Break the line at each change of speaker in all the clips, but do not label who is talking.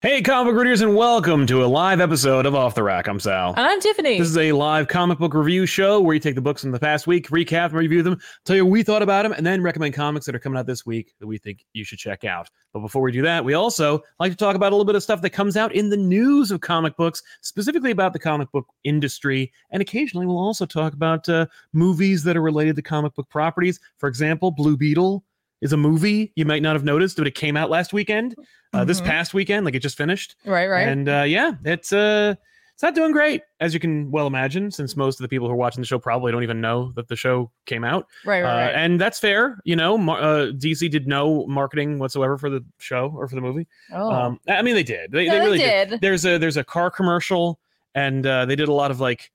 Hey, comic book readers, and welcome to a live episode of Off the Rack. I'm Sal.
And I'm Tiffany.
This is a live comic book review show where you take the books from the past week, recap and review them, tell you what we thought about them, and then recommend comics that are coming out this week that we think you should check out. But before we do that, we also like to talk about a little bit of stuff that comes out in the news of comic books, specifically about the comic book industry. And occasionally we'll also talk about uh, movies that are related to comic book properties. For example, Blue Beetle is a movie you might not have noticed, but it came out last weekend, uh, this
Mhm.
past weekend, like it just finished.
right, right.
And uh, yeah, it's uh, it's not doing great, as you can well imagine, since most of the people who are watching the show probably don't even know that the show came out.
right, right,
Uh,
right.
and that's fair. You know, mar- uh, DC did no marketing whatsoever for the show or for the movie.
oh.
Um, I I mean, they did. They,
No,
they
they
really did.
did.
There's a there's a car commercial, and uh, they did a lot of like.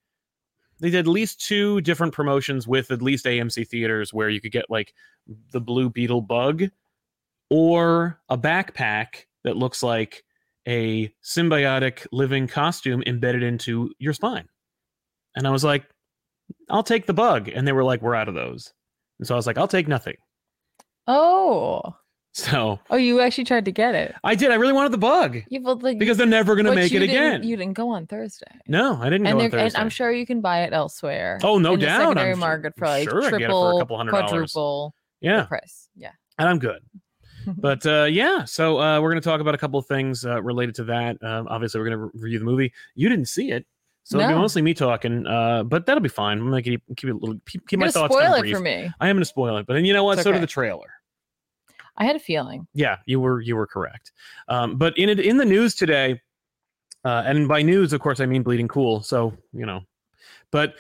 They did at least two different promotions with at least AMC theaters where you could get like the Blue Beetle bug or a backpack that looks like a symbiotic living costume embedded into your spine. And I was like, I'll take the bug. And they were like, we're out of those. And so I was like, I'll take nothing.
Oh.
So
Oh, you actually tried to get it.
I did. I really wanted the bug
You well, like,
because they're never going to
but
make
you
it
didn't-
again.
You didn't go on Thursday.
No, I didn't
And,
go
there,
on
and
Thursday.
I'm sure you can buy it elsewhere.
Oh, no
in
doubt.
The
I'm
secondary
su-
market for
I'm
like
sure I can get it for a
triple,
couple hundred dollars.
quadruple the
yeah,
price. Yeah.
and I'm good. But uh, yeah, so uh, we're going to talk about a couple of things uh, related to that. Um, obviously, we're going to review the movie. You didn't see it, so it'll be
No.
mostly me talking. Uh, but that'll be fine. I'm going to keep, keep it a little, keep, keep
You're
my
gonna
thoughts
spoil
kind
it
of brief.
for me.
I am going to spoil it, but then you know what?
It's
So did
okay.
the trailer.
I had a feeling.
yeah you were you were correct um, but in it in the news today uh, and by news of course i mean bleeding cool so you know but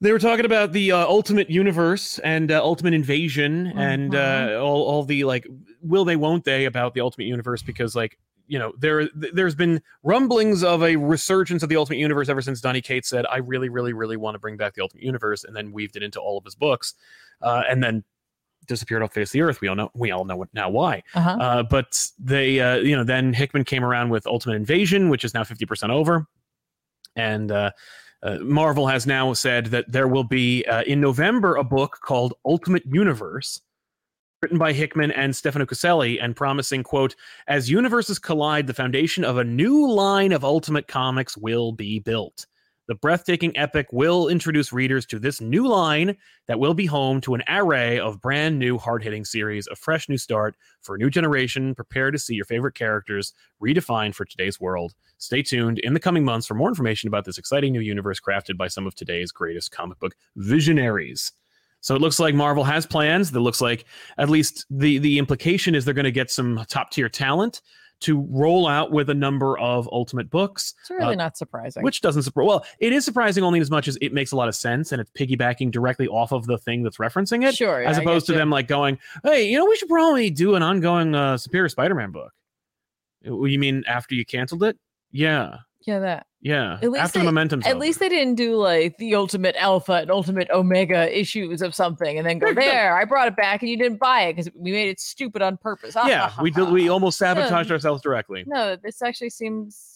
they were talking about the uh, ultimate universe and uh, ultimate invasion and uh,
Mhm.
all, all the like will they won't they about the ultimate universe because like you know there th- there's been rumblings of a resurgence of the ultimate universe ever since donny cates said i really really really want to bring back the ultimate universe and then weaved it into all of his books uh, and then disappeared off the face of the earth we all know we all know what, now why
Uh-huh.
uh, but they, uh, you know, then Hickman came around with Ultimate Invasion, which is now 50% over. And uh, uh, Marvel has now said that there will be uh, in November a book called Ultimate Universe, written by Hickman and Stefano Caselli, and promising, quote, as universes collide, the foundation of a new line of Ultimate comics will be built. The breathtaking epic will introduce readers to this new line that will be home to an array of brand new hard hitting series, a fresh new start for a new generation. Prepare to see your favorite characters redefined for today's world. Stay tuned in the coming months for more information about this exciting new universe crafted by some of today's greatest comic book visionaries. So it looks like Marvel has plans. That looks like at least the the implication is they're going to get some top tier talent to roll out with a number of ultimate books
It's really
uh,
not surprising.
which doesn't surprise well it is surprising only as much as it makes a lot of sense and it's piggybacking directly off of the thing that's referencing it
sure,
as
yeah, I
opposed to
getcha.
them like going, "Hey, you know, we should probably do an ongoing uh, Superior Spider-Man book." Uh, You mean after you canceled it? Yeah,
Yeah, that.
yeah.
At least
after the
they-
momentum.
At least they didn't do like the ultimate alpha and ultimate omega issues of something and then go
They're good.
there. I brought it back and you didn't buy it because we made it stupid on purpose. Ha,
yeah,
ha, ha,
we did,
ha."
we almost sabotaged
Um,
ourselves directly.
No, this actually seems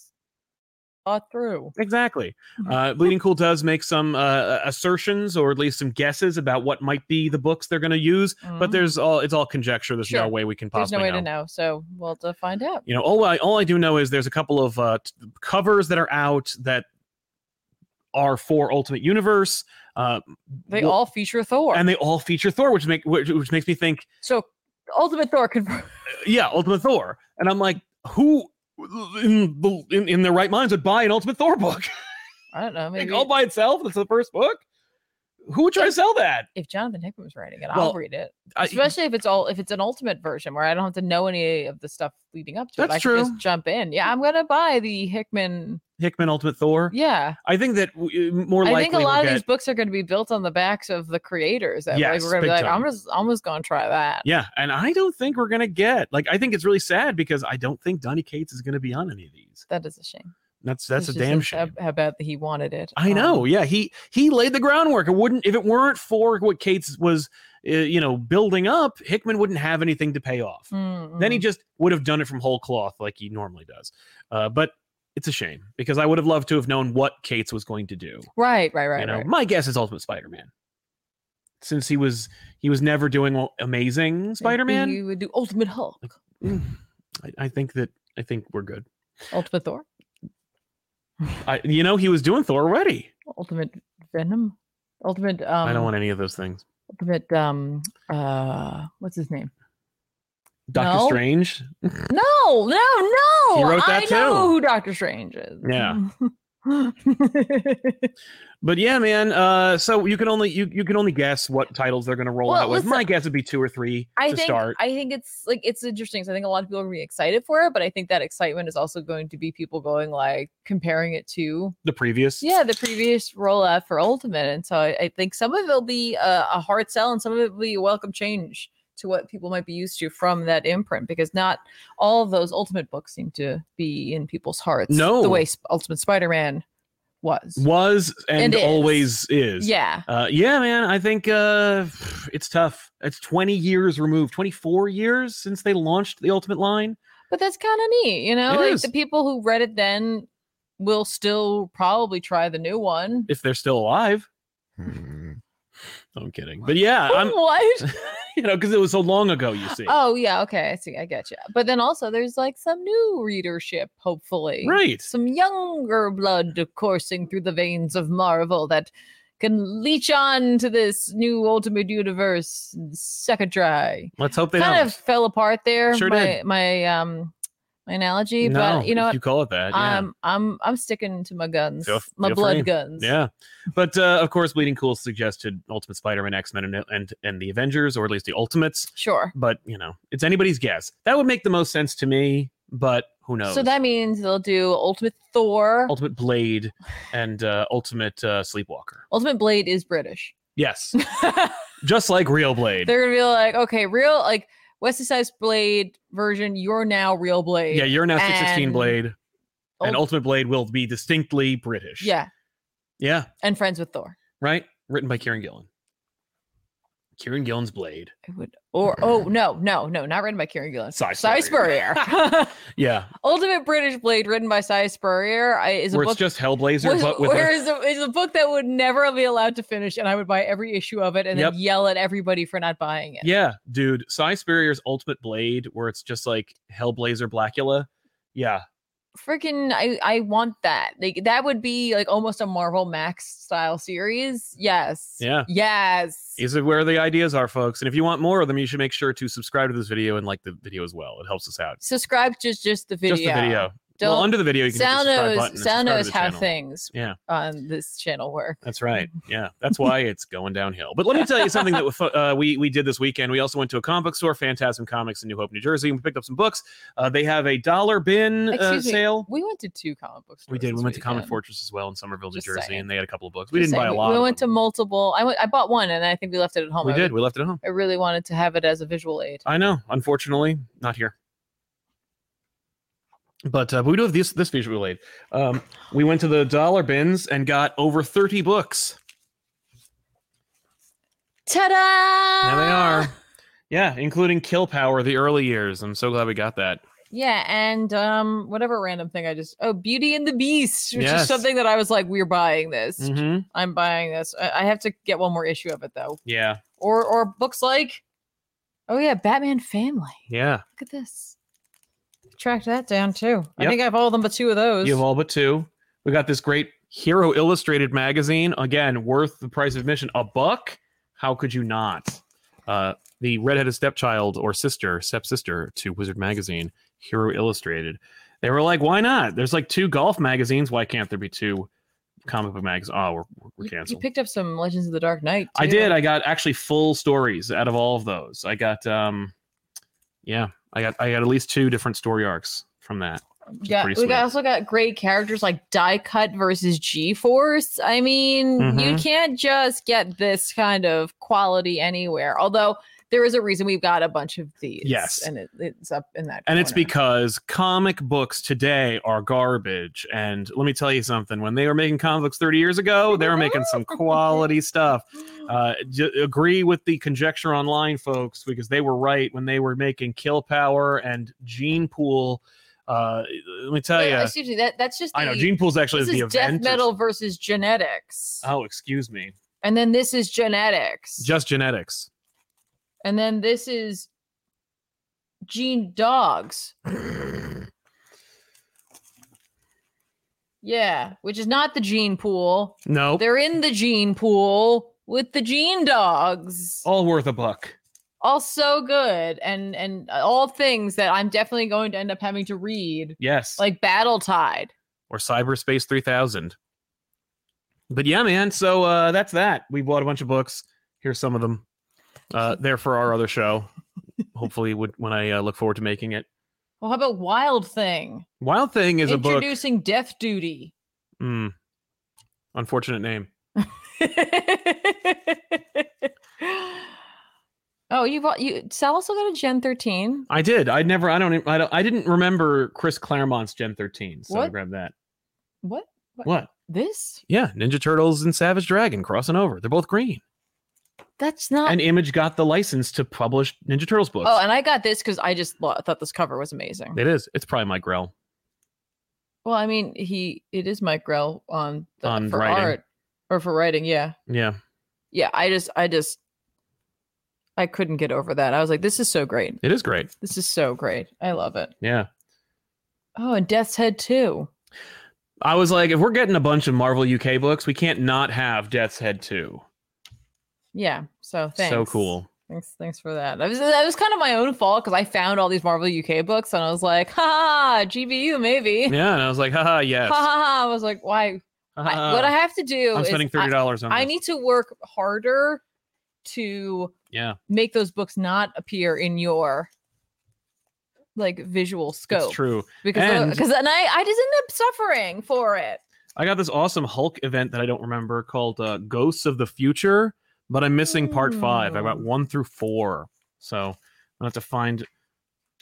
thought through.
Exactly. Uh, Bleeding Cool does make some uh, assertions, or at least some guesses about what might be the books they're going to use. But
Mhm.
there's all it's all conjecture. There's no
Sure.
way we can
there's no
possibly
way
know.
to know, so we'll have to find out.
you know all I, all I do know is there's a couple of uh, t- covers that are out that are for ultimate universe uh,
They
well,
all feature Thor,
and they all feature thor which make which, which makes me think
so Ultimate Thor confirmed.
yeah ultimate thor and i'm like who in, the, in, in their right minds would buy an ultimate thor book
I don't know.
like
Maybe
all by itself that's the first book who would try to sell that
if Jonathan Hickman was writing it,
Well,
I'll read it.
I-
Especially if it's all if it's an Ultimate version where I don't have to know any of the stuff leading up to it.
That's
I can
true.
just jump in. Yeah, I'm gonna buy the Hickman.
hickman ultimate thor
Yeah,
i think that w- uh, more
I
likely
think a
we'll
lot of
get-
these books are going to be built on the backs of the creators. That
Yes,
like, we're going
big
to be like,
time.
I'm just I'm just going to try that.
yeah and i don't think we're gonna get like i think it's really sad because i don't think donny cates is gonna be on any of these
That is a shame.
that's that's
It's
a
just
damn
a-
shame
How bad that he wanted it.
I
Um,
know. Yeah, he he laid the groundwork. It wouldn't if it weren't for what Cates was, uh, you know, building up. Hickman wouldn't have anything to pay off.
Mm,
Then he
mm.
just would have done it from whole cloth like he normally does. Uh, but it's a shame because I would have loved to have known what Cates was going to do.
right, right, right,
you know,
right.
my guess is Ultimate Spider-Man, since he was he was never doing well- Amazing
Maybe
Spider-Man.
He would do Ultimate Hulk.
Mm, I, I think that I think we're good.
Ultimate Thor?
I, you know, he was doing Thor already.
Ultimate Venom? Ultimate um
I don't want any of those things.
ultimate um uh what's his name?
Doctor
no.
Strange.
No, no, no.
He wrote that
I know
too.
who Doctor Strange is.
Yeah. But yeah, man. Uh, so you can only you, you can only guess what titles they're going to roll
Well,
out with.
listen,
My guess would be two or three
I
to
think
start.
I think it's like it's interesting. So I think a lot of people are gonna be excited for it, but I think that excitement is also going to be people going like comparing it to
the previous.
yeah the previous rollout for Ultimate, and so I, I think some of it will be a, a hard sell, and some of it will be a welcome change to what people might be used to from that imprint because not all of those Ultimate books seem to be in people's hearts.
No.
the way Sp- Ultimate Spider-Man was.
was and
And is.
always is.
Yeah,
Uh, yeah, man. I think uh, it's tough. It's 20 years removed, 24 years since they launched the Ultimate line.
but that's kind of neat, you know.
It
like
is.
the people who read it then will still probably try the new one.
If they're still alive, I'm kidding. But yeah, I'm
what?
you know because it was so long ago. You see,
Oh yeah, okay, I see, I get you. But then also, there's like some new readership, hopefully,
right?
Some younger blood coursing through the veins of Marvel that can leech on to this new Ultimate Universe and suck it dry.
Let's hope they
kind
don't.
of fell apart there.
Sure
my
did.
my um my analogy,
no,
but you
if
know what? Um,
you call it that. Yeah.
I'm I'm I'm sticking to my guns,
Feel f-
my
feel
blood
free.
guns.
Yeah, but uh, of course, Bleeding Cool suggested Ultimate Spider-Man, X-Men, and, and and the Avengers, or at least the Ultimates.
sure.
But you know, it's anybody's guess. That would make the most sense to me. But who knows?
So that means they'll do Ultimate Thor.
Ultimate Blade and uh, Ultimate uh, Sleepwalker.
Ultimate Blade is British.
Yes, just like Real Blade.
They're gonna be like, okay, real like West Side's Blade version. You're now real Blade.
yeah, you're now 616
and
Blade, and
Ult-
Ultimate Blade will be distinctly British.
yeah,
yeah,
and friends with Thor.
right. Written by Kieran Gillen. Kieran Gillen's Blade.
I would or oh no no no not written by Kieran Gillen.
Cy
Cy
Spurrier.
Spurrier.
Yeah,
Ultimate British Blade written by Cy Spurrier I, is a
where
book.
it's just Hellblazer,
was-
but with
where
a,
is a, is a book that would never be allowed to finish, and I would buy every issue of it and
Yep.
then yell at everybody for not buying it.
yeah, dude, Cy Spurrier's Ultimate Blade, where it's just like Hellblazer, Blackula. Yeah,
freaking I I want that. Like that would be like almost a Marvel Max style series. Yes.
Yeah.
Yes.
These are where the ideas are, folks. And if you want more of them, you should make sure to subscribe to this video and like the video as well. It helps us out.
Subscribe to just the video.
Just the video.
Don't
well, under the video, you can
Sal
hit the subscribe
knows
button and
Sal
subscribe to
knows
the
how
channel.
things
Yeah.
on this channel work.
That's right. Yeah, that's why it's going downhill. But let me tell you something that we fo- uh, we we did this weekend. We also went to a comic book store, Phantasm Comics in New Hope, New Jersey, and we picked up some books. Uh, they have a dollar bin uh,
Excuse me,
sale.
We went to two comic books.
We did. We went to Comic Fortress as well in Somerville, New
Just
Jersey,
saying.
and they had a couple of books. We didn't buy a lot.
We
of
went to
them.
multiple. I went. I bought one, and I think we left it at home.
We
I
did.
would-
We left it at home.
I really wanted to have it as a visual aid.
I know. Unfortunately, not here. But, uh, but we do have this this visual aid. Um, we went to the dollar bins and got over thirty books.
Ta-da!
There they
Ah.
are. Yeah, including Kill Power, the early years. I'm so glad we got that.
Yeah, and um, whatever random thing I just oh, Beauty and the Beast, which
Yes.
is something that I was like, we're buying this.
Mm-hmm.
I'm buying this. I, I have to get one more issue of it though,
Yeah,
or or books like, oh yeah, Batman Family.
yeah.
Look at this. Track that down too. I
Yep.
think I have all of them but two of those.
You have all but two. We got this great Hero Illustrated magazine. Again, worth the price of admission. A buck? How could you not? Uh, the redheaded stepchild or sister, stepsister to Wizard Magazine, Hero Illustrated. They were like, why not? There's like two golf magazines. Why can't there be two comic book magazines? Oh, we're,
You-
we're
you,
canceled.
picked up some Legends of the Dark Knight.
I
too.
did. I got actually full stories out of all of those. I got um yeah, I got I got at least two different story arcs from that. is
yeah, we
pretty sweet.
got, also got great characters like Die Cut versus G Force. I mean, you
Mhm.
can't just get this kind of quality anywhere. Although there is a reason we've got a bunch of these.
Yes.
and it, it's up in that.
And it's
corner.
because comic books today are garbage. And let me tell you something, when they were making comic books 30 years ago, they were making some quality stuff. Uh, j- agree with the conjecture online, folks, because they were right when they were making Kill Power and Gene Pool. Uh, let me tell
Wait,
you,
excuse me. That that's just. The,
I know Gene Pool's actually
This
the
is death
event. or
metal versus genetics,
Oh, excuse me.
and then this is genetics,
Just genetics.
and then this is gene dogs. Yeah, which is not the gene pool.
Nope.
They're in the gene pool with the gene dogs.
all worth a buck.
All so good and and all things that I'm definitely going to end up having to read,
Yes.
like Battle Tide.
or Cyberspace 3000. But yeah, man. So uh, that's that. We bought a bunch of books. Here's some of them. Uh, they're for our other show. Hopefully, would when I uh, look forward to making it.
Well, how about Wild Thing?
Wild Thing is a book.
Introducing Death Duty.
Mm. unfortunate name.
oh, you've al- you Sal also got a Gen 13.
I did. I never. I don't. e- I don't. I didn't remember Chris Claremont's Gen 13. So I
What?
grabbed that.
What?
What?
This?
Yeah, Ninja Turtles and Savage Dragon crossing over. They're both green.
That's not.
And Image got the license to publish Ninja Turtles books.
oh, and I got this because I just lo- thought this cover was amazing.
it is. It's probably Mike Grell.
Well, I mean, he it is Mike Grell on the,
On
for
writing.
art or for writing. Yeah,
Yeah.
yeah. I just, I just, I couldn't get over that. I was like, this is so great.
It is great.
This is so great. I love it.
Yeah.
Oh, and Death's Head too.
I was like, if we're getting a bunch of Marvel UK books, we can't not have Death's Head 2.
Yeah. So thanks.
So cool.
Thanks, thanks for that. That was that was kind of my own fault because I found all these Marvel UK books and I was like, ha, ha, GBU maybe.
Yeah, and I was like, haha, yes.
Ha, ha, ha. I was like, why? I, what I have to do
am
is
spending
I-
thirty dollars on.
I
this.
need to work harder to
Yeah,
make those books not appear in your like visual
it's
scope
true.
because
And-
because and I I just end up suffering for it.
I got this awesome Hulk event that I don't remember called uh, Ghosts of the Future, but I'm missing part five. I got
Ooh.
one through four, so I'll have to find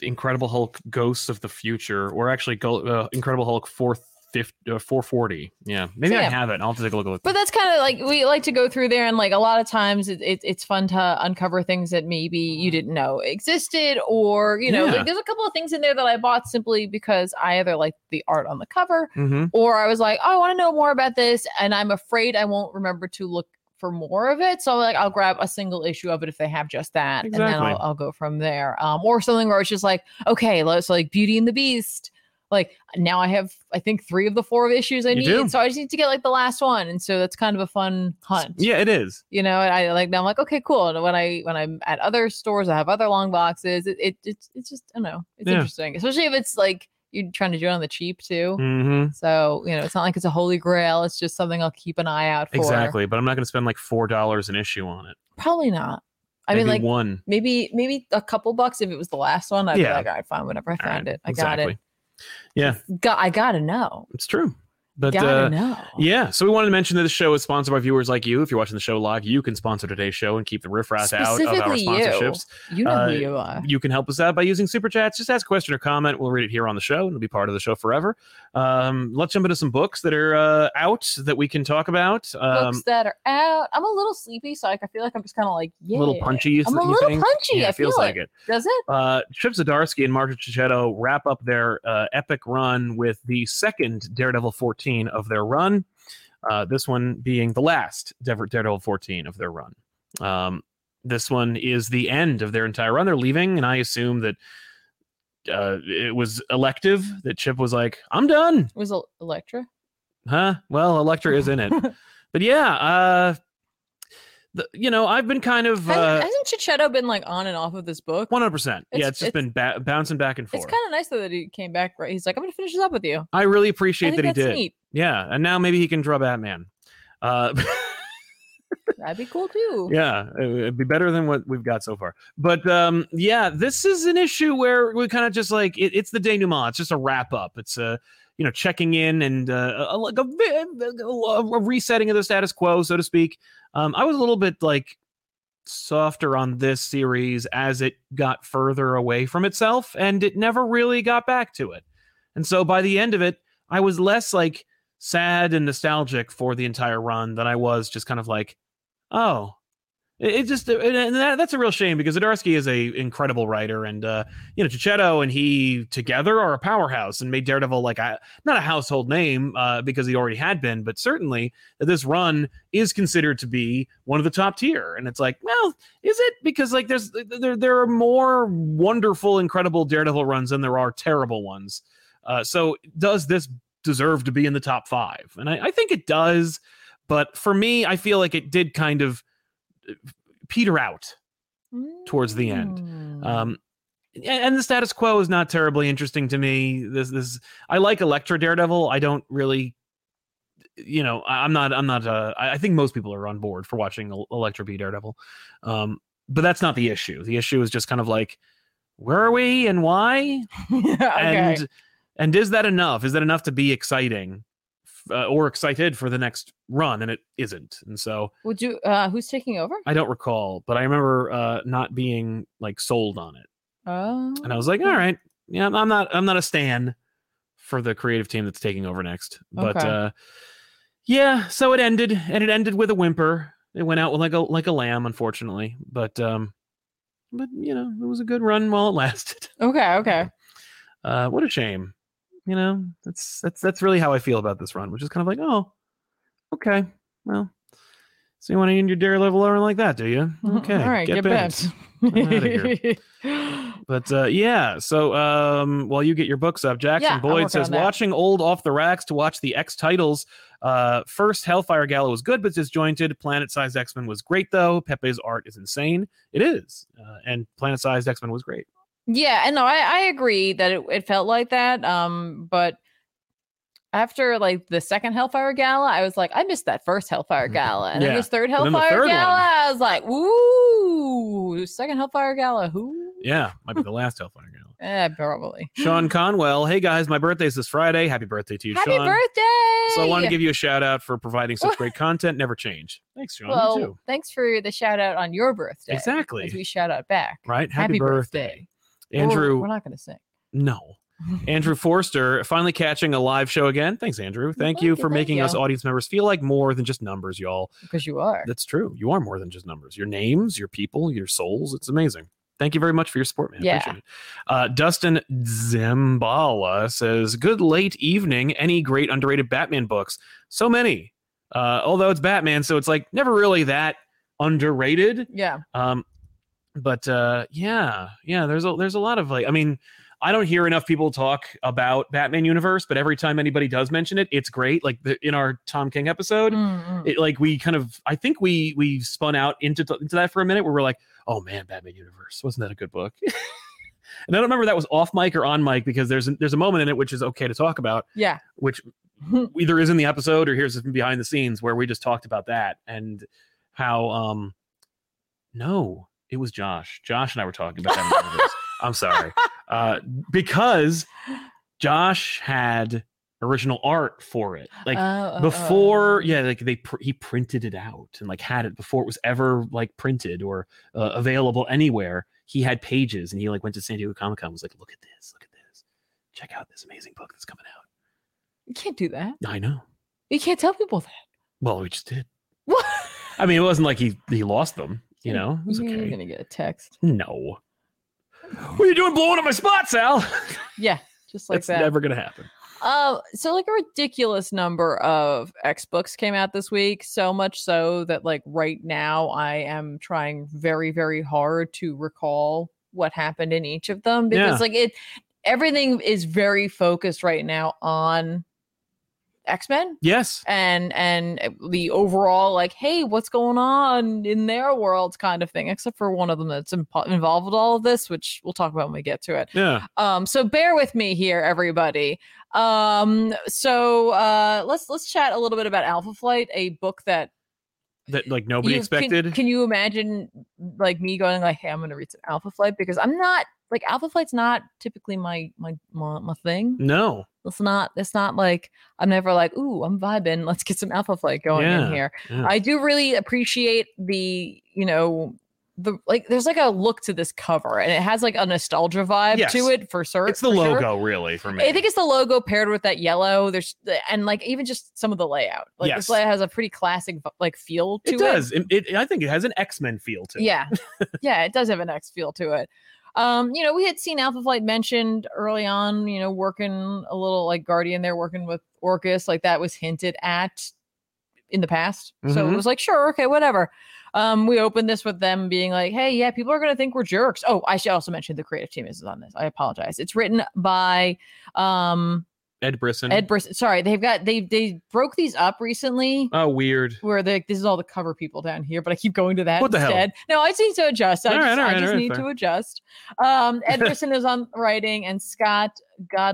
Incredible Hulk Ghosts of the Future, or actually Go- uh, Incredible Hulk four fifty uh, four forty. Yeah, maybe I
Yeah.
have it. I'll have to take a look at it.
But that's kind of like we like to go through there, and like a lot of times it, it, it's fun to uncover things that maybe you didn't know existed, or you know,
Yeah.
like there's a couple of things in there that I bought simply because I either like the art on the cover,
mm-hmm.
or I was like, oh, I want to know more about this, and I'm afraid I won't remember to look for more of it. So like I'll grab a single issue of it if they have just that, and then
Exactly.
I'll, I'll go from there. Um, or something where it's just like, okay, let's like Beauty and the Beast. Like now I have I think three of the four issues I
You
need,
do.
so I just need to get like the last one, and so that's kind of a fun hunt.
Yeah, it is.
You know, and I like now I'm like okay, cool. And when I when I'm at other stores, I have other long boxes. It, it it's it's just I don't know, it's
Yeah.
interesting, especially if it's like you're trying to do it on the cheap too.
Mm-hmm.
So, you know, it's not like it's a holy grail. It's just something I'll keep an eye out for.
Exactly, but I'm not going to spend like four dollars an issue on it.
Probably not. I
Maybe
mean, like
one.
maybe maybe a couple bucks if it was the last one. I'd
Yeah.
be like, all right, fine, whatever. I
All right,
found it. I got
exactly.
it.
Yeah,
Got I gotta know.
it's true. But
gotta
uh,
know.
yeah, so we wanted to mention that the show is sponsored by viewers like you. If you're watching the show live, you can sponsor today's show and keep the riffraff out of our
Specifically you.
sponsorships.
You know
uh,
who you are.
You can help us out by using super chats. Just ask a question or comment. We'll read it here on the show, and it'll be part of the show forever. Um, let's jump into some books that are uh, out that we can talk about. Um,
Books that are out. I'm a little sleepy, so like I feel like I'm just kind of like yeah.
Little punchy.
I'm a
you
little
think?
punchy,
Yeah,
I
it feels
feel
like
it.
it.
Does it?
uh, Chip Zdarsky and Margaret Chichetto wrap up their uh, epic run with the second Daredevil 14 of their run. Uh, this one being the last Dare- Daredevil 14 of their run. Um, this one is the end of their entire run. They're leaving, and I assume that uh, it was elective. That Chip was like, "I'm done."
Was it Electra?
Huh? Well, Electra is in it, but yeah. Uh, the, you know, I've been kind of
hasn't,
uh,
hasn't Chichetto been like on and off of this book?
100%. Yeah,
It's-
it's just
it's-
been ba- bouncing back and
It's
forth.
kind of nice though that he came back. Right, he's like, I'm gonna finish this up with you.
I really
I
appreciate
think
that he
that's
did.
neat.
Yeah, and now maybe he can draw Batman. Uh,
That'd be cool too.
yeah, it- it'd be better than what we've got so far. But um, yeah, this is an issue where we kind of just like it, it's the denouement. It's just a wrap up. It's a you know checking in and uh, a, like a, vi- a resetting of the status quo, so to speak. Um, I was a little bit like softer on this series as it got further away from itself, and it never really got back to it. And so by the end of it, I was less like sad and nostalgic for the entire run than I was just kind of like, oh, it, it just and- and that, that's a real shame because Zdarsky is a incredible writer, and uh, you know Chichetto and he together are a powerhouse and made Daredevil like a, not a household name uh, because he already had been, but certainly this run is considered to be one of the top tier. And it's like, well, is it because like there's there there are more wonderful, incredible Daredevil runs than there are terrible ones. Uh, so does this deserve to be in the top five, and I, I think it does. But for me, I feel like it did kind of uh, peter out towards the end.
Mm.
Um, and- and the status quo is not terribly interesting to me. This this I like Electra Daredevil. I don't really, you know, I- I'm not I'm not. Uh, I I think most people are on board for watching El- Electra be Daredevil, um, but that's not the issue. The issue is just kind of like, where are we and why?
okay.
And and is that enough? Is that enough to be exciting? f- Uh, or excited for the next run, and it isn't. And so
Would you? Uh, who's taking over?
I don't recall, but I remember uh, not being like sold on it
Oh,
and I was like, all right, yeah, I'm I'm not, I'm not a stan for the creative team that's taking over next, but
Okay.
uh, yeah, so it ended, and it ended with a whimper. It went out like a like a lamb, unfortunately, but um, but you know, it was a good run while it lasted.
okay, okay.
Uh, what a shame, you know. That's that's that's really how I feel about this run, which is kind of like, oh, okay, well. So you want to end your Daredevil run like that, do you? Okay,
Mm-hmm. All right, get,
bent.
bent.
outta But uh, yeah, so um, while you get your books up, Jackson
Yeah, I'm working
Boyd says
on that.
watching old off the racks to watch the X titles. Uh, first Hellfire Gala was good, but disjointed. Planet Sized X Men was great though. Pepe's art is insane. It is, uh, and Planet Sized X Men was great.
Yeah, and no, I, I agree that it, it felt like that. Um, but after like the second Hellfire Gala, I was like, I missed that first Hellfire Gala, and
Mm-hmm. Yeah.
then this third
then the
Hellfire
third one.
Gala, I was like, ooh, second Hellfire Gala, who?
Yeah, might be the last Hellfire Gala.
Eh, probably.
Sean Conwell, hey guys, my birthday's this Friday. Happy birthday to you,
Happy
Sean.
birthday!
So I wanted to give you a shout out for providing such great content. Never change. Thanks, Sean. You
well,
too.
thanks for the shout out on your birthday.
Exactly.
As we shout out back.
Right? Happy,
Happy,
birthday,
birthday, Well,
Andrew.
We're, not going to sing.
no. Andrew Forster finally catching a live show again. Thanks, Andrew. Thank
Thank
you
you,
for
thank
making us
you.
audience members feel like more than just numbers, y'all.
because you are.
That's true. You are more than just numbers. Your names, your people, your souls. It's amazing. Thank you very much for your support, man.
Yeah.
Appreciate it. Uh, Dustin Zambala says, "Good late evening. Any great underrated Batman books? So many. Uh, although it's Batman, so it's like never really that underrated.
Yeah.
Um, but uh, yeah, yeah. There's a there's a lot of like. I mean, I don't hear enough people talk about Batman universe, but every time anybody does mention it, it's great. Like the, in our Tom King episode,
Mm, mm.
it like we kind of I think we we spun out into into that for a minute where we're like, oh man, Batman universe wasn't that a good book? and I don't remember if that was off mic or on mic because there's there's a moment in it which is okay to talk about,
Yeah.
which either is in the episode or here's from behind the scenes where we just talked about that and how um no it was josh josh and i were talking about that in the universe. i'm sorry uh because josh had original art for it like
Oh, oh, oh.
before yeah like they pr- he printed it out and like had it before it was ever like printed or uh, available anywhere he had pages and he like went to san diego comic-con and was like look at this look at this check out this amazing book that's coming out
You can't do that.
i know
You can't tell people that.
well, we just did.
What?
I mean, it wasn't like he he lost them. You know, it was
You're
okay.
gonna get a text.
No. What are you doing, blowing up my spots, Al?
Yeah, just like
That's
that.
never gonna happen.
Uh, so like a ridiculous number of X books came out this week. So much so that like right now I am trying very very hard to recall what happened in each of them because
Yeah.
like it everything is very focused right now on X Men.
Yes.
and and eh, the overall like hey what's going on in their world kind of thing except for one of them that's impo- involved with all of this which we'll talk about when we get to it
Yeah.
um so bear with me here everybody um so uh let's let's chat a little bit about alpha flight a book that
That like nobody
you- can-
expected.
Can, you imagine like me going like, "Hey, I'm going to read some Alpha Flight" because I'm not like Alpha Flight's not typically my my my, my thing.
no.
It's not. It's not like I'm never like, "Ooh, I'm vibing. Let's get some Alpha Flight going
Yeah,
in here."
yeah.
I do really appreciate the you know the like. There's like a look to this cover, and it has like a nostalgia vibe
Yes.
to it for sure.
It's the
for sure.
logo, really, for me.
I think it's the logo paired with that yellow. There's and like even just some of the layout. Like
Yes.
this layout has a pretty classic like feel to
it
it.
does. It, it- I think it has an X Men feel to it.
Yeah. yeah, it does have an X feel to it. Um, you know, we had seen Alpha Flight mentioned early on, you know, working a little like Guardian there, working with Orcus, like that was hinted at in the past. So
Mhm.
it was like, sure, okay, whatever. Um, we opened this with them being like, hey, yeah, people are gonna think we're jerks. Oh, I should also mention the creative team is on this. I apologize. It's written by um
Ed Brisson.
Ed Brisson. Sorry, they've got they they broke these up recently.
oh, weird.
where they, this is all the cover people down here, but I keep going to that
What the hell?
instead. No, I just need to adjust. I
All right,
just,
all
I
right, all
just
right,
need
fair.
to adjust. Um, Ed Brisson is on writing, and Scott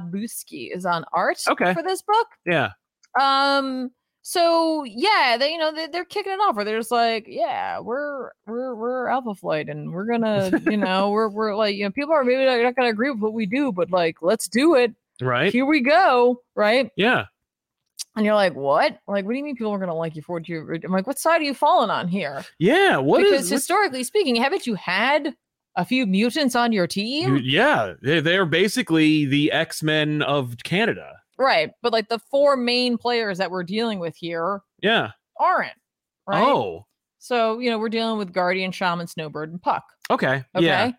Godlewski is on art
Okay.
for this book.
Yeah.
Um, so yeah, they you know they, they're kicking it off, where they're just like, yeah, we're we're we're Alpha Flight, and we're gonna you know we're we're like you know people are maybe not, not gonna agree with what we do, but like let's do it.
Right.
Here we go, right?
Yeah.
And you're like, what? Like, what do you mean people are gonna like you for what you? I'm like, what side are you falling on here?
Yeah. What is?
because historically speaking, haven't you had a few mutants on your team?
You- yeah, they, they're basically the X Men of Canada.
right. But like the four main players that we're dealing with here
Yeah.
aren't. Right.
Oh,
So, you know, we're dealing with Guardian, Shaman, Snowbird, and Puck.
okay.
Okay.
Yeah.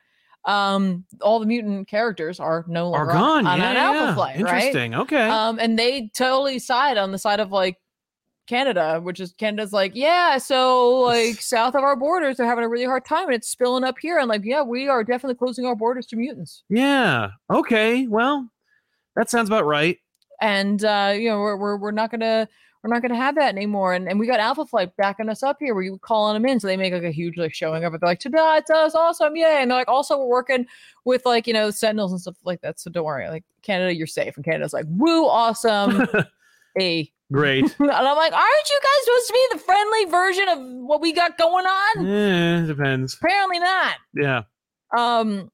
Um, all the mutant characters are no
Are
longer
gone.
on, on
yeah,
an alpha
yeah.
flight, right?
Interesting. Okay.
Um, and they totally side on the side of like Canada, which is Canada's like, yeah, so like south of our borders, they're having a really hard time and it's spilling up here. And like, yeah, we are definitely closing our borders to mutants.
yeah. Okay. Well, that sounds about right.
and uh, you know we're, we're we're not gonna we're not gonna have that anymore. And and we got Alpha Flight backing us up here. Where you calling them in, so they make like a huge like showing up. And they're like, "Ta-da! It's us! Awesome! Yay!" And they're like, "Also, we're working with like you know Sentinels and stuff like that. So don't worry, like Canada, you're safe." And Canada's like, "Woo! Awesome!" A
Great.
and I'm like, "Aren't you guys supposed to be the friendly version of what we got going on?"
yeah, Eh, depends.
Apparently not.
Yeah.
Um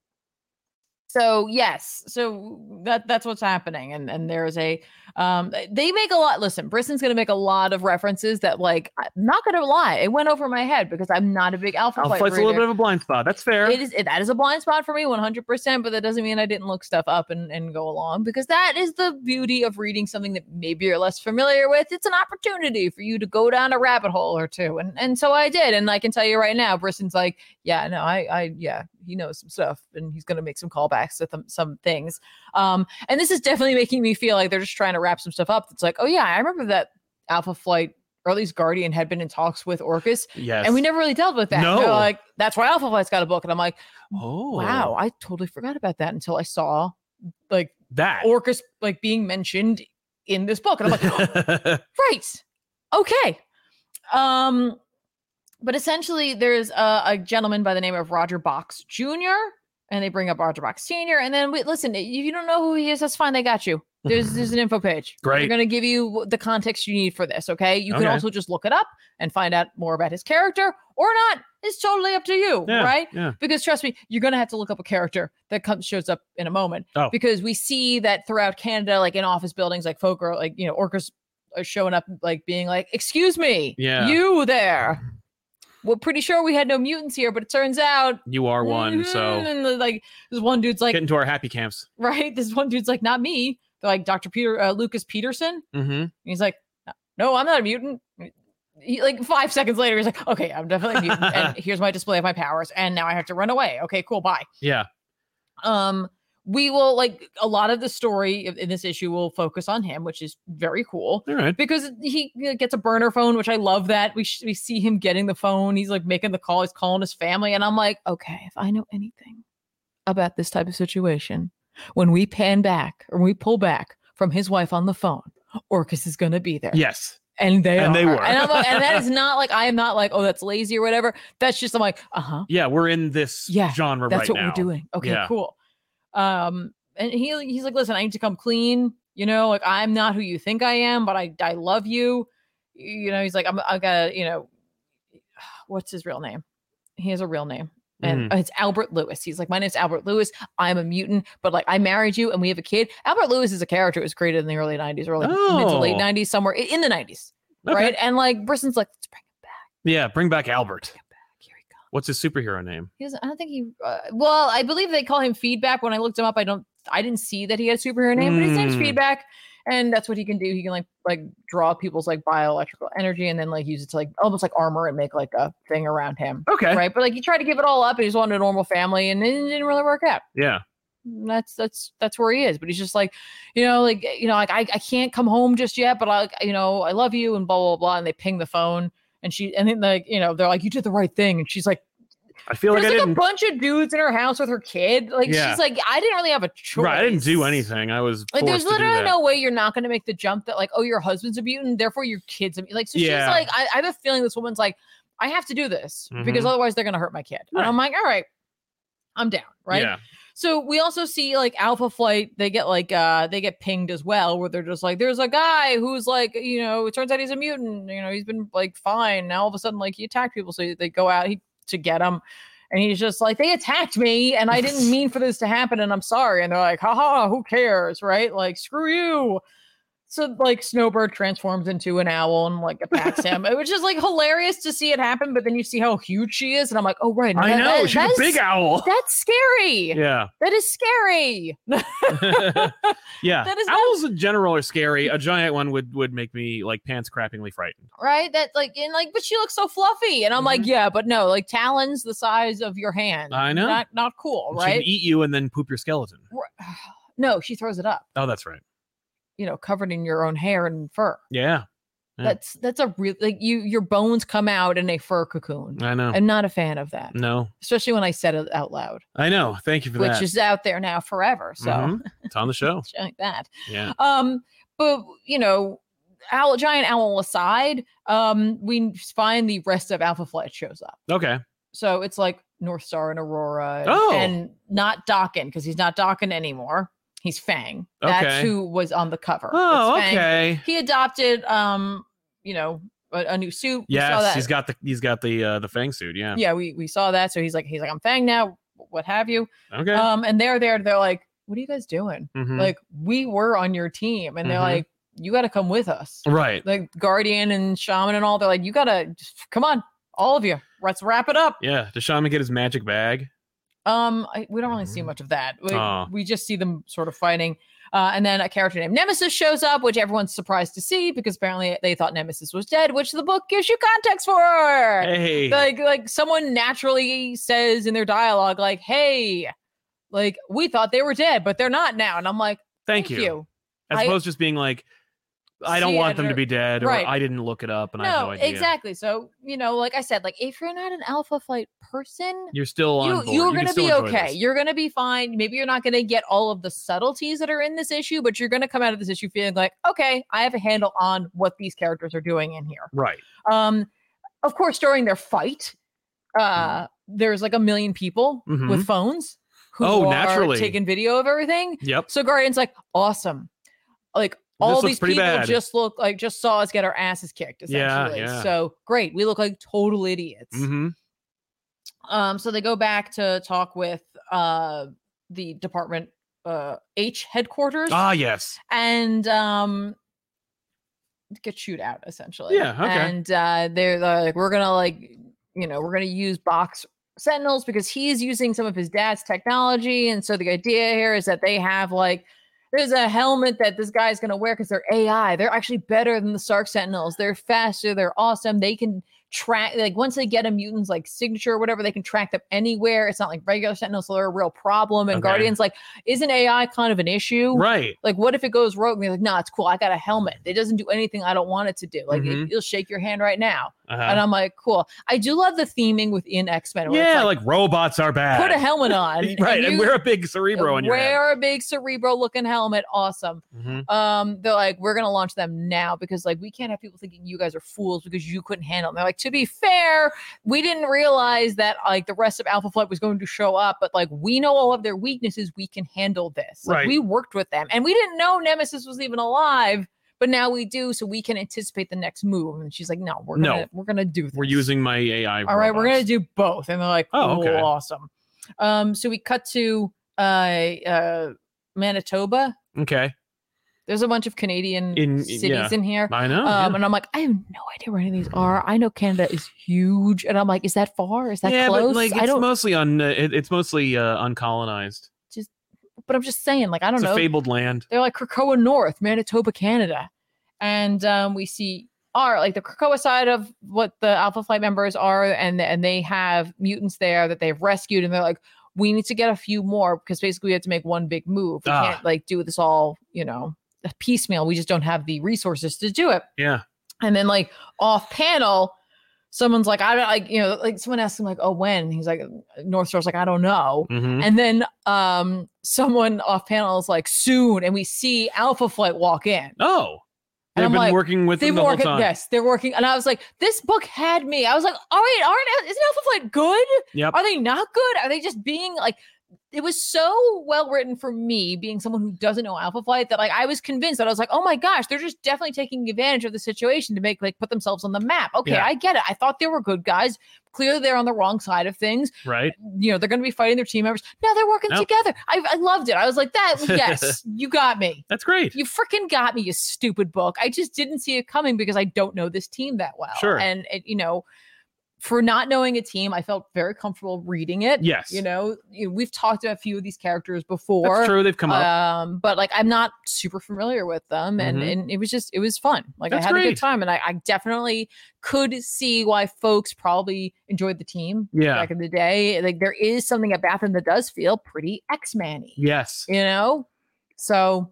so yes, so that that's what's happening and and there's a um th- they make a lot listen, Brisson's going to make a lot of references that like I'm not going to lie, it went over my head because I'm not a big alpha,
Alpha
Flight
Flight's a little
reader.
bit of a blind spot. That's fair.
it is it, that is a blind spot for me 100% but that doesn't mean i didn't look stuff up and, and go along because that is the beauty of reading something that maybe you're less familiar with it's an opportunity for you to go down a rabbit hole or two and and so i did and i can tell you right now brisson's like yeah no i i yeah he knows some stuff and he's going to make some callbacks to th- some things um and this is definitely making me feel like they're just trying to wrap some stuff up it's like oh yeah i remember that alpha flight or at least guardian had been in talks with orcus
yes.
and we never really dealt with that. And they're
No.
like that's why Alpha Flight's got a book, and I'm like,
Oh.
wow, I totally forgot about that until I saw like
That.
Orcus like being mentioned in this book, and I'm like, oh, right, okay, um, but essentially there's a, a gentleman by the name of Roger Box Jr. And they bring up Roger Box Senior, and then we listen. If you don't know who he is, that's fine. They got you. There's there's an info page.
Great.
They're going to give you wh- the context you need for this. Okay. You can
Okay.
also just look it up and find out more about his character or not. It's totally up to you,
yeah,
right?
Yeah.
because trust me, you're gonna have to look up a character that comes shows up in a moment.
Oh.
Because we see that throughout Canada, like in office buildings, like folk are like you know orcas are showing up, like being like, "Excuse me,
Yeah.
you there." We're pretty sure we had no mutants here, but it turns out
You are one.
"Mhm,"
So
and the- like this one dude's like,
get into our happy camps.
right? This one dude's like, not me. They're like Dr. Peter uh, Lucas Peterson, and
Mm-hmm.
he's like, "No, I'm not a mutant." He- like five seconds later, he's like, "Okay, I'm definitely a mutant, and here's my display of my powers, and now I have to run away." Okay, cool, bye
Yeah.
um we will like a lot of the story in in this issue will focus on him which is very cool
All right.
because he you know, gets a burner phone which i love that we, sh- we see him getting the phone he's like making the call he's calling his family and i'm like okay if i know anything about this type of situation when we pan back or we pull back from his wife on the phone orcus is going to be there
Yes.
and they
And they
are.
were.
and, I'm like, and that is not like i am not like oh that's lazy or whatever that's just i'm like uh-huh
Yeah. We're in this
Yeah,
genre
that's
right
what
now.
we're doing. Okay,
Yeah.
cool. Um, and he he's like, listen, I need to come clean. You know, like I'm not who you think I am, but I I love you. You know, he's like, I'm I gotta, you know, what's his real name? He has a real name.
Mm-hmm. Mm.
And it's Albert Lewis. He's like, my name's Albert Lewis. I'm a mutant, but like I married you and we have a kid. Albert Lewis is a character who was created in the early 90s, early mid to late
Oh.
90s, somewhere i- in the 90s,
Okay.
right? And like Brisson's like, let's bring him back.
Yeah. Bring back Albert.
Here he comes.
What's his superhero name?
He doesn't. I don't think he. Uh, well, I believe they call him Feedback. When I looked him up, I don't. I didn't see that he had a superhero name, but his name's
Mm.
Feedback, and that's what he can do. He can like like draw people's like bioelectrical energy, and then like use it to like almost like armor and make like a thing around him,
Okay.
right? But like he tried to give it all up, and he just wanted a normal family, and it didn't really work out
Yeah.
that's that's that's where he is but he's just like you know like you know like i, I can't come home just yet but i you know i love you and blah blah blah and they ping the phone and she and then like you know they're like you did the right thing and she's like
I feel like
There's
I
like, a
didn't.
bunch of dudes in her house with her kid. Like
Yeah.
she's like, I didn't really have a choice.
Right, I didn't do anything. I was
Like there's
forced to do
literally
that.
no way you're not going to make the jump that like, oh, your husband's a mutant, therefore your kids. A mutant. Like so, she's
Yeah.
like, I, I have a feeling this woman's like, I have to do this because
Mhm.
otherwise they're going to hurt my kid. And
Right.
I'm like, all right, I'm down. Right.
Yeah.
So we also see like Alpha Flight, they get like uh they get pinged as well, where they're just like, there's a guy who's like, you know, it turns out he's a mutant, you know, he's been like fine. Now all of a sudden, like he attacked people. So they go out he, to get him. And he's just like, they attacked me, and I didn't mean for this to happen, and I'm sorry. And they're like, haha, who cares? Right? Like, screw you. So like Snowbird transforms into an owl and like attacks him. it was just like hilarious to see it happen, but then you see how huge she is, and I'm like, oh right.
I
that-
know.
that-
She's
that's-
a big owl.
That's scary.
Yeah.
That is scary.
yeah.
That is not-
Owls in general are scary. A giant one would would make me like pants crappingly frightened.
right? That like and like, but she looks so fluffy. And I'm like,
Mhm.
yeah, but no, like talons the size of your hand.
I know.
Not not cool,
She e
right?
can eat you and then poop your skeleton.
R- No, she throws it up,
Oh, that's right.
you know, covered in your own hair and fur.
Yeah. Yeah.
That's that's a real like you your bones come out in a fur cocoon.
I know. Mm.
I'm not a fan of that.
no.
Especially when I said it out loud,
I know. Thank you for
which
that.
is out there now forever. So
Mhm. it's on the show.
shit like that.
Yeah.
Um, but you know, owl giant owl aside, um, we find the rest of Alpha Flight shows up.
Okay.
So it's like North Star and Aurora and,
Oh.
and not Dokken because he's not Dokken anymore. He's Fang. That's
Okay.
who was on the cover.
Oh,
It's Fang.
okay.
He adopted um, you know, a, a new suit. We saw
Yes,
that.
he's got the he's got the uh, the fang suit. Yeah.
yeah, we, we saw that. So he's like, he's like, I'm Fang now, what have you.
Okay.
Um, and they're there, they're like, What are you guys doing?
Mhm.
Like, we were on your team, and they're
Mhm.
like, You gotta come with us.
right.
Like Guardian and Shaman and all, they're like, You gotta just- come on, all of you. Let's wrap it up.
Yeah. Does Shaman get his magic bag?
Um, I, we don't really see
Mhm.
much of that. We,
Aw.
we just see them sort of fighting. Uh, and then a character named Nemesis shows up, which everyone's surprised to see because apparently they thought Nemesis was dead, which the book gives you context for.
Hey.
Like, like someone naturally says in their dialogue, like, "Hey, like we thought they were dead, but they're not now." And I'm like,
thank, you. As
I-
opposed to just being like, I don't
See
want
it
them
or-
to be dead, or
right.
I didn't look it up, and I have
No,
no idea.
exactly. So you know, like I said, like if you're not an Alpha Flight person,
You're still on.
you,
board.
you're
can
going to
still
be
enjoy
okay.
this.
You're going to be fine. Maybe you're not going to get all of the subtleties that are in this issue, but you're going to come out of this issue feeling like, okay, I have a handle on what these characters are doing in here.
Right.
Um, of course, during their fight, uh, there's like a million people with phones who
Mm-hmm. Oh,
are
naturally.
taking video of everything.
Yep.
So Guardian's like, awesome. Like all
looks
these
pretty
people
bad.
just look like just saw us get our asses kicked,
Yeah,
essentially.
yeah.
So great. We look like total idiots.
Mm-hmm.
Um, so they go back to talk with uh, the department uh, H headquarters
Ah, yes.
and um, get shoot out essentially.
Yeah, okay.
And uh, they're like, we're gonna like, you know, we're gonna use box sentinels because he's using some of his dad's technology, and so the idea here is that they have like. There's a helmet that this guy's gonna wear because they're AI. They're actually better than the Stark Sentinels. They're faster. They're awesome. They can track like once they get a mutant's like signature or whatever, they can track them anywhere. It's not like regular Sentinels, so they're a real problem. And
Okay.
Guardians like isn't AI kind of an issue?
Right.
Like, what if it goes rogue? And you're like, no, it's cool. I got a helmet. It doesn't do anything I don't want it to do. Like, it,
Mhm.
it'll shake your hand right now. And
Uh-huh.
I'm like, cool. I do love the theming within X Men.
Yeah, like, robots are bad.
put a helmet on.
right, and,
you
wear a big cerebro on your head.
wear a big cerebro looking helmet. Awesome.
Mhm.
Um, they're like, we're gonna launch them now because like we can't have people thinking you guys are fools because you couldn't handle them. They're like, to be fair, we didn't realize that like the rest of Alpha Flight was going to show up, but like we know all of their weaknesses, we can handle this. Like
Right.
we worked with them and we didn't know Nemesis was even alive, but now we do, so we can anticipate the next move. And she's like, No, we're
No.
gonna we're gonna do this.
We're using my AI.
All right, we're gonna
robots.
do both. And they're like,
Oh,
Oh,
okay.
awesome. Um, so we cut to uh uh Manitoba
Okay.
there's a bunch of Canadian
In-
cities
yeah.
in here.
I know.
Um, and I'm like, I have no idea where any of these are. I know Canada is huge, and I'm like, is that far? Is
yeah.
that
yeah,
close?
but like it's
I don't.
mostly on. Uh, it, it's mostly uh, uncolonized.
but I'm just saying, like, I don't
It's a
know.
fabled land.
They're like Krakoa North, Manitoba, Canada, and um, we see are like the Krakoa side of what the Alpha Flight members are, and and they have mutants there that they've rescued, and they're like, we need to get a few more because basically we have to make one big move. We
Ah.
can't like do this all, you know, piecemeal. We just don't have the resources to do it.
Yeah.
And then like off panel, someone's like, I don't like, you know, like someone asked him like, oh, when? And he's like, Northstar's like, I don't know.
Mhm.
And then um someone off panel is like, soon, and we see Alpha Flight walk in.
Oh, they've
I'm
been
like,
working with
They've
them the whole
working,
time.
yes, they're working. And I was like, this book had me. I was like, all right, aren't isn't Alpha Flight good?
Yep.
Are they not good? Are they just being like it was so well written for me, being someone who doesn't know Alpha Flight, that like I was convinced that I was like, oh my gosh, they're just definitely taking advantage of the situation to make like put themselves on the map. Okay,
Yeah.
I get it. I thought they were good guys. Clearly, they're on the wrong side of things.
Right.
You know, they're going to be fighting their team members. No, they're working
No.
together. I, I loved it. I was like, that. Yes, you got me.
That's great.
You freaking got me, you stupid book. I just didn't see it coming because I don't know this team that well.
Sure.
And it, you know, for not knowing a team, I felt very comfortable reading it.
Yes.
You know, you know, we've talked about a few of these characters before.
That's true. They've come up.
Um, but like I'm not super familiar with them, and
Mhm.
and it was just it was fun. Like
That's
I had a
great.
good time, and I, I definitely could see why folks probably enjoyed the team
Yeah.
back in the day. Like there is something about them that does feel pretty X Man y
Yes.
you know so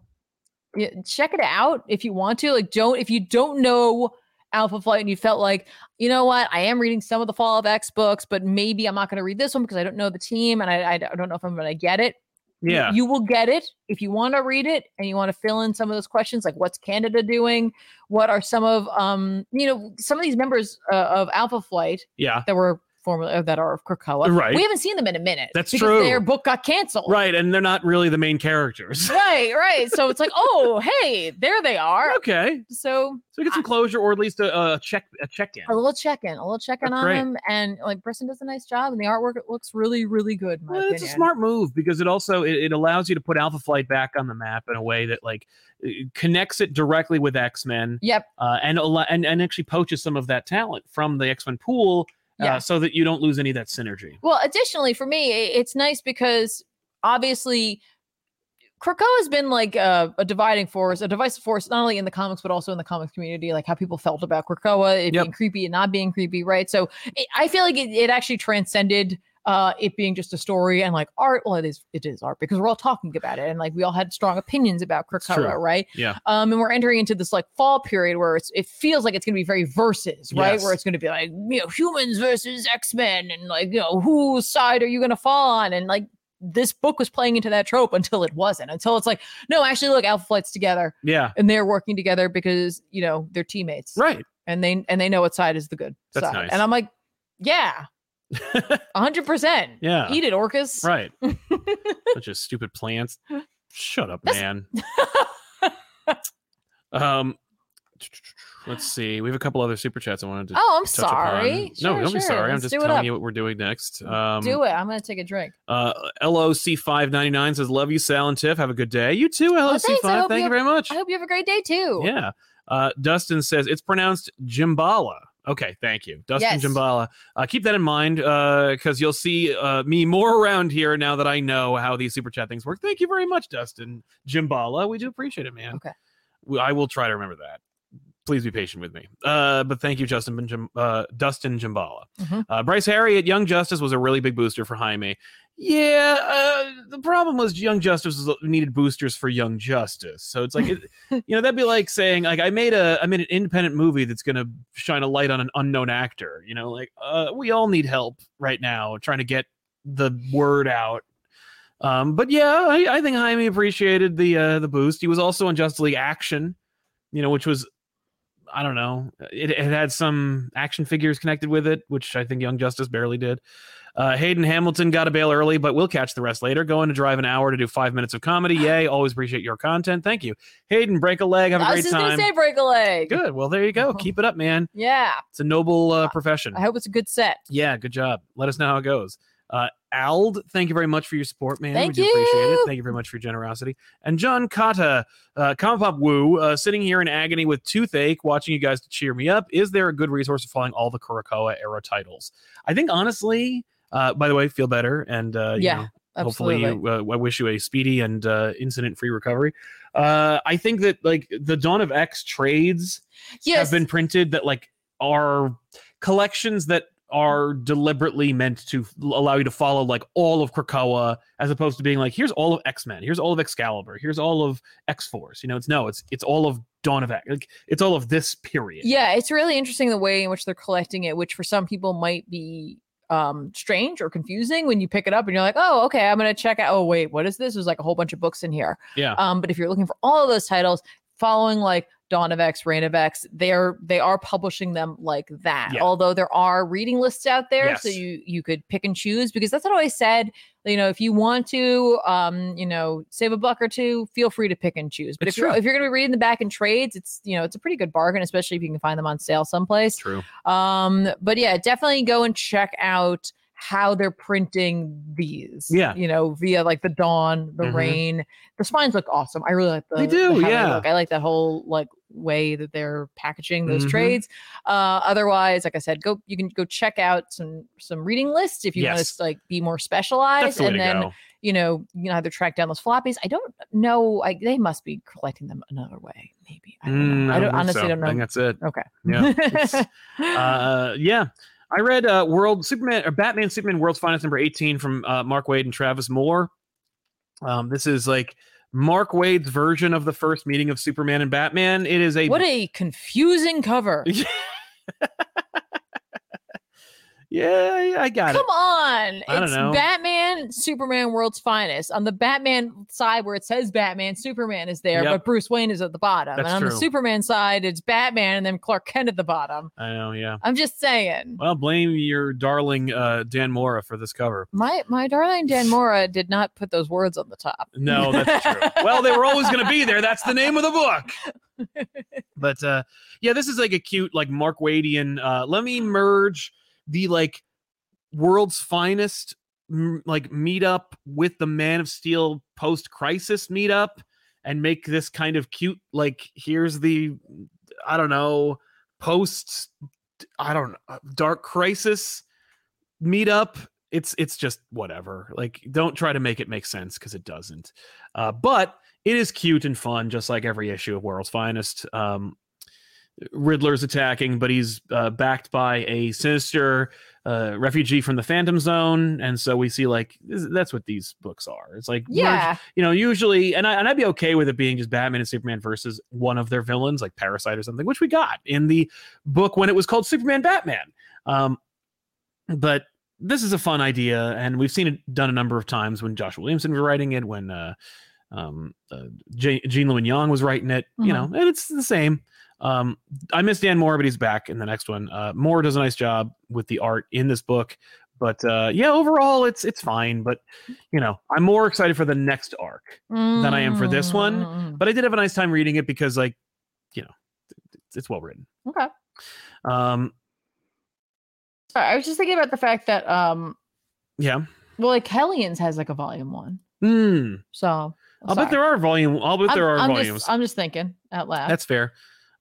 yeah, check it out if you want to like don't if you don't know alpha flight and you felt like you know what i am reading some of the fall of x books but maybe i'm not going to read this one because i don't know the team and i, I don't know if i'm going to get it You-
Yeah.
you will get it if you want to read it and you want to fill in some of those questions like what's canada doing what are some of um you know some of these members uh, of alpha flight
Yeah.
that were formerly uh, that are of krakoa
Right.
we haven't seen them in a minute
That's
because
true.
their book got canceled
Right. And they're not really the main characters.
right, right. So it's like, oh, hey, there they are.
okay.
So
So we get some closure, or at least a, a check a check in.
a little check in, a little check in
That's
on
great.
them, and like Brisson does a nice job, and the artwork it looks really, really good. in my
Well, it's a
opinion.
smart move because it also it, it allows you to put Alpha Flight back on the map in a way that like it connects it directly with X Men
Yep.
uh, and, al- and and actually poaches some of that talent from the X Men pool uh,
Yeah.
so that you don't lose any of that synergy.
Well, additionally, for me, i- it's nice because obviously. Krakoa has been like a, a dividing force, a divisive force, not only in the comics but also in the comics community, like how people felt about Krakoa, it
Yep.
being creepy and not being creepy, right? So it, I feel like it, it actually transcended uh, it being just a story and like art. Well, it is it is art because we're all talking about it and like we all had strong opinions about
true.
Krakoa, right?
Yeah.
Um, and we're entering into this like fall period where it's, it feels like it's going to be very versus, right?
Yes.
Where it's going to be like you know humans versus X Men and like you know whose side are you going to fall on and like. This book was playing into that trope until it wasn't. Until it's like, no, actually, look, Alpha Flight's together
Yeah,
and they're working together because you know they're teammates,
right.
And they and they know what side is the good
That's
side.
nice.
And I'm like, yeah, hundred percent.
Yeah.
Eat it, Orcus.
Right. Such a stupid plants. Shut up,
That's-
man. um, let's see. We have a couple other super chats I wanted to.
oh, I'm
touch upon.
sorry.
no,
Sure,
don't be
sure.
sorry. I'm
Let's
just
do it
telling
up.
you what we're doing next. Um,
do it. I'm gonna take a drink.
Uh, LOC599 says, Love you, Sal and Tiff. Have a good day. You too, LOC5.
Oh, thanks. I hope
Thank
you-
you very much.
I hope you have a great day too.
Yeah. Uh, Dustin says, It's pronounced Jimbala. Okay, thank you. Dustin
Yes.
Jimbala. Uh, keep that in mind because you'll see uh, me more around here now that I know how these super chat things work. Thank you very much, Dustin Jimbala. We do appreciate it, man.
Okay.
We- I will try to remember that. Please be patient with me. Uh, but thank you, Justin Jim, uh, Dustin Jimbala.
Mhm.
Uh, Bryce Harry at Young Justice was a really big booster for Jaime. Yeah, uh, the problem was Young Justice was, uh, needed boosters for Young Justice. So it's like, it, you know, that'd be like saying like I made a I made an independent movie that's gonna shine a light on an unknown actor. You know, like uh, we all need help right now trying to get the word out. Um, but yeah, I, I think Jaime appreciated the uh, the boost. He was also on Justice League Action, you know, which was I don't know. It, it had some action figures connected with it, which I think Young Justice barely did. Uh, Hayden Hamilton got a bail early, but we'll catch the rest later. Going to drive an hour to do five minutes of comedy. Yay! Always appreciate your content. Thank you, Hayden. Break a leg. Have a
I was
great
just
time.
gonna say break a leg.
Good. Well, there you go. Keep it up, man.
Yeah.
It's a noble uh, profession.
I hope it's a good set.
Yeah, good job. Let us know how it goes. Uh, Ald, thank you very much for your support, man.
Thank
we do appreciate it.
you.
Thank you very much for your generosity. And John Kata, uh, Comic Pop Woo, uh, sitting here in agony with toothache, watching you guys to cheer me up. Is there a good resource for following all the Kurokawa era titles? I think honestly, uh, by the way, feel better and uh, you
Yeah,
know,
Absolutely.
Hopefully, you, uh, I wish you a speedy and uh, incident-free recovery. Uh, I think that like the Dawn of X trades
yes.
have been printed that like are collections that are deliberately meant to f- allow you to follow like all of Krakoa as opposed to being like here's all of X-Men, here's all of Excalibur, here's all of X-Force. You know, it's no, it's it's all of Dawn of X. Like, it's all of this period.
Yeah, it's really interesting the way in which they're collecting it, which for some people might be um strange or confusing when you pick it up and you're like, oh, okay, I'm gonna check out. Oh, wait, what is this? There's like a whole bunch of books in here.
Yeah.
Um, but if you're looking for all of those titles, following like Dawn of X, Reign of X, they're they are publishing them like that.
Yeah.
Although there are reading lists out there, so
Yes.
you you could pick and choose because that's what I always said. You know, if you want to, um, you know, save a buck or two, feel free to pick and choose. But
It's
if you're
true.
if you're gonna be reading the back in trades, it's you know it's a pretty good bargain, especially if you can find them on sale someplace.
True.
Um, but yeah, definitely go and check out how they're printing these.
Yeah.
You know, via like the dawn, the
Mhm.
rain. The spines look awesome. I really like the
They
the
do,
how
yeah.
look. I like that whole like way that they're packaging those
Mhm.
trades. Uh otherwise, like I said, go you can go check out some some reading lists if you want
Yes.
to like be more
That's
specialized.
the way
And
to
then
go.
you know, you can either track down those floppies. I don't know. I they must be collecting them another way, maybe. I don't
Mm,
know. I don't
think
honestly
so.
don't
I think
know.
that's it.
Okay.
Yeah. it's- uh, yeah. I read uh, World Superman or Batman Superman World's Finest number 18 from uh, Mark Wade and Travis Moore. Um, this is like Mark Wade's version of the first meeting of Superman and Batman. It is a
What a confusing cover.
yeah, yeah, I got
Come on.
I don't
it's
know.
Batman, Superman, World's Finest. On the Batman side where it says Batman, Superman is there,
Yep.
but Bruce Wayne is at the bottom.
That's
and on the
true.
Superman side, it's Batman and then Clark Kent at the bottom.
it. I know, yeah.
I'm just saying.
Well, blame your darling uh, Dan Mora for this cover.
My my darling Dan Mora did not put those words on the top.
No, that's true. well, they were always going to be there. That's the name of the book. But uh, yeah, this is like a cute, like Mark Wadian. Uh, let me merge the like world's finest m- like meetup with the Man of Steel post crisis meetup and make this kind of cute. Like here's the I don't know post I don't know uh, dark crisis meetup. It's it's just whatever. Like don't try to make it make sense because it doesn't. Uh, but it is cute and fun, just like every issue of World's Finest. Um, Riddler's attacking, but he's uh, backed by a sinister uh, refugee from the Phantom Zone, and so we see like this, that's what these books are. It's like merge-
Yeah.
you know, usually, and I and I'd be okay with it being just Batman and Superman versus one of their villains, like Parasite or something, which we got in the book when it was called Superman Batman. Um, but this is a fun idea, and we've seen it done a number of times when Josh Williamson was writing it, when uh, um, uh, J- Jean Lewin Young was writing it, you know, and it's the same. Um, I miss Dan Moore, but he's back in the next one. Uh, Moore does a nice job with the art in this book, but uh, yeah, overall it's it's fine. But you know, I'm more excited for the next arc. than I am for this one.
Mm,
But I did have a nice time reading it because, like, you know, it's, it's well written.
Mm. Okay.
Um,
Sorry, I was just thinking about the fact that um
yeah.
well like Hellions has like a volume one.
Hmm.
So
I'll bet there are volume. I'll bet there are
I'm uh,
volumes.
Just, I'm just thinking out loud.
That's fair.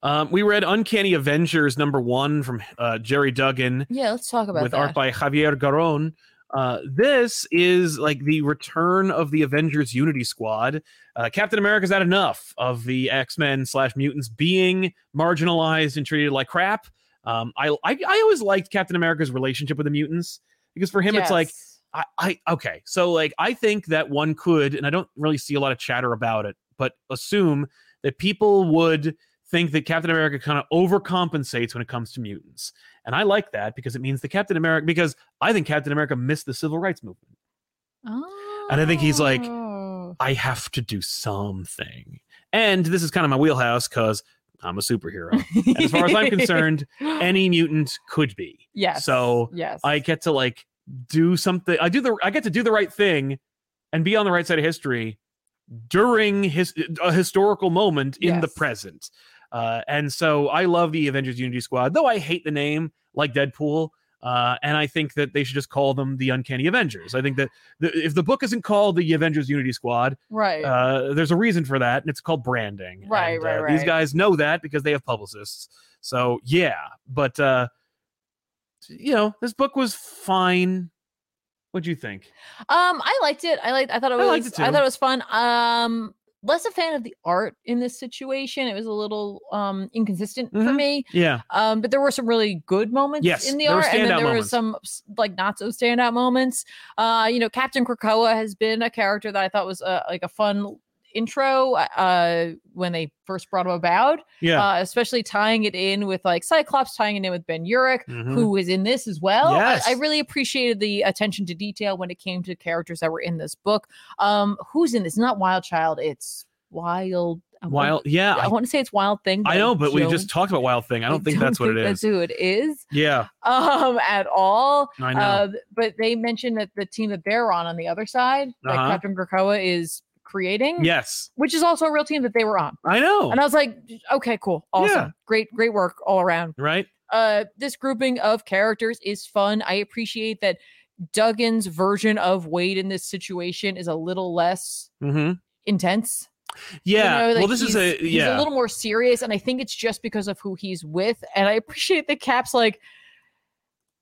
Um, we read Uncanny Avengers number one from uh, Jerry Duggan.
yeah, let's talk about
with
that.
art by Javier Garon. Uh, this is like the return of the Avengers Unity Squad. Uh, Captain America's had enough of the X Men slash mutants being marginalized and treated like crap. Um, I, I I always liked Captain America's relationship with the mutants because for him it's like
Yes.
I, I okay so like i think that one could and i don't really see a lot of chatter about it but assume that people would think that captain america kind of overcompensates when it comes to mutants and i like that because it means the captain america because i think captain america missed the civil rights movement and I think he's like,
Oh.
i have to do something and this is kind of my wheelhouse because i'm a superhero and as far as i'm concerned any mutant could be
yes.
so,
yes,
I get to like do something. I do the I get to do the right thing and be on the right side of history during his a historical moment in the
Yes.
present. Uh, and so I love the Avengers Unity Squad, though I hate the name like Deadpool. Uh, and I think that they should just call them the Uncanny Avengers. I think that the, if the book isn't called the Avengers Unity Squad,
right.
uh, there's a reason for that, and it's called branding.
Right,
And,
right,
uh, These
right.
guys know that because they have publicists. So yeah, but uh, you know, this book was fine. What'd you think?
um, I liked it. I liked. I thought it
I
was.
liked it
I
too.
thought it was fun. Um, less a fan of the art in this situation. It was a little um inconsistent for
Mhm.
me.
Yeah,
Um, but there were some really good moments
Yes,
in the
there were
art, and
standout
then there were
moments.
some s- like not so standout moments. Uh, you know, Captain Krakoa has been a character that I thought was uh like a fun intro uh, when they first brought him about,
Yeah.
uh, especially tying it in with like Cyclops, tying it in with Ben Urich,
Mhm.
who is in this as well. I-
Yes.
I, really appreciated the attention to detail when it came to characters that were in this book. Um, who's in this? Not Wild Child. It's Wild. I want-
Wild. Yeah.
I,
I,
want to say it's Wild Thing.
I know, but we
don't-
just talked about Wild Thing. I don't think that's what it
That's
is.
who it is.
Yeah.
Um, at all.
I know.
Uh, but they mentioned that the team that they're on on the other side, like
Uh-huh.
Captain Krakoa is creating,
yes.
which is also a real team that they were on.
I know.
And I was like, okay, cool, awesome,
Yeah.
great, great work all around.
right?
Uh, this grouping of characters is fun. I appreciate that Duggan's version of Wade in this situation is a little less
hmm
intense. you
Yeah.
know,
well,
like,
this is
he's-
a yeah.
he's a little more serious, and I think it's just because of who he's with. And I appreciate the caps like.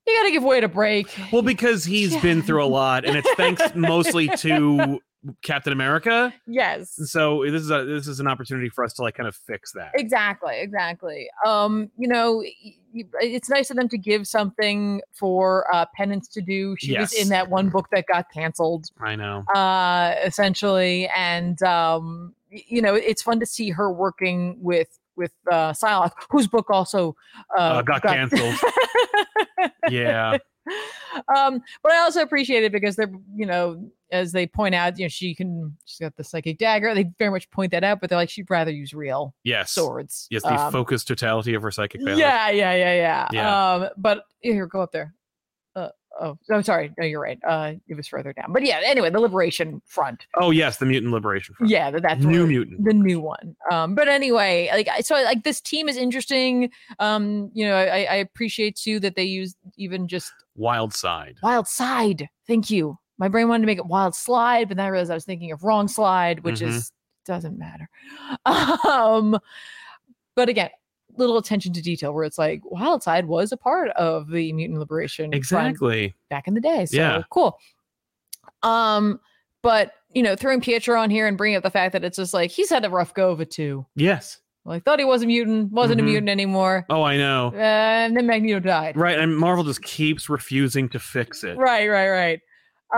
You gotta give Wade a break.
well, because he's been through a lot, and it's thanks mostly to Captain America.
Yes.
And so this is a this is an opportunity for us to like kind of fix that.
Exactly, exactly. Um, you know, y- y- it's nice of them to give something for uh Penance to do. She was
Yes.
in that one book that got canceled,
I know.
uh, essentially, and um, y- you know, it's fun to see her working with with uh Psylocke, whose book also uh,
Uh, got canceled. yeah.
um, but I also appreciate it because they're, you know, as they point out, you know, she can, she's got the psychic dagger. They very much point that out, but they're like, she'd rather use real
Yes.
swords.
Yes. The
Um,
focused totality of her psychic power.
yeah, yeah, yeah, yeah,
Yeah.
Um, but here, go up there. Uh, oh, I'm sorry. No, you're right. Uh, it was further down. But yeah, anyway, the Liberation Front.
Oh yes, the mutant liberation. Front.
Yeah, that, that's
New
where-
mutant.
the new one. Um, but anyway, like I so, I- like this team is interesting. Um, you know, I, I appreciate too that they use even just
Wild side.
Wild Side. Thank you. My brain wanted to make it Wild Slide, but then I realized I was thinking of Wrong Slide, which
Mhm.
is doesn't matter. Um, but again, little attention to detail where it's like Wild Side was a part of the Mutant Liberation Front
Exactly.
back in the day. So
Yeah.
cool. Um, but you know, throwing Pietro on here and bringing up the fact that it's just like he's had a rough go of it too.
Yes.
Like thought he was a mutant, wasn't
Mhm.
a mutant anymore,
Oh, I know.
uh, and then Magneto died.
Right, and Marvel just keeps refusing to fix it.
Right, right, right.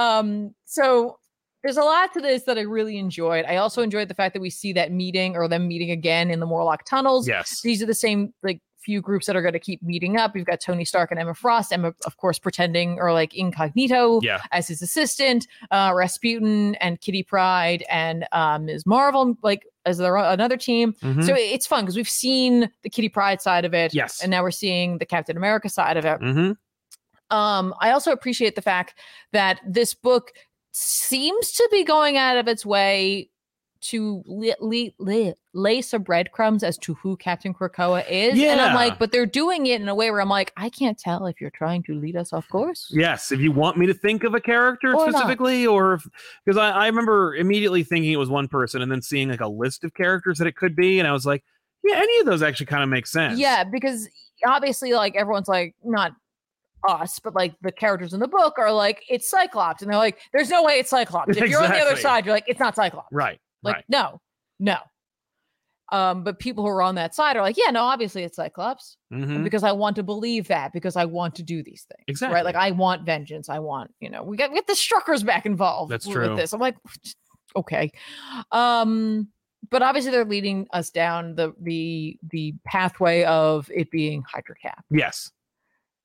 Um, so there's a lot to this that I really enjoyed. I also enjoyed the fact that we see that meeting or them meeting again in the Morlock tunnels.
Yes.
These are the same like few groups that are going to keep meeting up. You've got Tony Stark and Emma Frost. Emma, of course, pretending or like incognito
Yeah.
as his assistant. Uh, Rasputin and Kitty Pride and um, Ms. Marvel, like as their another team.
Mhm.
So it's fun because we've seen the Kitty Pride side of it,
yes.
and now we're seeing the Captain America side of it.
hmm
Um, I also appreciate the fact that this book seems to be going out of its way to li- li- li- lay some breadcrumbs as to who Captain Krakoa is. And I'm
Yeah.
like, but they're doing it in a way where I'm like, I can't tell if you're trying to lead us off course.
Yes, if you want me to think of a character
Or not.
specifically, or if because I, I remember immediately thinking it was one person and then seeing like a list of characters that it could be, and I was like, yeah, any of those actually kind of makes sense.
Yeah, because obviously, like, everyone's like, not us, but like the characters in the book are like, it's Cyclops. And they're like, there's no way it's Cyclops. If you're on the other
Exactly.
side, you're like, it's not Cyclops.
Right.
Like,
right.
no, no. Um, but people who are on that side are like, yeah, no, obviously it's Cyclops
Mhm.
because I want to believe that because I want to do these things,
Exactly.
right? Like I want vengeance. I want, you know, we got we get the Struckers back involved.
That's
w-
true.
With this, I'm like, okay, um, but obviously they're leading us down the the the pathway of it being Hydra Cap,
yes.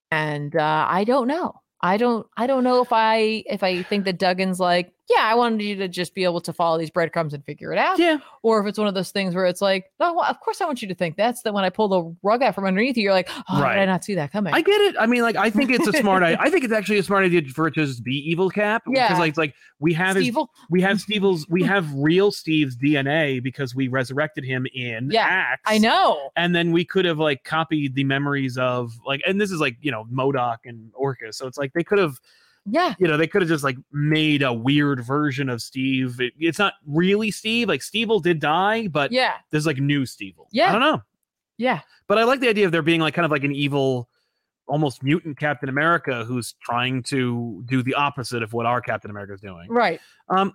and uh, I don't know. I don't. I don't know if I if I think that Duggan's like, yeah, I wanted you to just be able to follow these breadcrumbs and figure it out
Yeah.
or if it's one of those things where it's like, oh, well, of course I want you to think that's that when I pull the rug out from underneath you, you're like, oh, how did I
Right.
not see that coming?
I get it. I mean, like, I think it's a smart. I, I think it's actually a smart idea for it to just be evil Cap.
Yeah.
Because like, it's like we have his,
Evil.
we have Steve's, we have real Steve's DNA because we resurrected him in
Yeah,
Acts.
I know.
and then we could have like copied the memories of like and this is like you know modoc and orcus so it's like they could have
Yeah.
you know they could have just like made a weird version of steve It- it's not really steve like stevel did die but
Yeah.
there's like new stevel
Yeah.
i don't know
Yeah.
but i like the idea of there being like kind of like an evil almost mutant captain america who's trying to do the opposite of what our captain america is doing
Right.
um,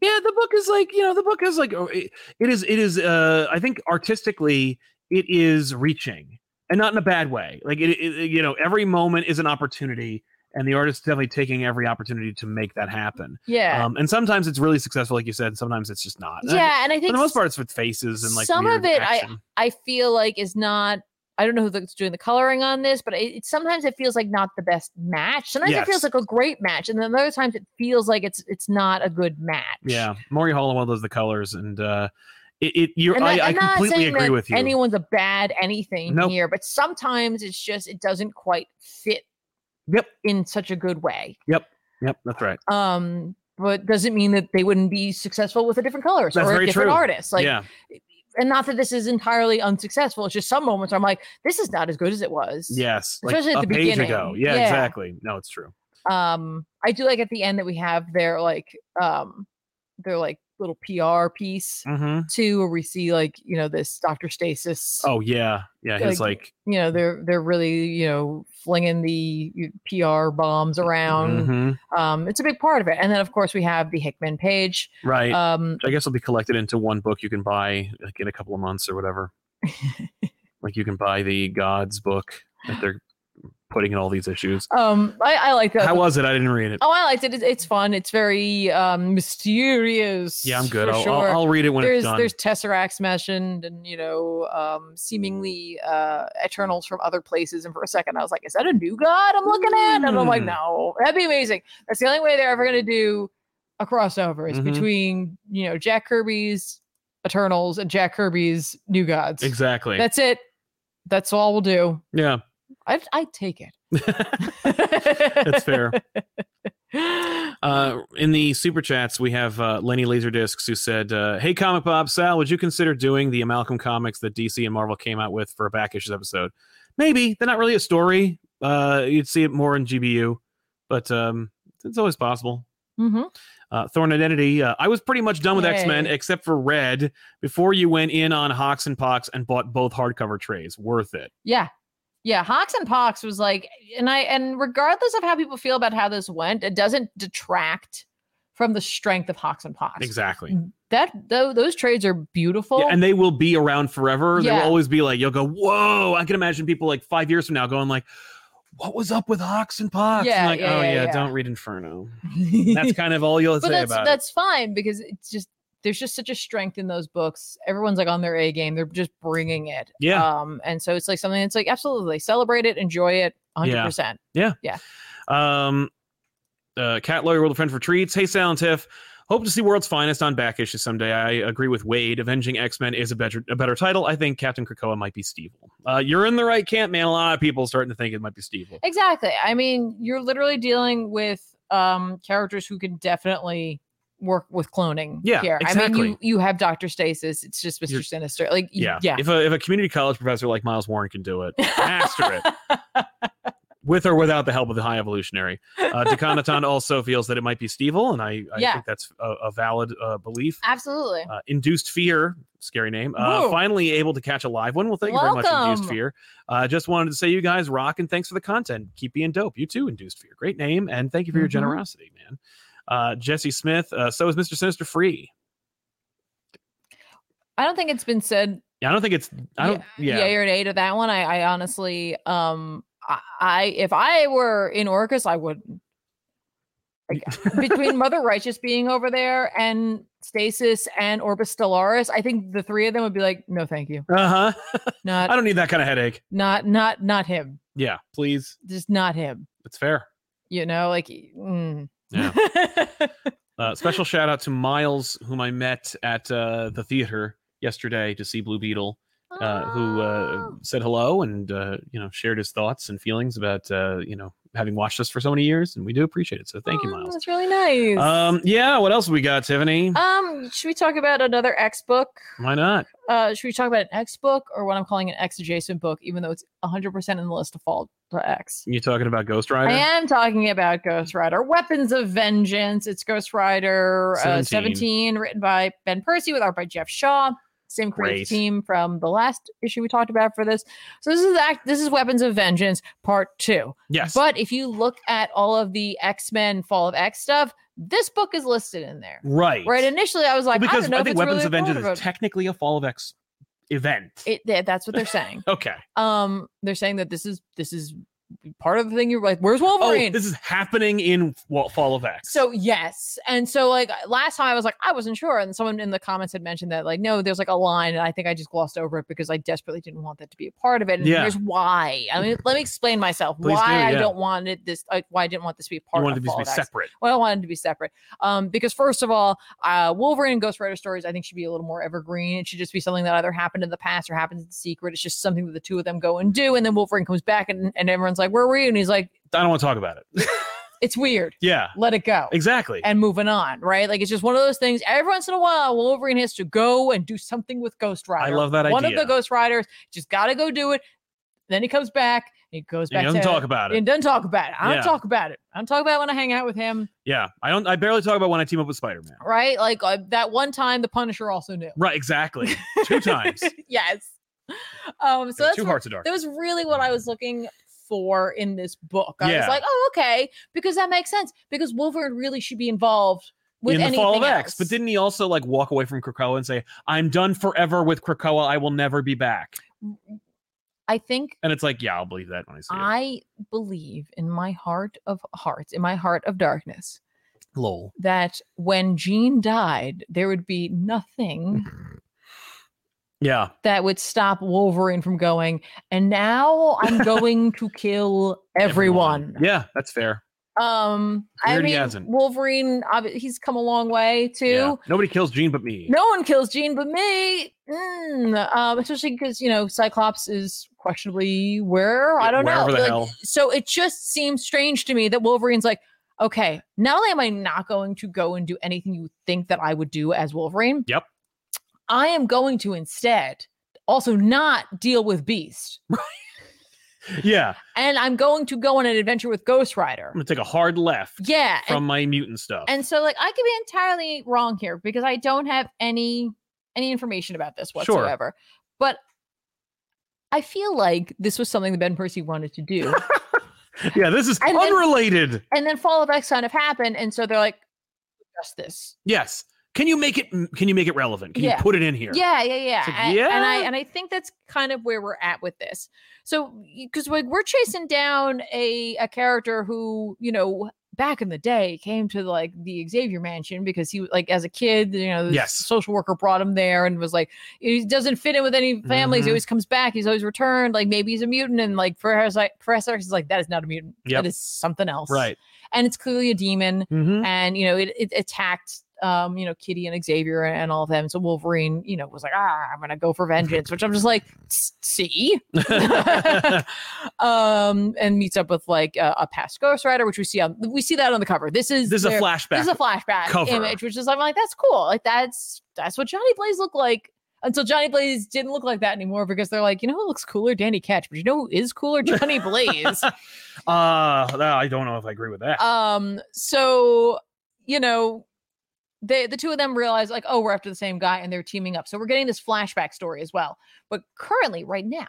yeah, the book is like you know the book is like oh, it, it is it is uh I think artistically it is reaching and not in a bad way. Like it, it it- you know every moment is an opportunity and the artist is definitely taking every opportunity to make that happen.
yeah,
Um, and sometimes it's really successful, like you said. And sometimes it's just not. And I-
yeah, and I
for
think
the most part, it's with faces and like
some
weird
of it I-
action.
I feel like is not. I don't know who's doing the coloring on this, but it, it- sometimes it feels like not the best match. Sometimes it feels
Yes.
like a great match, and then other times it feels like it's it's not a good match.
Yeah, Maury Hollowell does the colors, and uh, it, it you're
And
I,
that-
I
I'm not
completely
saying
agree
that
with you.
Anyone's a bad anything
Nope.
here, but sometimes it's just it doesn't quite fit
Yep,
in such a good way.
yep, that's right.
Um, but doesn't mean that they wouldn't be successful with a different colors
That's
or a
very
different
true.
artist. Like,
yeah,
and not that this is entirely unsuccessful. It's just some moments where I'm like, this is not as good as it was.
yes, like
especially at
a
the
page ago.
beginning.
Yeah,
Yeah.
exactly. No, it's true.
um i do like at the end that we have their like um their like little pr piece
hmm
too where we see like you know this dr stasis
Oh yeah, yeah. His
Like,
like,
you know they're they're really you know flinging the y- pr bombs around
mhm,
um it's a big part of it and then of course we have the hickman page
right.
um
Which I guess will be collected into one book you can buy like in a couple of months or whatever. like you can buy the Gods book that they're putting in all these issues.
um i, I like that
How was it? I didn't read it.
oh i liked it it's, it's fun it's very um mysterious
yeah, I'm good.
for
I'll, I'll, I'll read it when it's
there's
done.
there's tesseracts mentioned and you know um seemingly uh eternals from other places and for a second i was like is that a new god i'm looking at and i'm like
Mm.
no that'd be amazing that's the only way they're ever going to do a crossover is
Mhm.
between you know jack kirby's eternals and jack kirby's new gods
Exactly.
that's it that's all we'll do
yeah,
i i take it
that's
that's
fair. Uh, in the super chats, we have uh, Lenny Laserdiscs who said, uh, "Hey, Comic Bob, Sal, would you consider doing the Amalgam comics that DC and Marvel came out with for a back issues episode? Maybe they're not really a story. Uh, you'd see it more in GBU, but um, it's always possible."
hmm
Uh, Thorn Identity. Uh, I was pretty much done with
Yay.
X Men except for Red before you went in on Hawks and Pox and bought both hardcover trays. Worth it.
Yeah. Yeah, Hawks and Pox was like and I and regardless of how people feel about how this went, it doesn't detract from the strength of Hawks and Pox.
Exactly.
That though those trades are beautiful.
Yeah, and they will be around forever. They
Yeah.
will always be like, you'll go, whoa. I can imagine people like five years from now going like, what was up with Hawks and Pox?
Yeah,
And like,
yeah,
oh
yeah,
yeah,
yeah.
don't read Inferno. That's kind of all you'll say
but that's
about
that's fine because it's just there's just such a strength in those books. Everyone's like on their A game. They're just bringing it.
it. Yeah.
Um and so it's like something that's like absolutely celebrate it, enjoy it 100%.
Um, uh, Cat Lawyer World of Friend for Treats. Hey, Sal and Tiff. Hope to see World's Finest on back issue someday. I agree with Wade. Avenging X Men is a better a better title. I think Captain Krakoa might be Stevel. Uh, you're in the right camp, man. A lot of people starting to think it might be Stevel.
Exactly. I mean, you're literally dealing with um characters who can definitely work with cloning.
Yeah,
here. I mean, you,
exactly.
you have Doctor Stasis. It's just mister
You're-
Sinister. Like, y-
Yeah.
yeah.
If a if a community college professor like Miles Warren can do it, master it. with or without the help of the High Evolutionary. Uh, Deconaton also feels that it might be Stevel, and I, I
Yeah.
think that's a, a valid uh, belief.
Absolutely.
Uh, Induced Fear, scary name. Uh,
Whoa.
finally able to catch a live one. Well, thank you very much,
Welcome.
Induced Fear. Uh, just wanted to say you guys rock and thanks for the content. Keep being dope. You too, Induced Fear. Great name, and thank you for your
Mhm.
generosity, man. Uh, Jesse Smith. Uh, so is Mr. Sinister free?
I don't think it's been said
Yeah, I don't think it's. I don't. Yeah.
yay or nay to that one. I, I honestly um I, I if I were in Orcus, I wouldn't. Like, between Mother Righteous being over there and Stasis and Orbis Stellaris, I think the three of them would be like, no, thank you.
Uh huh.
Not
I don't need that kind of headache.
not not not him
Yeah, please.
just not him
It's fair.
you know like mm.
Yeah.
Mm-hmm.
Uh, special shout out to Miles, whom I met at uh, the theater yesterday to see Blue Beetle, uh, who uh,
Oh,
said hello and uh, you know shared his thoughts and feelings about uh, you know having watched us for so many years, and we do appreciate it. So thank you,
oh,
Miles.
that's really nice
Um, yeah. What else we got, Tiffany?
um should we talk about another x book
Why not?
uh should we talk about an x book or what i'm calling an x adjacent book even though it's 100% in the list of fall to x
You talking about Ghost
I
Rider?
am talking about Ghost Rider, Weapons of Vengeance. It's Ghost Rider uh,
17.
17, written by Ben Percy with art by Jeff Shaw. Same
Great.
creative team from the last issue we talked about for this. So this is act. This is Weapons of Vengeance Part Two.
Yes.
But if you look at all of the X Men Fall of X stuff, this book is listed in there.
right.
Right? Initially, I was
Well,
like, I
because
don't
I,
know if
think
it's
Weapons
really
of Vengeance is
important.
technically a Fall of X event.
It, that- that's what they're saying.
okay.
Um, they're saying that this is this is part of the thing you're like, where's Wolverine?
Oh, this is happening in Wa- Fall of X.
So yes, and so like last time I was like I wasn't sure, and someone in the comments had mentioned that like no, there's like a line, and I think I just glossed over it because I desperately didn't want that to be a part of it. And
Yeah.
here's why. I mean, let me explain myself
Please
why
do,
I
yeah.
don't want it this, like, why I didn't want this to be a part
you wanted
of
these to
Fall
be
of X.
separate.
Well, I wanted to be separate. Um, because first of all, uh, Wolverine and Ghost Rider stories, I think should be a little more evergreen. It should just be something that either happened in the past or happens in secret. It's just something that the two of them go and do, and then Wolverine comes back and, and everyone's like, Where were you? And he's like,
I don't want to talk about it.
It's weird.
yeah,
Let it go.
exactly.
And moving on, right? Like it's just one of those things. Every once in a while, Wolverine has to go and do something with Ghost Rider.
love that
One of
idea.
the Ghost Riders just got to go do it. Then he comes back. He goes
And
back
he doesn't
to
talk about it.
and doesn't talk about it. I don't
Yeah.
talk about it. I don't talk about it when I hang out with him.
yeah, I don't. I barely talk about when I team up with Spider Man.
right? Like uh, that one time, the Punisher also knew.
Right, exactly. Two times.
yes. Um, so
Yeah,
that's
two
what-
hearts of dark.
that was really what I was looking for in this book. I was
Yeah.
like, oh, okay, because that makes sense. Because Wolverine really should be involved with
in the
anything
fall of
else.
X, but didn't he also like walk away from Krakoa and say, "I'm done forever with Krakoa. I will never be back."
Mm, I think
And it's like, yeah, I'll believe that when I see it.
I believe in my heart of hearts, in my heart of darkness,
Lol.
that when Jean died, there would be nothing
Yeah,
that would stop Wolverine from going. And now I'm going to kill everyone.
Yeah, that's fair.
Um, I
Weird he
mean,
hasn't.
Wolverine, obvi- he's come a long way too.
Yeah. Nobody kills Jean but me.
No one kills Jean but me, mm, um, especially because you know Cyclops is questionably where I
Yeah,
don't know.
wherever the
Like,
hell.
So it just seems strange to me that Wolverine's like, okay, not only am I not going to go and do anything you think that I would do as Wolverine.
Yep.
I am going to instead also not deal with Beast,
Yeah,
and I'm going to go on an adventure with Ghost Rider.
I'm gonna take a hard left
Yeah, and
from my mutant stuff.
And so like I could be entirely wrong here because I don't have any any information about this
Sure.
whatsoever. But I feel like this was something that Ben Percy wanted to do.
yeah, this is
and then-
unrelated.
and then Fall of X kind of happened. And so they're like, just this.
yes. Can you make it? Can you make it relevant? Can
Yeah.
you put it in here?
Yeah, yeah, yeah.
It's like,
and, and I
yeah?
and I think that's kind of where we're at with this. So because like we're chasing down a a character who, you know, back in the day came to like the Xavier mansion because he like as a kid, you know, this
Yes.
social worker brought him there and was like, he doesn't fit in with any families. He
Mhm.
always comes back, he's always returned, like maybe he's a mutant, and like Professor like, Professor X is like, that is not a mutant.
Yep.
That is something else.
Right.
And it's clearly a demon
Mm-hmm.
and you know it, it attacked um you know kitty and xavier and, all of them so wolverine you know was like ah i'm gonna go for vengeance which i'm just like "S- see um and meets up with like a, a past ghost rider which we see on we see that on the cover this is
this is a
their-
flashback.
this is a flashback
cover.
image which is i'm like that's cool like that's that's what johnny blaze looked like until Johnny Blaze didn't look like that anymore because they're like, you know who looks cooler? Danny Ketch. But you know who is cooler? Johnny Blaze.
uh, no, I don't know if I agree with that.
um so you know they the two of them realize like oh we're after the same guy and they're teaming up so we're getting this flashback story as well but currently right now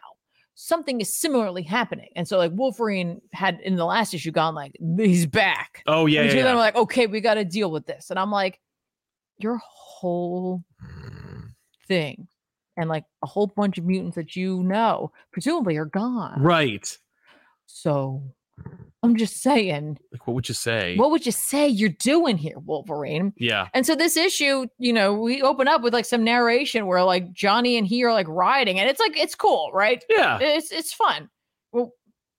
something is similarly happening and so like wolverine had in the last issue gone like he's back
oh yeah,
and
yeah,
the two of them
yeah.
are like okay we got to deal with this and i'm like your whole thing and like a whole bunch of mutants that you know presumably are gone
Right.
so i'm just saying
Like, what would you say?
what would you say you're doing here, Wolverine?
yeah.
And so this issue, you know, we open up with like some narration where like Johnny and he are like riding, and it's like it's cool, right?
Yeah.
It's it's fun. Well,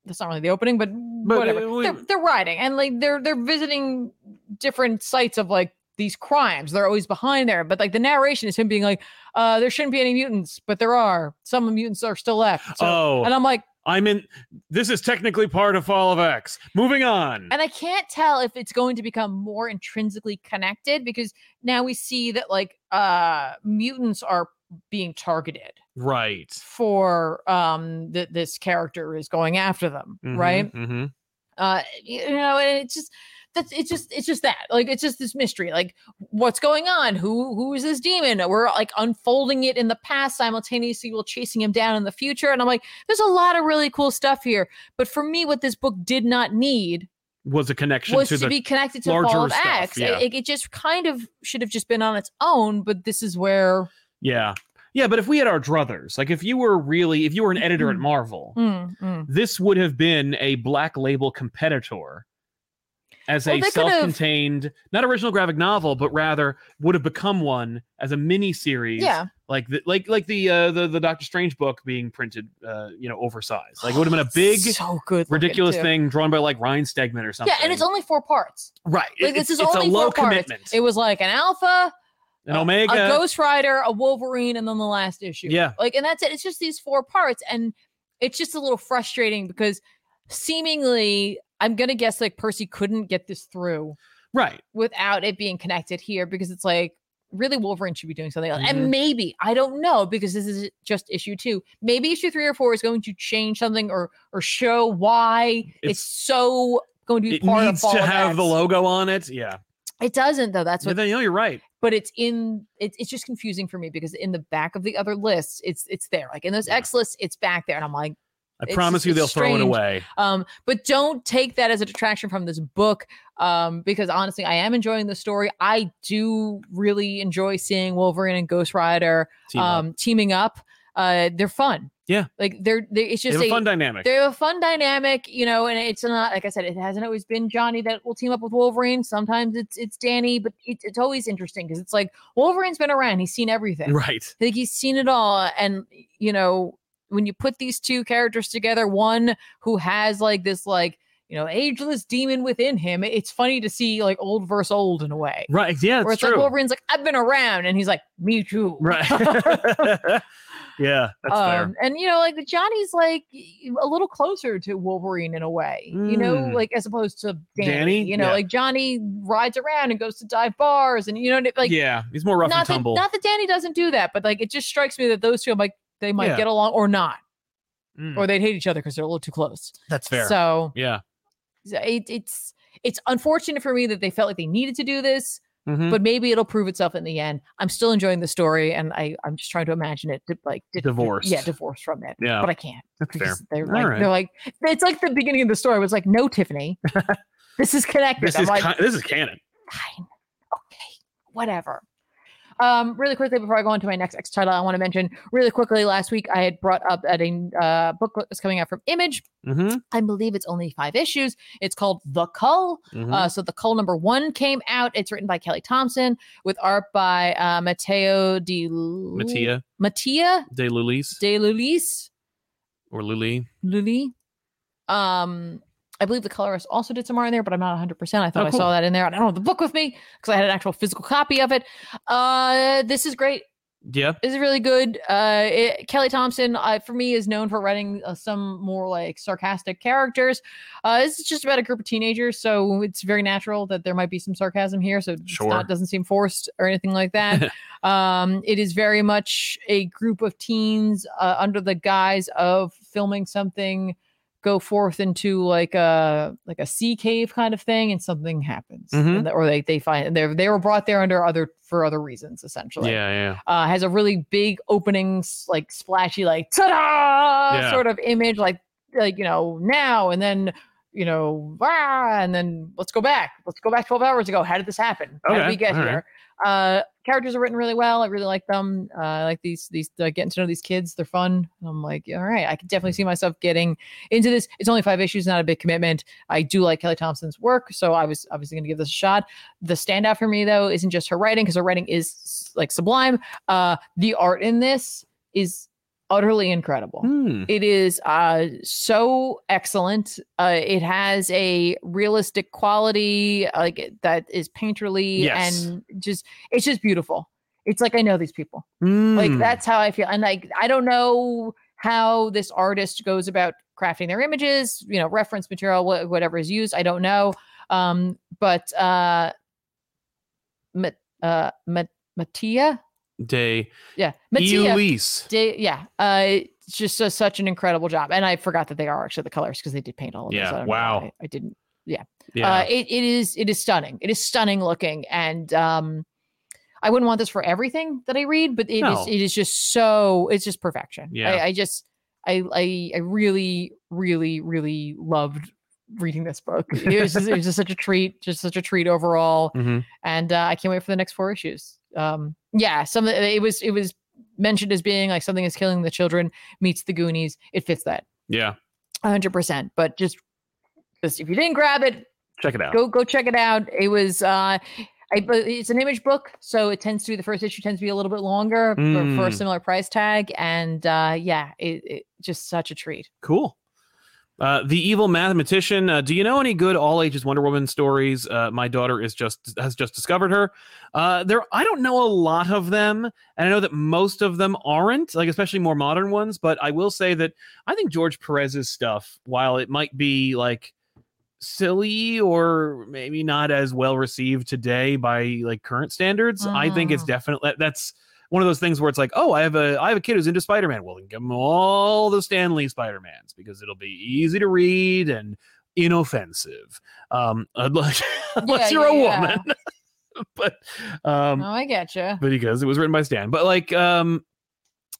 that's not really the opening, but, whatever.
uh, we-
they're, they're riding and like they're they're visiting different sites of like these crimes. They're always behind there, but like the narration is him being like, uh, there shouldn't be any mutants, but there are. Some mutants are still left. So,
oh,
and I'm like.
I'm in. This is technically part of Fall of X. Moving on.
And I can't tell if it's going to become more intrinsically connected because now we see that like uh mutants are being targeted
right.
for um that this character is going after them,
Mhm,
right?
mhm.
Uh you know, and it's just that's it's just it's just that. Like it's just this mystery. Like what's going on? Who who is this demon? We're like unfolding it in the past simultaneously while chasing him down in the future. And I'm like, there's a lot of really cool stuff here. But for me, what this book did not need
Was a connection
was
to
to,
the.
be connected to
larger
Fall of
stuff,
X.
yeah.
It, it just kind of should have just been on its own, but this is where
yeah. Yeah, but if we had our druthers, like if you were really, if you were an editor at
Mhm.
Marvel,
Mm, mm.
this would have been a black label competitor as
Well,
a
they could've-
self-contained, not original graphic novel, but rather would have become one as a mini series.
Yeah.
like the, like like the uh, the the Doctor Strange book being printed, uh, you know, oversized. Like it would have been a big,
so good, looking,
ridiculous
too.
thing drawn by like Ryan Stegman or something.
Yeah, and it's only four parts.
right. It-
Like
it's
this is
it's
only
a low
four parts.
commitment.
It was like an alpha,
An
a-
Omega.
a Ghost Rider, a Wolverine, and then the last issue.
Yeah.
Like, and that's it. It's just these four parts. And it's just a little frustrating because seemingly, I'm going to guess like Percy couldn't get this through
right.
without it being connected here because it's like, really, Wolverine should be doing something else.
Mhm.
And maybe, I don't know, because this is just issue two. Maybe issue three or four is going to change something or or show why it's,
It's-
so going to be
It
part
needs
of
to
Ball of
have the
X.
logo on it. Yeah.
It doesn't though. That's
So
what
then you know you're right.
but it's in it's it's just confusing for me because in the back of the other lists it's it's there like in those
Yeah.
x lists it's back there and i'm like
I
It's
promise
just-
you
it's
they'll throw it
strange.
away.
um but don't take that as a detraction from this book um because honestly i am enjoying the story i do really enjoy seeing wolverine and ghost rider
Team up.
um teaming up uh they're fun
Yeah.
like they're, they it's
They
just
have a
a-
fun dynamic.
they have a fun dynamic, you know, and it's not like I said, it hasn't always been Johnny that will team up with Wolverine. Sometimes it's it's Danny, but it, it's always interesting because it's like Wolverine's been around; he's seen everything.
Right.
Like he's seen it all, and you know, when you put these two characters together, one who has like this like you know ageless demon within him, it's funny to see like old versus old in a way.
Right. Yeah,
Where
it's
it's
true.
like Wolverine's like, I've been around, and he's like, me too. Um,
Right. yeah, that's fair.
and you know, like Johnny's like a little closer to Wolverine in a way, you know,
Mm.
like as opposed to Danny.
Danny?
You know,
Yeah.
like Johnny rides around and goes to dive bars, and you know, like
yeah, he's more rough and
not that,
tumble.
not that Danny doesn't do that, but like it just strikes me that those two, I'm like, they might
Yeah.
get along or not,
Mm,
or they'd hate each other because they're a little too close.
that's fair.
So
yeah.
it, it's it's unfortunate for me that they felt like they needed to do this,
Mhm.
but maybe it'll prove itself in the end. I'm still enjoying the story, and I I'm just trying to imagine it like di- di- Yeah,
Divorced.
divorced from it
yeah.
but I can't.
That's fair.
because They're
All
like,
right.
they're like, it's like the beginning of the story was like, no, Tiffany, this is connected.
This
I'm
is
like,
ki- this is canon.
fine, okay, whatever. Um, really quickly before I go on to my next X title, I want to mention really quickly. Last week, I had brought up that a uh, book that's coming out from Image.
Mhm,
I believe it's only five issues. It's called The Cull.
mhm.
Uh, so the call number one came out. It's written by Kelly Thompson with art by uh, Matteo Di
Mattia
Mattia
de Lulis
De Lulis.
or Luli.
Lily. Um, I believe the colorist also did some art in there, but I'm not 100%. I thought
Oh,
I
cool.
saw that in there. I don't have the book with me because I had an actual physical copy of it. Uh, this is great.
Yeah.
This is really good. Uh, it, Kelly Thompson, uh, for me, is known for writing uh, some more like sarcastic characters. Uh, this is just about a group of teenagers, so it's very natural that there might be some sarcasm here. So it's
Sure.
not doesn't seem forced or anything like that. um, it is very much a group of teens uh, under the guise of filming something go forth into like a like a sea cave kind of thing and something happens
Mhm.
And- or they they find they they were brought there under other for other reasons essentially
Yeah, yeah.
uh, has a really big opening, s- like splashy, like ta-da
Yeah.
sort of image, like like you know now and then you know ah, and then let's go back, let's go back twelve hours ago. How did this happen? How
Okay,
did we get
all right.
here? Uh, characters are written really well. I really like them. Uh, I like these these uh, getting to know these kids. They're fun. And I'm like, all right, I could definitely see myself getting into this. It's only five issues, not a big commitment. I do like Kelly Thompson's work, so I was obviously going to give this a shot. The standout for me though isn't just her writing because her writing is like sublime. Uh, the art in this is utterly incredible.
Hmm.
It is uh, so excellent. Uh, it has a realistic quality like it- that is painterly
Yes.
and just it's just beautiful. It's like I know these people. Like
Hmm.
that's how I feel. And like I don't know how this artist goes about crafting their images, you know, reference material, wha- whatever is used. I don't know. Um, but uh, Ma- uh, Ma- Mattia,
de
yeah, Mattia, uh,
Ulysse.
Da- yeah, uh, it's just a, such an incredible job. And I forgot that they are actually the colors because they did paint all of
Yeah,
This. I don't know
wow.
why I, didn't.
Yeah.
Uh, it, it is it is stunning. It is stunning looking, and um, I wouldn't want this for everything that I read, but it is
No.
it is just so it's just perfection.
Yeah.
I, I just I, I I really really really loved reading this book. It was just, it was just such a treat, just such a treat overall
Mhm.
and uh, I can't wait for the next four issues. Um, yeah, some it was it was mentioned as being like something is killing the children meets the Goonies. It fits that
Yeah.
100%. But just, just if you didn't grab it,
Check it out.
go go check it out. It was uh I, bu- it's an image book, so it tends to be the first issue tends to be a little bit longer for, for a
Mm.
similar price tag, and uh, yeah, it, it just such a treat.
Cool. Uh, the evil mathematician. Uh, do you know any good all ages Wonder Woman stories? Uh, my daughter is just has just discovered her. Uh, there, I don't know a lot of them, and I know that most of them aren't like, especially more modern ones. But I will say that I think George Perez's stuff, while it might be like silly or maybe not as well received today by like current standards, I think it's
Mm.
definitely that's one of those things where it's like, oh, I have a I have a kid who's into Spider Man. Well, then give him all the Stanley Spider Mans because it'll be easy to read and inoffensive. Um, unless unless
Yeah,
you're a
yeah, yeah.
woman, but um,
Oh, I getcha.
but because it was written by Stan. But like, um,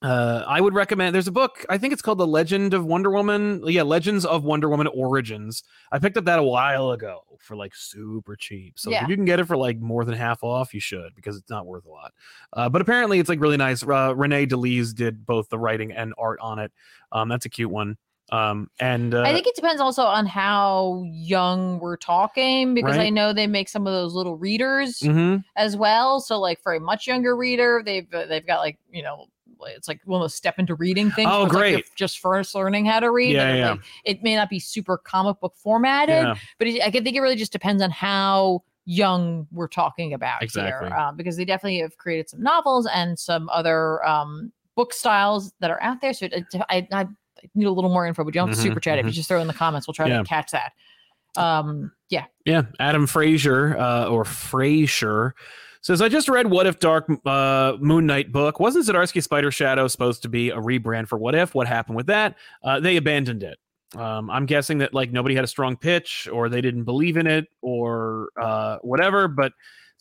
uh, I would recommend. There's a book. I think it's called The Legend of Wonder Woman. Yeah, Legends of Wonder Woman Origins. I picked up that a while ago for like super cheap. So like,
Yeah.
if you can get it for like more than half off, you should because it's not worth a lot. Uh, but apparently, it's like really nice. Uh, Renee DeLise did both the writing and art on it. Um, that's a cute one. Um, and uh,
I think it depends also on how young we're talking because I
Right.
know they make some of those little readers
mhm.
as well. So like for a much younger reader, they've uh, they've got like you know it's like one of those step into reading things.
Oh,
where it's like you're
great.
just first learning how to read.
Yeah,
but it's
yeah.
like, it may not be super comic book formatted,
yeah,
but it, I can think it really just depends on how young we're talking about
Exactly.
here, um, because they definitely have created some novels and some other um, book styles that are out there. So it, it- I, I need a little more info, but you don't have to
Mhm,
super chat. If you
mhm.
just throw it in the comments, we'll try
Yeah.
to catch that. Um, yeah,
Yeah, Adam Frazier uh, or Frazier says, "I just read What If Dark uh, Moon Knight book. Wasn't Zdarsky Spider Shadow supposed to be a rebrand for What If? What happened with that? Uh, they abandoned it. Um, I'm guessing that like nobody had a strong pitch, or they didn't believe in it, or uh, whatever. But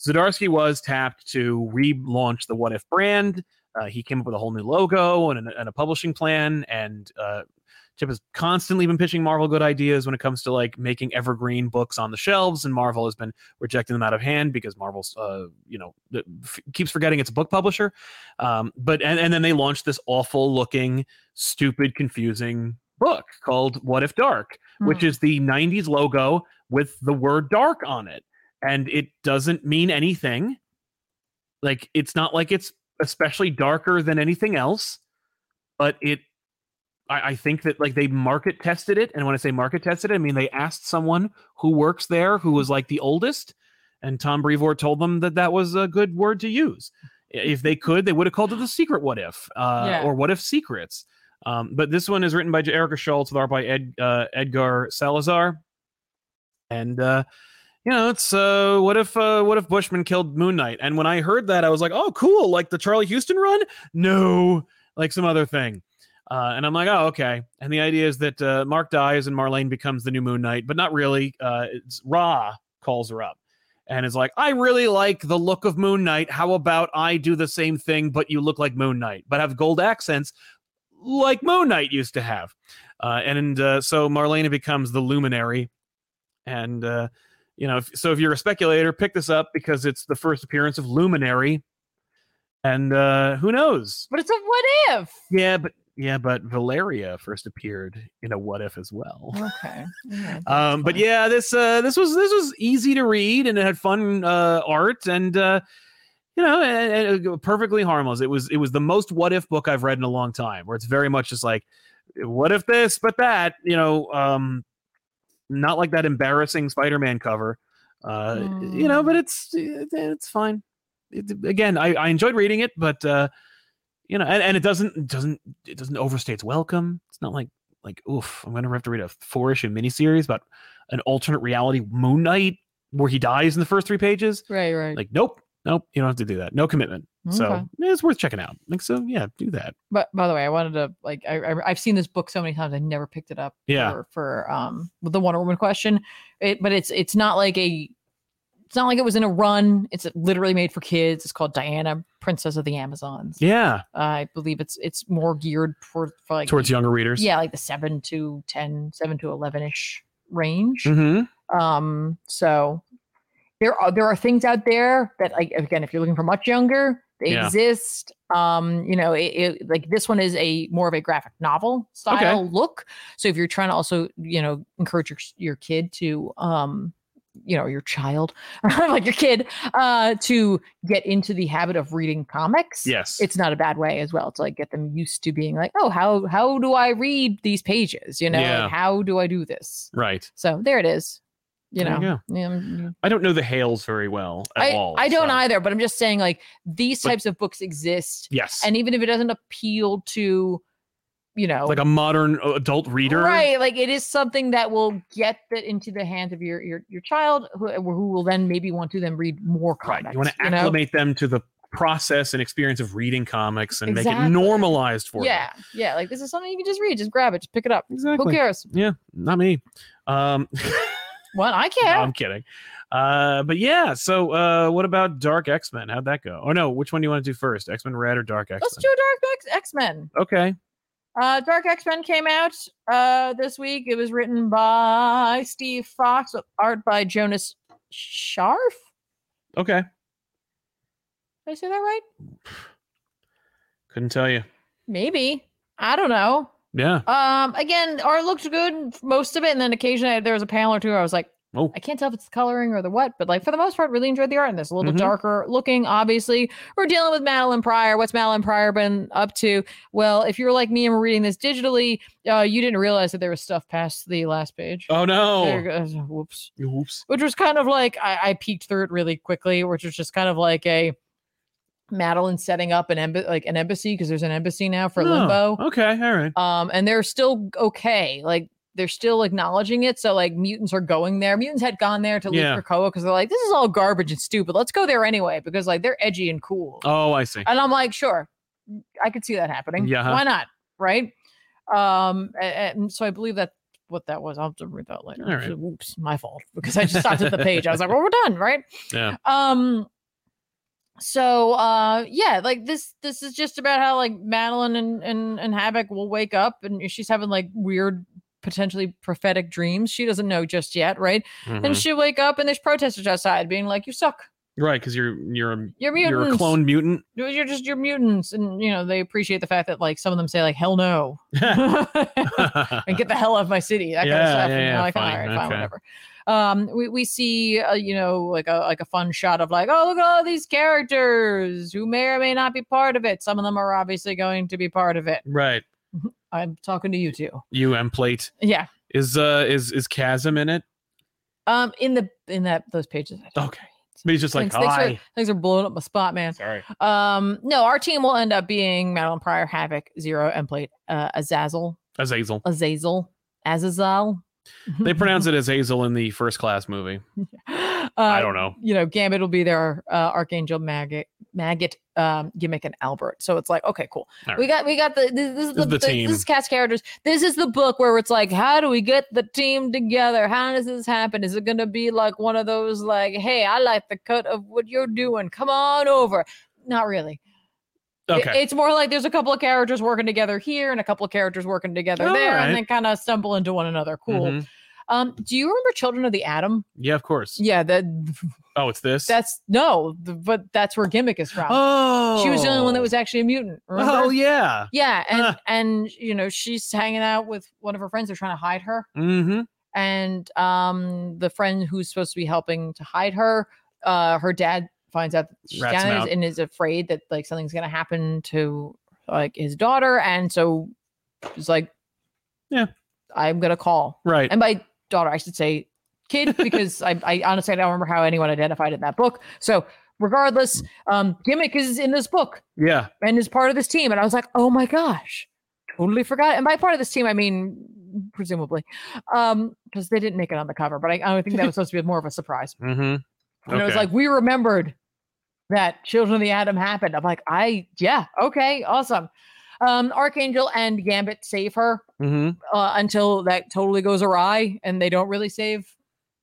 Zdarsky was tapped to relaunch the What If brand. Uh, he came up with a whole new logo and, a- and a publishing plan, and uh, Chip has constantly been pitching Marvel good ideas when it comes to like making evergreen books on the shelves, and Marvel has been rejecting them out of hand because Marvel's, uh, you know, th- f- keeps forgetting it's a book publisher. Um, but and, and then they launched this awful looking, stupid, confusing book called What If Dark,
Hmm.
which is the 90s logo with the word dark on it. And it doesn't mean anything. Like, it's not like it's especially darker than anything else, but it, I, I think that like they market tested it. And when I say market tested, it, I mean they asked someone who works there who was like the oldest. And Tom Brevoort told them that that was a good word to use. I- If they could, they would have called it the secret what if uh,
Yeah.
or what if secrets. Um, but this one is written by Erica Schultz with art by Ed, uh, Edgar Salazar. And uh, you know, it's uh, what if uh, what if Bushman killed Moon Knight? And when I heard that, I was like, oh, cool, like the Charlie Houston run? No, like some other thing. Uh, and I'm like, oh, okay. And the idea is that uh, Mark dies and Marlene becomes the new Moon Knight, but not really. Uh, it's Ra calls her up and is like, I really like the look of Moon Knight. How about I do the same thing, but you look like Moon Knight, but have gold accents like Moon Knight used to have. Uh, and uh, so Marlena becomes the luminary. And, uh, you know, if, so if you're a speculator, pick this up because it's the first appearance of Luminary. And uh, who knows?
but it's a what if.
Yeah, but yeah, but Valeria first appeared in a what if as well.
Okay. Yeah.
Um, but
fine.
yeah, this uh, this was this was easy to read and it had fun uh, art and uh, you know and, and perfectly harmless. It was it was the most what if book I've read in a long time, where it's very much just like what if this but that you know um, not like that embarrassing Spider Man cover, uh, you know.
Mm.
But it's it- it's fine. It, again, I, I enjoyed reading it, but uh, you know, and, and it doesn't it doesn't it doesn't overstay its welcome. It's not like like oof i'm gonna have to read a four issue miniseries about an alternate reality moon knight where he dies in the first three pages
Right, right.
like nope nope you don't have to do that no commitment
Okay.
so yeah, it's worth checking out like so yeah do that
but by the way, I wanted to like I, I I've seen this book so many times I never picked it up.
Yeah.
For, for um with the Wonder Woman question, it, but it's it's not like a it's not like it was in a run. It's literally made for kids. It's called Diana, Princess of the Amazons.
yeah
I believe it's it's more geared for, for like
towards younger readers
yeah like the seven to 10, 7 to eleven ish range.
hmm
Um, so there are there are things out there that like again, if you're looking for much younger, They
Yeah.
exist. Um, you know, it, it, like this one is a more of a graphic novel style look. So if you're trying to also, you know, encourage your your kid to, um, you know, your child, like your kid, uh, to get into the habit of reading comics.
Yes.
It's not a bad way as well to like get them used to being like, oh, how how do I read these pages? You know,
Yeah.
like, how do I do this?
right.
So there it is. You
There you
know, Um,
I don't know the Hales very well at
I,
all.
I don't
so-
either, but I'm just saying like these
But-
types of books exist.
Yes.
And even if it doesn't appeal to, you know,
like a modern uh, adult reader.
right, like it is something that will get that into the hands of your your, your child who, who will then maybe want to then read more
Right.
comics.
You want to
know?
acclimate them to the process and experience of reading comics and make it
Exactly.
normalized for them.
Yeah. Yeah. Like this is something you can just read, just grab it, just pick it up. Who
Exactly.
cares?
Yeah, not me. Um,
What I
no,
care.
I'm kidding. Uh, but yeah, so uh, what about Dark X Men? How'd that go? Oh no, which one do you want to do first? X Men Red or Dark X
Let's
Men?
do Dark X- X-Men.
Okay.
Uh, Dark X Men came out uh, this week. It was written by Steve Fox, with art by Jonas Scharf.
Okay.
Did I say that right?
Couldn't tell you.
Maybe. I don't know.
Yeah.
Um, again, art looked good most of it, and then occasionally I- there was a panel or two where I was like,
Oh.
I can't tell if it's the coloring or the what, but like for the most part, really enjoyed the art in this. A little
Mhm.
darker looking, obviously. We're dealing with Madeline Pryor. What's Madeline Pryor been up to? Well, if you're like me and were reading this digitally, uh, you didn't realize that there was stuff past the last page.
Oh
There
no.
goes- whoops.
Oops.
which was kind of like I, I peeked through it really quickly, which was just kind of like a Madeline setting up an emb- like an embassy because there's an embassy now for
No.
Limbo.
Okay. All right.
Um, and they're still okay, like they're still acknowledging it. So like mutants are going there. Mutants had gone there to
Yeah.
leave Krakoa because they're like, this is all garbage and stupid. Let's go there anyway because like they're edgy and cool.
Oh, I see.
And I'm like, sure, I could see that happening.
Yeah.
Why not? Right. Um, a- and, so I believe that what that was. I'll have to read that later.
All right.
Oops, my fault because I just stopped at the page. I was like, well, we're done, right?
Yeah.
Um so uh yeah, like this this is just about how like Madeline and and, and Havoc will wake up and she's having like weird potentially prophetic dreams. She doesn't know just yet, right?
Mhm.
And she'll wake up and there's protesters outside being like, You suck.
Right, because you're you're a
You're mutants.
you're a clone mutant.
You're you're just you're mutants. And you know, they appreciate the fact that like some of them say like hell no. and get the hell out of my city. That kind
Yeah,
of stuff.
yeah,
and
yeah,
you're like,
fine,
all right, fine,
okay.
whatever. Um, we, we see, uh, you know, like a like a fun shot of like, oh, look at all these characters who may or may not be part of it. Some of them are obviously going to be part of it.
right,
I'm talking to you two.
UM plate
Yeah.
is uh is is chasm in it?
Um, in the in that those pages. I don't
Okay.
read.
But he's just Oh, like,
Thanks, thanks, for-
"Aye."
thanks for blowing up my spot, man.
sorry,
Um, no, our team will end up being Madeline Pryor, Havoc, Zero, and played uh, Azazel,
Azazel.
Azazel, Azazel. Um,
They pronounce it as Hazel in the first class movie.
uh,
I don't know.
you know, Gambit will be their uh, Archangel Maggot, Maggot um, gimmick, and Albert. So it's like, okay, cool.
All
We got, we got the this, this is the,
the
the-
team.
This is cast characters. This is the book where it's like, how do we get the team together? How does this happen? Is it gonna be like one of those like, hey, I like the cut of what you're doing. Come on over. Not really. It-
Okay.
it's more like there's a couple of characters working together here and a couple of characters working together
All
there,
right.
and then kind of stumble into one another. Cool.
Mhm.
Um, do you remember Children of the Atom?
Yeah, of course.
Yeah, that
Oh, it's this.
that's no, th- but that's where gimmick is from.
oh,
She was the only one that was actually a mutant. Remember?
Oh yeah.
Yeah, and
Huh.
and you know she's hanging out with one of her friends. They're trying to hide her,
Mm-hmm.
and um, the friend who's supposed to be helping to hide her, uh, her dad finds out that she's
Rats him
down
out.
and is afraid that like something's gonna happen to like his daughter, and so she's like,
Yeah.
I'm gonna call."
Right.
And by daughter, I should say kid, because I, I honestly I don't remember how anyone identified it in that book. So regardless, um, gimmick is in this book
yeah.
and is part of this team. And I was like, oh my gosh, totally forgot. And by part of this team, I mean presumably, um, because they didn't make it on the cover. But I, I don't think that was supposed to be more of a surprise.
Mm-hmm.
And it was
Okay.
like we remembered that Children of the Atom happened. I'm like, I yeah, okay, awesome. Um, Archangel and Gambit save her
Mm-hmm.
uh, until that totally goes awry and they don't really save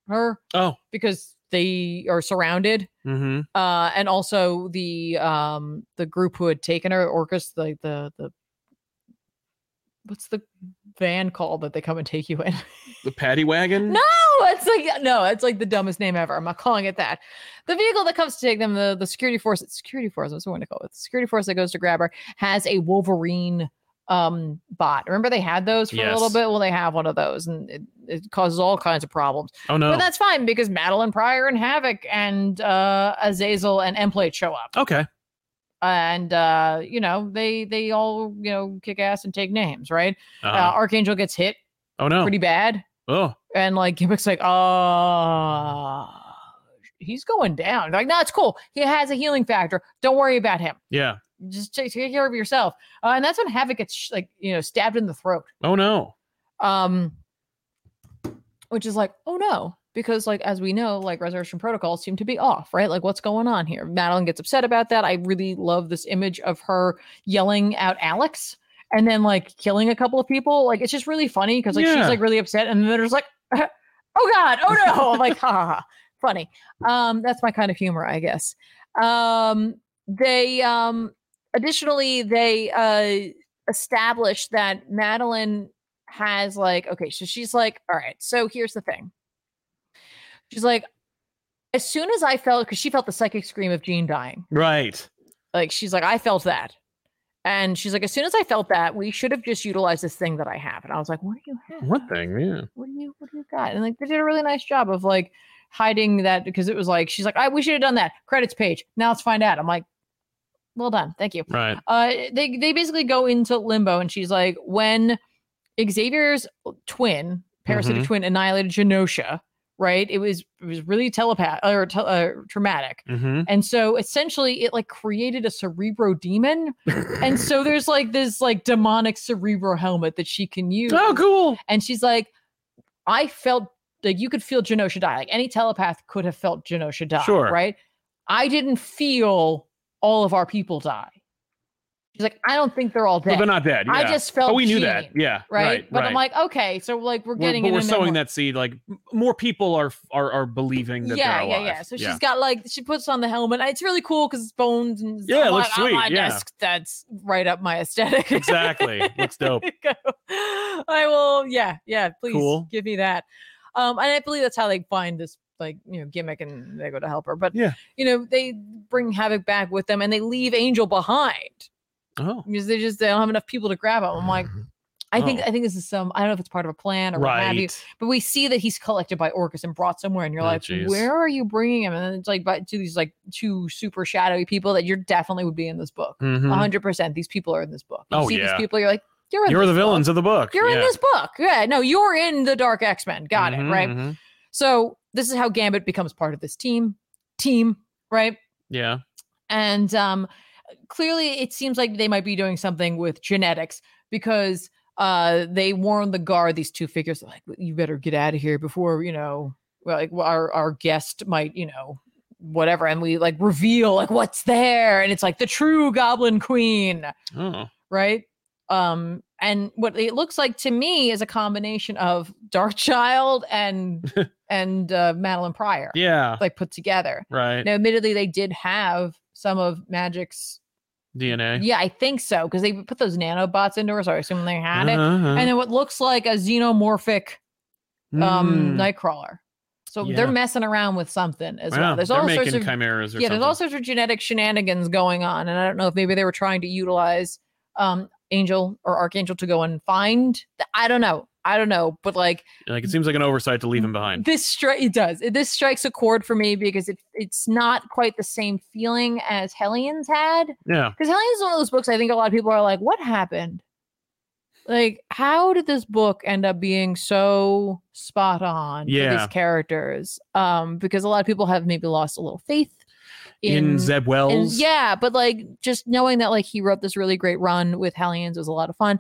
her
Oh.
because they are surrounded.
Mm-hmm.
Uh, and also the um the group who had taken her, Orcus, the the the what's the van called that they come and take you in?
The paddy wagon?
No, Oh, it's like no, it's like the dumbest name ever. I'm not calling it that. The vehicle that comes to take them, the, the security force, security force, that's what I want to call it. The security force that goes to grab her has a Wolverine um bot. Remember they had those for a little
Yes.
bit? Well, they have one of those and it, it causes all kinds of problems.
Oh no.
But that's fine because Madeline Pryor and Havoc and uh Azazel and M Plate show up.
okay.
And uh, you know, they they all, you know, kick ass and take names, right?
Uh,
Uh, Archangel gets hit
oh no.
pretty bad.
oh.
And like Gimmick's like, oh, he's going down. They're like, no, it's cool. He has a healing factor. Don't worry about him.
Yeah.
Just take, take care of yourself. Uh, and that's when Havoc gets sh- like, you know, stabbed in the throat.
Oh no.
Um, which is like, oh no, because like as we know, like resurrection protocols seem to be off, right? Like what's going on here? Madeline gets upset about that. I really love this image of her yelling out Alex and then like killing a couple of people. Like it's just really funny because like she's
Yeah.
like really upset and then there's like, oh god, oh no, I'm like ha ha ha, funny. Um, that's my kind of humor, I guess. Um, they um additionally they uh established that Madeline has like, okay, so she's like, all right, so here's the thing. She's like, as soon as I felt, because she felt the psychic scream of Jean dying,
Right.
like she's like, I felt that. And she's like, as soon as I felt that, we should have just utilized this thing that I have. And I was like, what do you have?
What thing? Yeah.
What do you what do you got? And like they did a really nice job of like hiding that because it was like, she's like, I we should have done that. Credits page. Now let's find out. I'm like, well done. Thank you
Right.
uh they they basically go into limbo and she's like when xavier's twin parasitic
Mhm.
twin annihilated genosha right it was it was really telepath or tel uh, traumatic
Mm-hmm.
and so essentially it like created a cerebro demon and so there's like this like demonic cerebro helmet that she can use
oh, cool.
and she's like i felt like you could feel genosha die like any telepath could have felt genosha die
Sure.
right i didn't feel all of our people die she's like i don't think they're all
But
dead
they're not dead. Yeah.
i just felt
Oh, we knew
Jean,
that. Yeah.
right,
Right.
but
right.
i'm like okay so like we're
we're,
getting
but
it
we're
in
sowing
memoir.
that seed. Like m- more people are are are believing that
yeah
they're
yeah
alive.
yeah so she's got like she puts on the helmet it's really cool because it's bones and
Yeah, it
I'm
looks
like, I'm
sweet,
on
yeah.
desk. that's right up my aesthetic
exactly. Looks dope.
Go. I will. Yeah, yeah. Please
Cool.
give me that. Um, and I believe that's how they find this like you know gimmick and they go to help her. But
Yeah.
you know they bring Havoc back with them and they leave Angel behind
Oh.
because they just they don't have enough people to grab him. I'm like, I think
Oh.
I think this is some I don't know if it's part of a plan or what have you.
right.
But we see that he's collected by Orcus and brought somewhere, and you're
Oh,
like,
jeez.
where are you bringing him? And then it's like by, to these like two super shadowy people that you're definitely would be in this book.
Mhm.
A 100%. These people are in this book. You
Oh,
see
yeah.
these people, you're like, you're in
You're
this
the
book.
villains of the book.
You're in
Yeah.
this book. Yeah. No, you're in the Dark X Men. Got
Mhm,
it. Right.
mhm.
So this is how Gambit becomes part of this team. Team. Right.
Yeah.
And um, clearly, it seems like they might be doing something with genetics because uh, they warn the guard. These two figures like, you better get out of here before you know, well, like our our guest might you know whatever and we like reveal like what's there and it's like the true goblin queen
Oh.
right? Um, and what it looks like to me is a combination of Darkchild and and uh, Madeline Pryor,
Yeah.
like put together.
Right.
Now, admittedly, they did have some of Magic's.
DNA.
Yeah, I think so because they put those nanobots into her, so I assume they had it.
Uh-huh.
And then what looks like a xenomorphic
Mm.
um, Nightcrawler. So they're
Yeah.
messing around with something as
Wow,
well. There's
they're
all
making
sorts of
chimeras or
yeah,
something.
there's all sorts of genetic shenanigans going on, and I don't know if maybe they were trying to utilize um Angel or Archangel to go and find. th- I don't know. I don't know, but like
like it seems like an oversight to leave him behind.
this strike, it does. It- This strikes a chord for me because it it's not quite the same feeling as Hellions had.
Yeah.
Because Hellions is one of those books I think a lot of people are like, "What happened? Like, how did this book end up being so spot on for
Yeah.
these characters?" Um, because a lot of people have maybe lost a little faith
In, Zeb
and
Wells.
yeah, but like just knowing that like he wrote this really great run with Hellions was a lot of fun.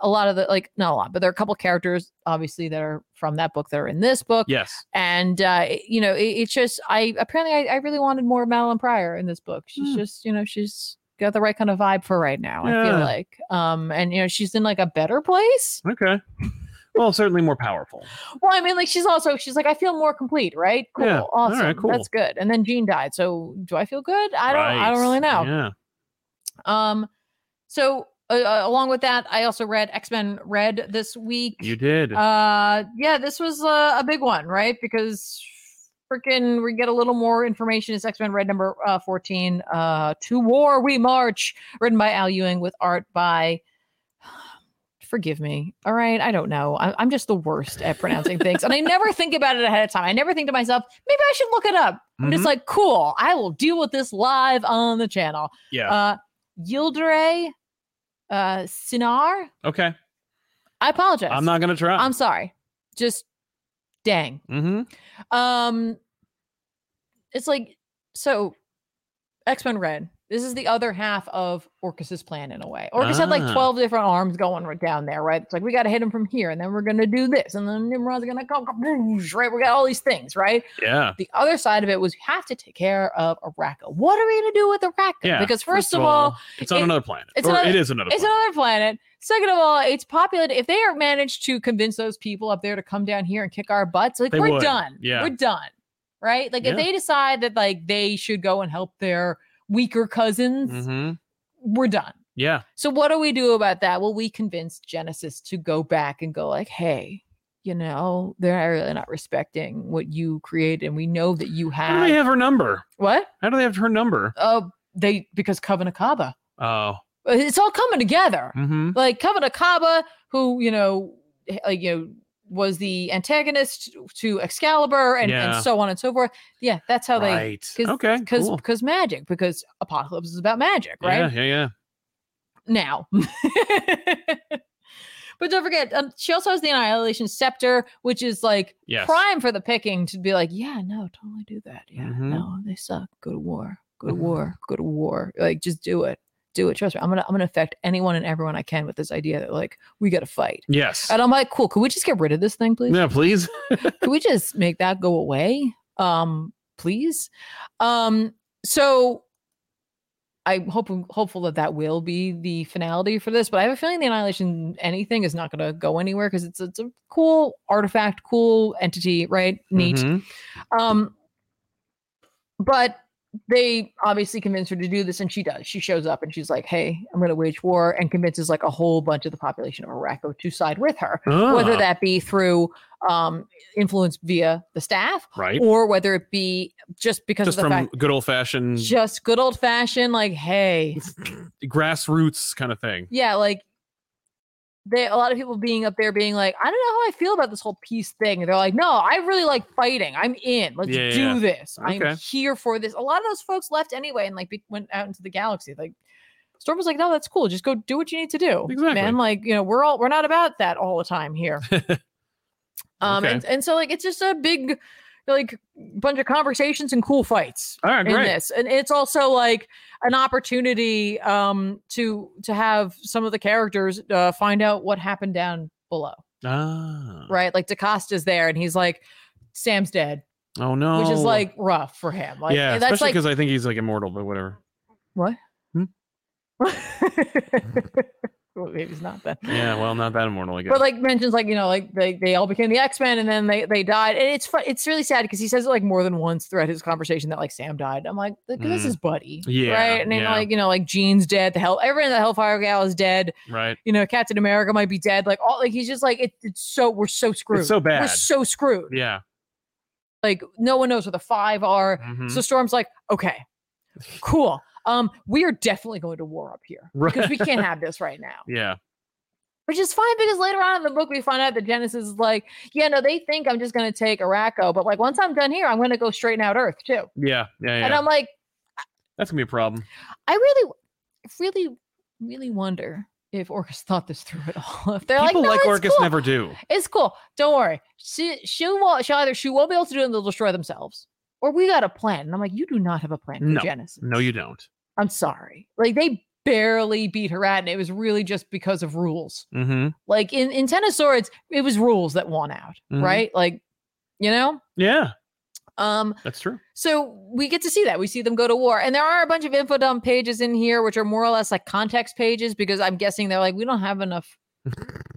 A lot of the like not a lot, but there are a couple characters obviously that are from that book that are in this book.
Yes.
And uh it- you know, it, it's just I apparently I, I really wanted more of Madeline Pryor in this book. She's
Hmm.
just, you know, she's got the right kind of vibe for right now, I feel
Yeah.
like. Um and you know, she's in like a better place.
Okay. Well, certainly more powerful.
Well, I mean, like she's also she's like, I feel more complete, right? Cool.
Yeah. All
Awesome.
right,
That's good. And then Jean died. So do I feel good? I don't I don't
Right.
really know.
Yeah.
Um, so uh, uh, along with that, I also read X Men Red this week.
You did.
Uh, yeah, this was a, a big one, right? Because freaking, we get a little more information. It's X Men Red number uh, 14. Uh, to War We March, written by Al Ewing with art by. Forgive me. All right. I don't know. I- I'm just the worst at pronouncing things. And I never think about it ahead of time. I never think to myself, maybe I should look it up. I'm
Mhm.
just like, cool. I will deal with this live on the channel.
yeah.
Uh, Yildare uh, Sinar.
okay.
I apologize.
I'm not gonna try.
I'm sorry. Just dang.
mm-hmm.
Um, it's like so. X Men Red. This is the other half of Orcus's plan in a way. Orcus had like
Ah.
twelve different arms going right down there, right? It's like we got to hit him from here, and then we're gonna do this, and then Nimrod's gonna come, kaboosh, right? We got all these things, right?
Yeah.
The other side of it was you have to take care of Araka. What are we gonna do with Araka?
Yeah.
because first, of all,
it's on
it-
another planet.
it's
or
another-
it is another
it's
planet.
another planet. Second of all, it's populated. If they are managed to convince those people up there to come down here and kick our butts, like
They
we're
would.
done.
Yeah.
We're done. Right? Like
Yeah.
if they decide that like they should go and help their weaker cousins,
mm-hmm.
we're done.
Yeah.
So what do we do about that? Well, we convince Genesis to go back and go like, hey, you know, they're really not respecting what you created, and we know that you
How
have
do they have her number?
what?
How do they have her number?
Uh they because Covenant Kaba.
Oh.
It's all coming together
Mm-hmm.
like Covenant Kaba, who you know, h- like you know, was the antagonist to Excalibur and,
Yeah.
and so on and so forth. Yeah, that's how they
Right.
'cause-
okay.
because
cool.
because magic because Apocalypse is about magic, right?
Yeah. Yeah. Yeah.
now. but don't forget, um, she also has the Annihilation Scepter, which is like
Yes.
prime for the picking to be like, yeah, no, totally do that. Yeah,
Mhm.
no, they suck. Go to war. Go to
Mm-hmm.
war. Go to war. Like, just do it. Do it. Trust me. I'm gonna I'm gonna affect anyone and everyone I can with this idea that like we gotta fight.
Yes.
And I'm like, cool. Could we just get rid of this thing, please?
Yeah. Please.
Could we just make that go away? Um, please. Um, so I'm hoping hopeful that that will be the finality for this, but I have a feeling the annihilation anything is not going to go anywhere because it's it's a cool artifact, cool entity, right? Neat.
Mhm.
Um, but they obviously convince her to do this, and she does. She shows up and she's like, "Hey, I'm going to wage war," and convinces like a whole bunch of the population of Araco to side with her whether
Ah,
that be through um, influence via the staff
right.
or whether it be just because
Just
of the
from mm.
fact
good old fashioned
just good old fashioned like hey
grassroots kind of thing.
yeah like they a lot of people being up there being like i don't know how i feel about this whole peace thing and they're like no i really like fighting i'm in let's
Yeah,
do
yeah.
this
Okay.
i'm here for this a lot of those folks left anyway and like be- went out into the galaxy like storm was like no that's cool just go do what you need to do
Exactly.
man like you know we're all we're not about that all the time here Um,
Okay.
and, and so like it's just a big like bunch of conversations and cool fights
All right.
in
Great.
this. And it's also like an opportunity um to to have some of the characters uh, find out what happened down below.
Ah.
Right? Like DaCosta's there and he's like, Sam's dead,
Oh no.
which is like rough for him. Like
yeah,
and that's
especially
like
because I think he's like immortal, but whatever.
what?
Hmm?
well, maybe he's not then.
Yeah, well, not that immortal, I guess.
But like mentions like you know like they, they all became the X Men and then they they died and it's fu- it's really sad because he says it like more than once throughout his conversation that like Sam died. I'm like like, this
Mm.
is his buddy,
Yeah,
right? And then
yeah.
like you know like Jean's dead, the hell everyone in the Hellfire Gal is dead.
right.
You know Captain America might be dead. Like all like he's just like it, it's so we're so screwed.
It's so
We're
bad.
so screwed.
Yeah.
Like no one knows where the five are.
mhm.
So Storm's like okay, cool. Um, we are definitely going to war up here
Right.
because we can't have this right now.
yeah.
Which is fine because later on in the book we find out that Genesis is like, yeah, no, they think I'm just gonna take Araco, but like once I'm done here, I'm gonna go straighten out Earth too.
Yeah. Yeah.
And
yeah.
I'm like,
That's gonna be a problem.
I really, really, really wonder if Orcus thought this through at all. If they're
People
like, no,
like
it's
Orcus
cool.
never do.
it's cool. Don't worry. She she won't she either she won't be able to do it and they'll destroy themselves. Or we got a plan. And I'm like, you do not have a plan for
No.
Genesis.
No, you don't.
I'm sorry. Like they barely beat her at and it was really just because of rules.
Mm-hmm.
Like in, in Ten of Swords, it was rules that won out,
Mhm.
right? Like, you know?
Yeah,
Um,
that's true.
so we get to see that. We see them go to war. And there are a bunch of info dump pages in here, which are more or less like context pages, because I'm guessing they're like, we don't have enough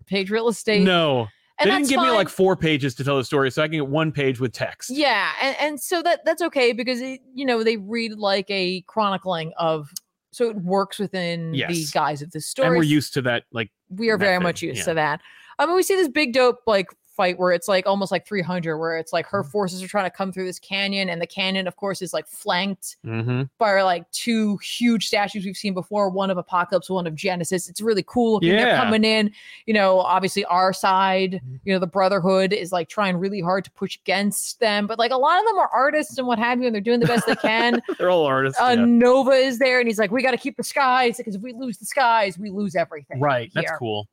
page real estate.
no,
and
they didn't
that's
give me
fine.
like four pages to tell the story, so I can get one page with text.
Yeah, and, and so that that's okay because it, you know, they read like a chronicling of so it works within the
Yes.
guise of the story.
and we're used to that. Like,
we are very
method,
much used
yeah.
to that. I mean, we see this big dope like fight where it's like almost like 300, where it's like
Mm-hmm.
her forces are trying to come through this canyon, and the canyon, of course, is like flanked
mm-hmm.
by like two huge statues we've seen before one of Apocalypse, one of Genesis. It's really cool. looking. They're
Yeah.
coming in, you know, obviously our side,
Mhm.
you know, the Brotherhood is like trying really hard to push against them, but like a lot of them are artists and what have you, and they're doing the best they can.
they're all artists.
uh,
yeah.
Nova is there, and he's like, We got to keep the skies because if we lose the skies, we lose everything.
Right. That's
here."
cool.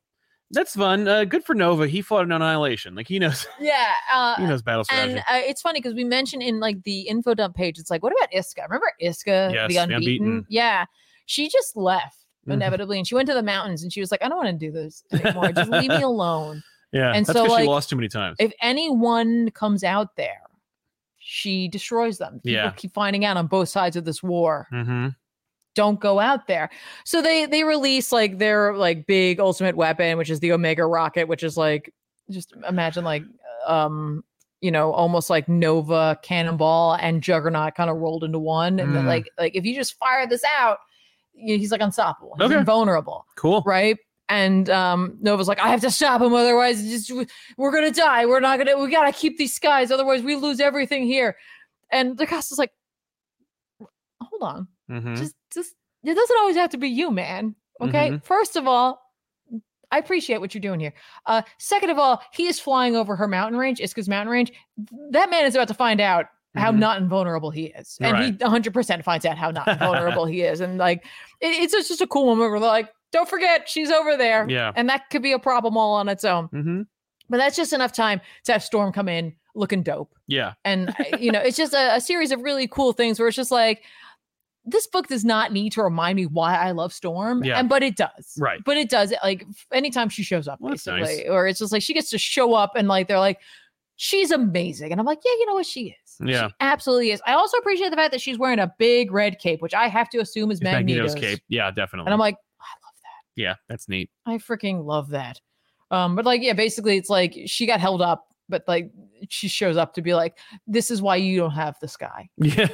That's fun. Uh, good for Nova. He fought an annihilation. Like he knows.
Yeah. Uh,
He knows battle strategy.
And uh, it's funny because we mentioned in like the info dump page, it's like, what about Iska? Remember Iska,
Yes,
the
the
unbeaten?
unbeaten.
Yeah, she just left
Mhm.
inevitably, and she went to the mountains, and she was like, I don't want to do this anymore. just leave me alone.
yeah.
and
that's
so,
because
like-
she lost too many times.
If anyone comes out there, she destroys them. People
Yeah.
keep finding out on both sides of this war.
Mm-hmm.
Don't go out there. So they they release like their like big ultimate weapon, which is the Omega rocket, which is like just imagine like um you know almost like nova cannonball and juggernaut kind of rolled into one and then,
Mm.
like like if you just fire this out y- he's like unstoppable he's
Okay.
invulnerable
Cool.
right and um nova's like i have to stop him otherwise it's just we're gonna die we're not gonna we gotta keep these skies otherwise we lose everything here and dacosta's like hold on
Mm-hmm.
just just it doesn't always have to be you man okay
Mhm.
first of all i appreciate what you're doing here uh second of all he is flying over her mountain range iska's mountain range that man is about to find out how
Mhm.
not invulnerable he is and he 100% finds out how not invulnerable he is and like it, it's just, just a cool moment where they're like don't forget she's over there
Yeah.
and that could be a problem all on its own
Mm-hmm.
but that's just enough time to have storm come in looking dope
Yeah.
and I- you know it's just a, a series of really cool things where it's just like this book does not need to remind me why i love storm
Yeah.
and but it does
Right.
but it does it like f- anytime she shows up
Well, that's
basically
nice.
or it's just like she gets to show up and like they're like she's amazing and i'm like yeah you know what she is She
Yeah.
absolutely is i also appreciate the fact that she's wearing a big red cape which i have to assume is
It's Magneto's
magneto's,
cape. Yeah, definitely.
and i'm like
yeah, that's neat.
I freaking love that. Um, but like, yeah, basically, it's like she got held up, but like she shows up to be like, "This is why you don't have the sky,"
Yeah.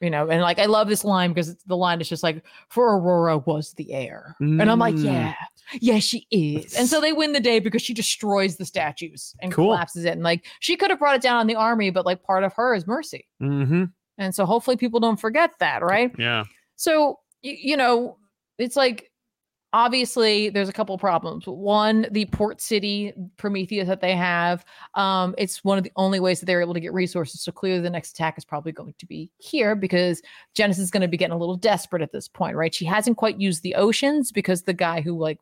you know. And like, I love this line because it's, the line is just like, "For Aurora was the air," and I'm like,
Mm.
"Yeah, yeah, she is." And so they win the day because she destroys the statues and
Cool.
collapses it. And like, she could have brought it down on the army, but like, part of her is mercy,
mm-hmm.
and so hopefully people don't forget that, right?
Yeah.
So, y- you know, it's like obviously there's a couple problems. One, the port city Prometheus that they have, um, it's one of the only ways that they're able to get resources. So clearly the next attack is probably going to be here because Genesis is going to be getting a little desperate at this point, right? She hasn't quite used the oceans because the guy who like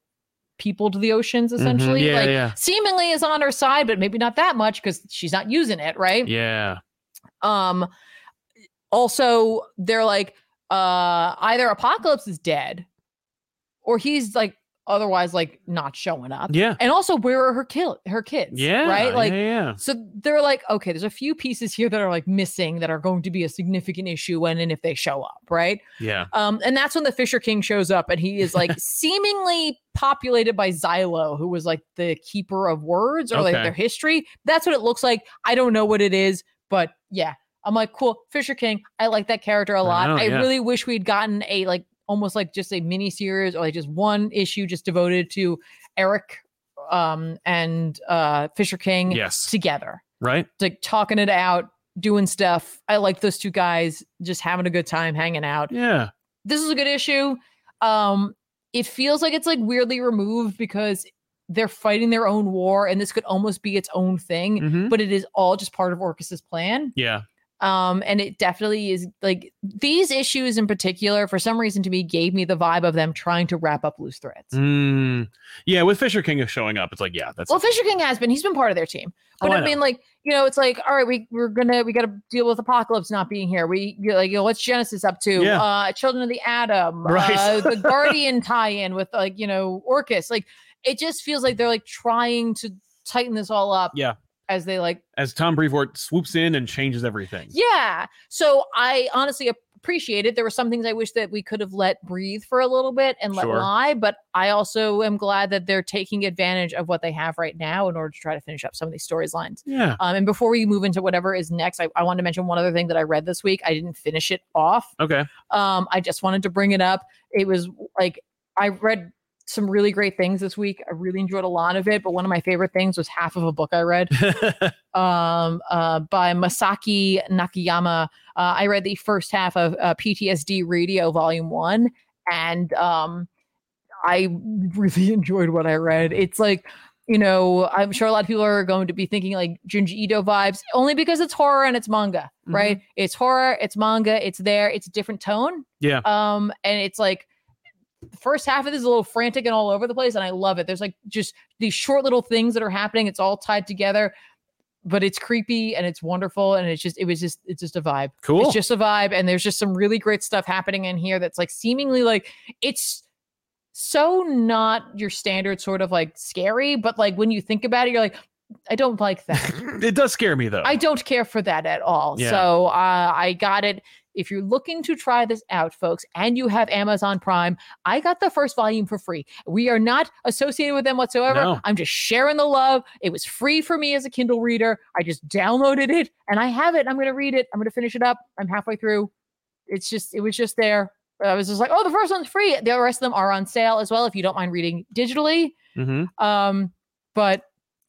peopled the oceans
Mhm.
essentially
Yeah.
like
yeah.
seemingly is on her side, but maybe not that much because she's not using it, right?
Yeah.
Um also they're like uh either Apocalypse is dead or he's like otherwise like not showing up.
Yeah.
And also where are her kill her kids?
Yeah.
Right? Like
yeah, yeah.
so they're like, okay, there's a few pieces here that are like missing that are going to be a significant issue when and if they show up, right?
Yeah.
Um, and that's when the Fisher King shows up and he is like seemingly populated by Xylo, who was like the keeper of words or like
Okay.
their history. That's what it looks like. I don't know what it is, but yeah. I'm like, cool, Fisher King. I like that character a lot.
know,
I
yeah.
really wish we'd gotten a like almost like just a mini series or like just one issue just devoted to Eric um and uh Fisher King
Yes.
together
Right.
like talking it out, doing stuff. I like those two guys just having a good time hanging out.
Yeah.
This is a good issue. Um, it feels like it's like weirdly removed because they're fighting their own war and this could almost be its own thing,
Mm-hmm.
but it is all just part of Orcus's plan.
Yeah.
Um, and it definitely is like these issues in particular, for some reason to me, gave me the vibe of them trying to wrap up loose threads.
Mm. Yeah. With Fisher King showing up, it's like, yeah, that's
Well, Fisher King has been. He's been part of their team.
Oh,
But
I
I,
know.
mean, like, you know, it's like, all right, we we're gonna we gotta deal with apocalypse not being here. We you're like, you know, what's Genesis up to?
Yeah.
Uh Children of the Atom,
Right.
uh, the Guardian tie-in with like, you know, Orcus. Like it just feels like they're like trying to tighten this all up.
Yeah.
As they like
as Tom Brevoort swoops in and changes everything.
yeah. So I honestly ap- appreciate it. There were some things I wish that we could have let breathe for a little bit and let
Sure.
lie, but I also am glad that they're taking advantage of what they have right now in order to try to finish up some of these storylines.
Yeah.
Um, and before we move into whatever is next, I, I want to mention one other thing that I read this week. I didn't finish it off.
Okay.
Um, I just wanted to bring it up. It was like I read some really great things this week. I really enjoyed a lot of it, but one of my favorite things was half of a book I read um, uh, by Masaki Nakayama. Uh, I read the first half of uh, PTSD Radio Volume One, and um, I really enjoyed what I read. It's like, you know, I'm sure a lot of people are going to be thinking like Junji Ito vibes, only because it's horror and it's manga, right? It's horror, it's manga, it's there, it's a different tone.
Yeah.
Um, and it's like the first half of this is a little frantic and all over the place, and I love it. There's like just these short little things that are happening. It's all tied together, but it's creepy and it's wonderful, and it's just it was just it's just a vibe.
Cool.
It's just a vibe, and there's just some really great stuff happening in here that's like seemingly like it's so not your standard sort of like scary, but like when you think about it, you're like, I don't like that.
it does scare me though.
I don't care for that at all.
Yeah.
So uh, I got it. If you're looking to try this out, folks, and you have Amazon Prime, I got the first volume for free. We are not associated with them whatsoever.
No.
I'm just sharing the love. It was free for me as a Kindle reader. I just downloaded it and I have it. I'm going to read it. I'm going to finish it up. I'm halfway through. It's just, it was just there. I was just like, oh, the first one's free. The rest of them are on sale as well if you don't mind reading digitally.
hmm
Um, but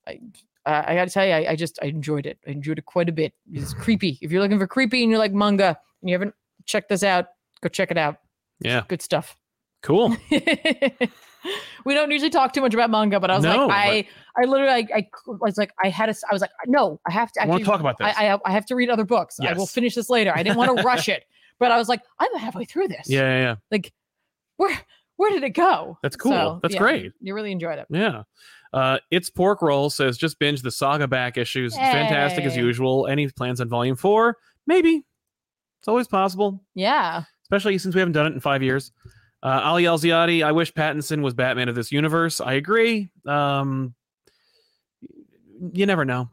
I, I I gotta tell you, I, I just I enjoyed it. I enjoyed it quite a bit. It's creepy. If you're looking for creepy and you're like manga and you haven't checked this out, go check it out.
Yeah.
Good stuff.
Cool.
we don't usually talk too much about manga, but I was
No,
like,
but-
I, I literally, I, I cou- was like, I had a, s- I was like, no, I have to.
I want to talk about this.
I, I, I have to read other books. I will
Yes.
finish this later. I didn't want to rush it, but I was like, I'm halfway through this.
yeah, yeah, yeah.
Like, where, where did it go?
That's cool.
So,
That's
yeah,
great.
You really enjoyed it.
Yeah. Uh, it's pork roll says just binge the saga back issues. It's Fantastic as
Hey.
usual. Any plans on volume four? Maybe. It's always possible,
Yeah.
especially since we haven't done it in five years. Uh, Ali Alziati, I wish Pattinson was Batman of this universe. I agree. Um, you never know.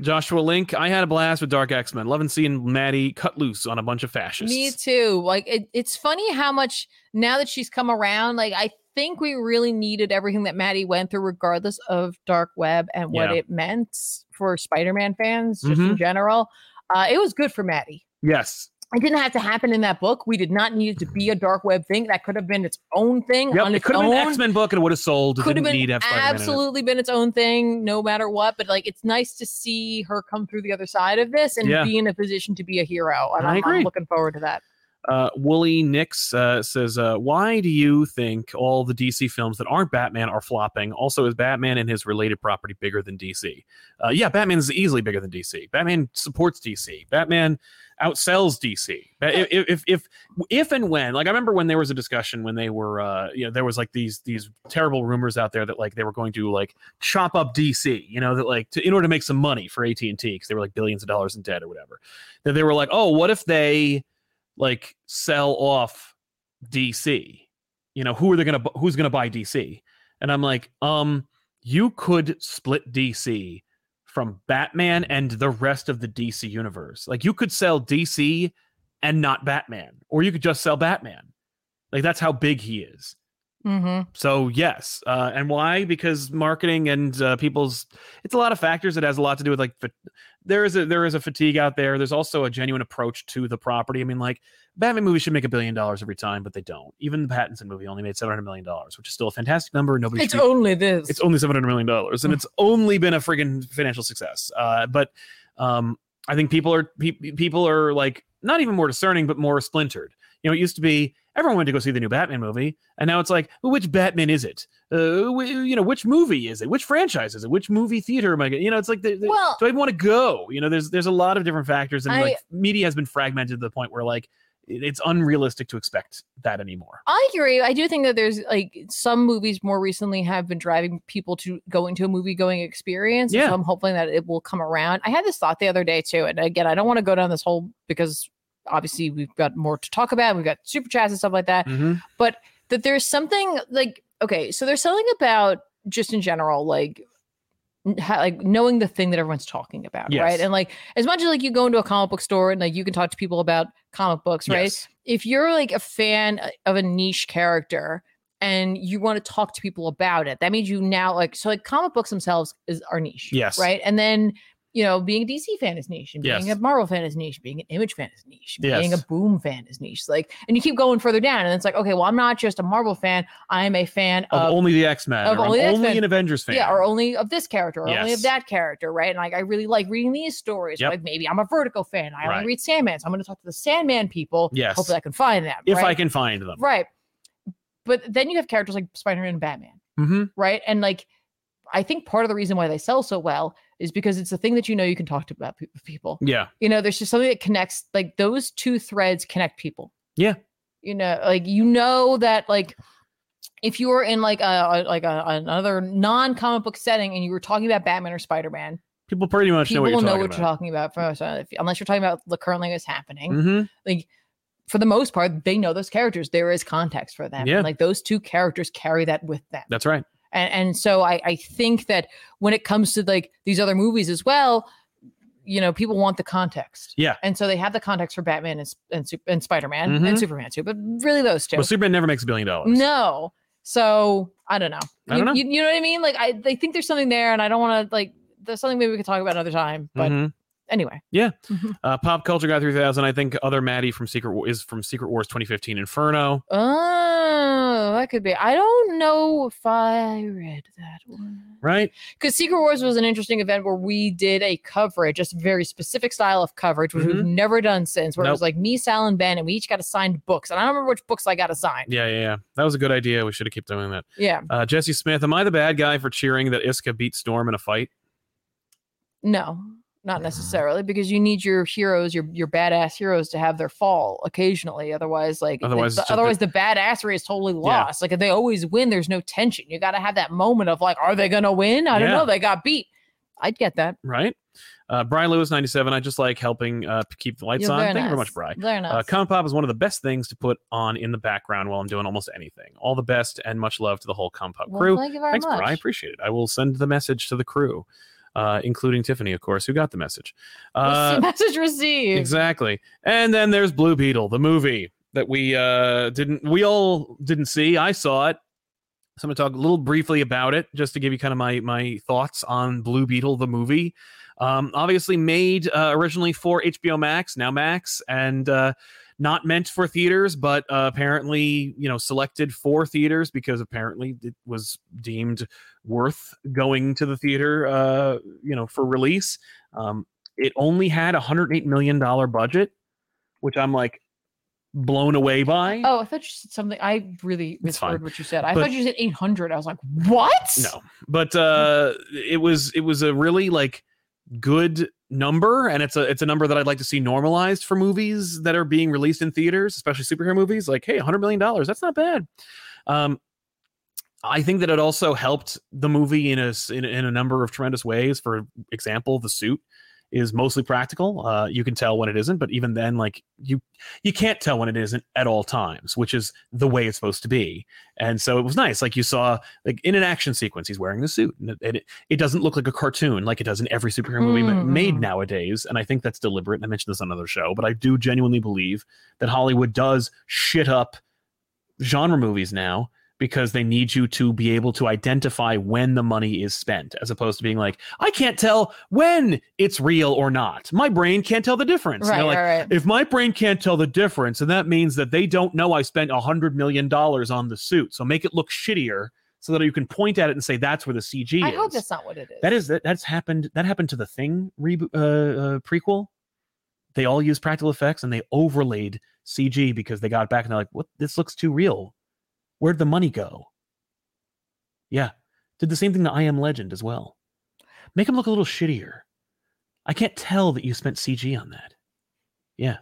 Joshua Link, I had a blast with Dark X Men. Loving seeing Maddie cut loose on a bunch of fascists.
Me too. Like it, it's funny how much now that she's come around, like I think we really needed everything that Maddie went through, regardless of Dark Web and what
Yeah.
it meant for Spider-Man fans just in
Mhm.
general. Uh, it was good for Maddie.
Yes.
It didn't have to happen in that book. We did not need it to be a dark web thing. That could have been its own thing
Yep.
on
It
its
could have
own.
been X Men book and it would have sold. It
could have
didn't
been
need to have Spider-Man in it.
absolutely been its own thing, no matter what. But like, it's nice to see her come through the other side of this and
Yeah.
be in a position to be a hero. And
I
I'm, I'm
agree.
looking forward to that.
Uh, Wooly Nix uh, says, uh, "Why do you think all the DC films that aren't Batman are flopping? Also, is Batman and his related property bigger than DC? Uh, yeah, Batman is easily bigger than DC. Batman supports DC. Batman outsells DC. Ba- If, if if if and when, like, I remember when there was a discussion when they were, uh, you know, there was like these these terrible rumors out there that like they were going to like chop up DC, you know, that like to, in order to make some money for AT and T because they were like billions of dollars in debt or whatever. That they were like, oh, what if they like sell off DC. You know, who are they going to who's going to buy DC? And I'm like, um you could split DC from Batman and the rest of the DC universe. Like you could sell DC and not Batman or you could just sell Batman. Like that's how big he is.
Mm-hmm.
So yes, uh, and why? Because marketing and uh, people's it's a lot of factors. It has a lot to do with like fa- there is a there is a fatigue out there. There's also a genuine approach to the property. I mean, like Batman movies should make a billion dollars every time, but they don't. Even the Pattinson movie only made seven hundred million dollars, which is still a fantastic number. and Nobody
It's
should be-
only this.
it's only seven hundred million dollars, and it's only been a friggin' financial success. Uh, but um, I think people are pe- people are like not even more discerning, but more splintered. You know, it used to be everyone went to go see the new Batman movie, and now it's like, well, which Batman is it? Uh, wh- you know, which movie is it? Which franchise is it? Which movie theater am I? Gonna, you know, it's like, the, the-
well,
do I want to go? You know, there's there's a lot of different factors, and
I-
like media has been fragmented to the point where like it- it's unrealistic to expect that anymore.
I agree. I do think that there's like some movies more recently have been driving people to go into a movie going experience. and
Yeah.
So I'm hoping that it will come around. I had this thought the other day too. And again, I don't want to go down this whole because obviously we've got more to talk about. We've got super chats and stuff like that.
Mm-hmm.
that there's something like okay so there's something about just in general like ha- like knowing the thing that everyone's talking about, right?
Yes.
And like as much as like you go into a comic book store and like you can talk to people about comic books, right?
Yes.
If you're like a fan uh, of a niche character and you want to talk to people about it, that means you now like so like comic books themselves is our niche,
Yes.
right? And then you know, being a DC fan is niche, and being
Yes.
a Marvel fan is niche, being an Image fan is niche, being a
Yes.
Boom fan is niche. Like, and you keep going further down, and it's like, okay, well, I'm not just a Marvel fan; I am a fan
Of
of
only the X Men.
of
Or I'm only,
only the X-Men.
an Avengers fan.
yeah, or only of this character, or only of
Yes.
that character, right? And like, I really like reading these stories.
Yep.
Like, maybe I'm a Vertigo fan. I
Right.
only read Sandman, so I'm going to talk to the Sandman people.
Yes.
hopefully I can find them.
if
right?
I can find them.
right? But then you have characters like Spider-Man and Batman,
hmm
right? And like, I think part of the reason why they sell so well is because it's the thing that you know you can talk to about pe- people.
Yeah.
You know, there's just something that connects. Like those two threads connect people.
Yeah.
You know, like you know that like if you were in like a a- like a, another non comic book setting and you were talking about Batman or Spider Man,
People pretty much know
people
what you're
will know
talking
what
about.
you're talking about. From, so if- unless you're talking about the currently what's happening,
Mhm.
for the most part, they know those characters. There is context for them.
Yeah.
And, like those two characters carry that with them.
That's right.
And, and so I, I think that when it comes to like these other movies as well, you know, people want the context.
Yeah.
And so they have the context for Batman and, Sp- and, Sup- and Spider Man and
Mhm.
Superman too, but really those two.
But Superman never makes a billion dollars.
No. So I don't know.
I don't know.
You, you, you know what I mean? Like I, I think there's something there, and I don't want to like. There's something maybe we could talk about another time. But
Mhm.
anyway,
uh, Pop Culture Guy 3000. I think other Maddie from Secret War is from Secret Wars 2015 Inferno.
oh, that could be. I don't know if I read that one
Right?
because Secret Wars was an interesting event where we did a coverage, just a very specific style of coverage, which we've
Mhm.
never done since. Where it was
Nope.
like me, Sal, and Ben, and we each got assigned books, and I don't remember which books I got assigned.
Yeah, yeah, yeah. That was a good idea. We should have kept doing that.
Yeah,
Uh, Jesse Smith, am I the bad guy for cheering that Iska beat Storm in a fight?
No, not necessarily, because you need your heroes, your your badass heroes, to have their fall occasionally. Otherwise, like
Otherwise,
the,
it's just a-
otherwise the badassery is totally lost. Like if they always win, there's no tension. You got to have that moment of like, are they gonna win? I don't
Yeah.
know. They got beat. I'd get that.
Right? Uh, Brian Lewis, 97. I just like helping uh, keep the lights
You're
on.
very
Thank you very
nice.
much, Brian.
Very
Uh,
nice.
Comic Pop is one of the best things to put on in the background while I'm doing almost anything. All the best and much love to the whole Comic Pop
Well,
crew.
thank you very
Thanks,
much.
Brian. I appreciate it. I will send the message to the crew, uh, including Tiffany, of course, who got the message. Uh,
message received.
exactly. And then there's Blue Beetle, the movie that we uh, didn't, we all didn't see. I saw it. So I'm going to talk a little briefly about it, just to give you kind of my my thoughts on Blue Beetle, the movie. Um, obviously made uh, originally for HBO Max, now Max, and uh, not meant for theaters, but uh, apparently you know selected for theaters because apparently it was deemed worth going to the theater, uh, you know, for release. Um, it only had a 108 million dollar budget, which I'm like blown away by.
Oh, I thought you said something. I really
It's fine.
misheard what you said. I
But-
thought you said 800. I was like, what?
No, but uh, it was it was a really like good number, and it's a it's a number that I'd like to see normalized for movies that are being released in theaters, especially superhero movies. Like, hey, 100 million dollars, that's not bad. Um, I think that it also helped the movie in a s- in, in a number of tremendous ways. For example, the suit is mostly practical. Uh, you can tell when it isn't, but even then, like you you can't tell when it isn't at all times, which is the way it's supposed to be. And so it was nice. Like you saw, like in an action sequence, he's wearing the suit, and it, and it, it doesn't look like a cartoon, like it does in every superhero movie ma-
Mm,
made
mhm.
nowadays. And I think that's deliberate. And I mentioned this on another show, but I do genuinely believe that Hollywood does shit up genre movies now because they need you to be able to identify when the money is spent as opposed to being like i can't tell when it's real or not my brain can't tell the difference And
Right,
they're like,
right, right.
if my brain can't tell the difference, and that means that they don't know I spent a hundred million dollars on the suit, so make it look shittier so that you can point at it and say that's where the CG
I
is.
hope that's not what it is.
that is that, that's happened. That happened to the Thing reboot uh, uh, prequel. They all used practical effects and they overlaid CG because they got back and they're like, "What? This looks too real. Where'd the money go?" Yeah, did the same thing to I Am Legend as well. Make him look a little shittier. I can't tell that you spent CG on that. Yeah.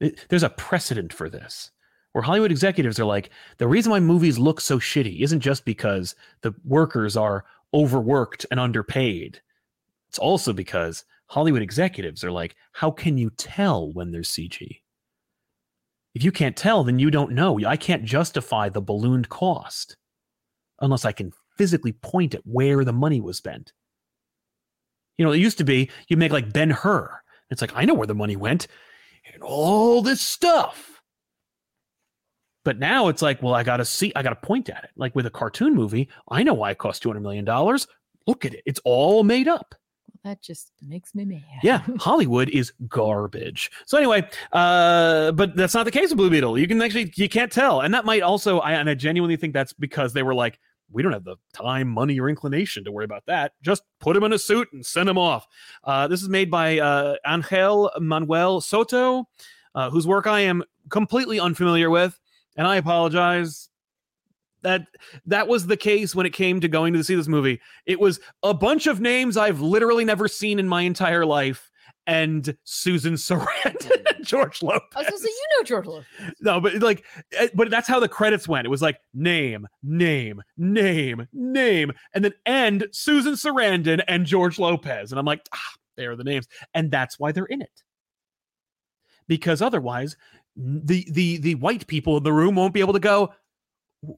It- there's a precedent for this where Hollywood executives are like, the reason why movies look so shitty isn't just because the workers are overworked and underpaid. It's also because Hollywood executives are like, how can you tell when there's CG? If you can't tell, then you don't know. I can't justify the ballooned cost unless I can physically point at where the money was spent. You know, it used to be you make like Ben Hur. It's like I know where the money went, and all this stuff. But now it's like, well, I gotta see, I gotta point at it. Like with a cartoon movie, I know why it cost two hundred million dollars. Look at it; it's all made up.
That just makes me mad.
Yeah, Hollywood is garbage. So anyway, uh, but that's not the case with Blue Beetle. You can actually you can't tell, and that might also. I, and I genuinely think that's because they were like, we don't have the time, money, or inclination to worry about that. Just put him in a suit and send him off. Uh, this is made by uh, Angel Manuel Soto, uh, whose work I am completely unfamiliar with, and I apologize. That that was the case when it came to going to see this movie. It was a bunch of names I've literally never seen in my entire life, and Susan Sarandon, and George Lopez.
I was gonna say, you know George Lucas.
No, but like, eh, but that's how the credits went. It was like name, name, name, name, and then end Susan Sarandon and George Lopez. And I'm like, ah, they are the names. And that's why they're in it. Because otherwise, n- the the the white people in the room won't be able to go, "Wh-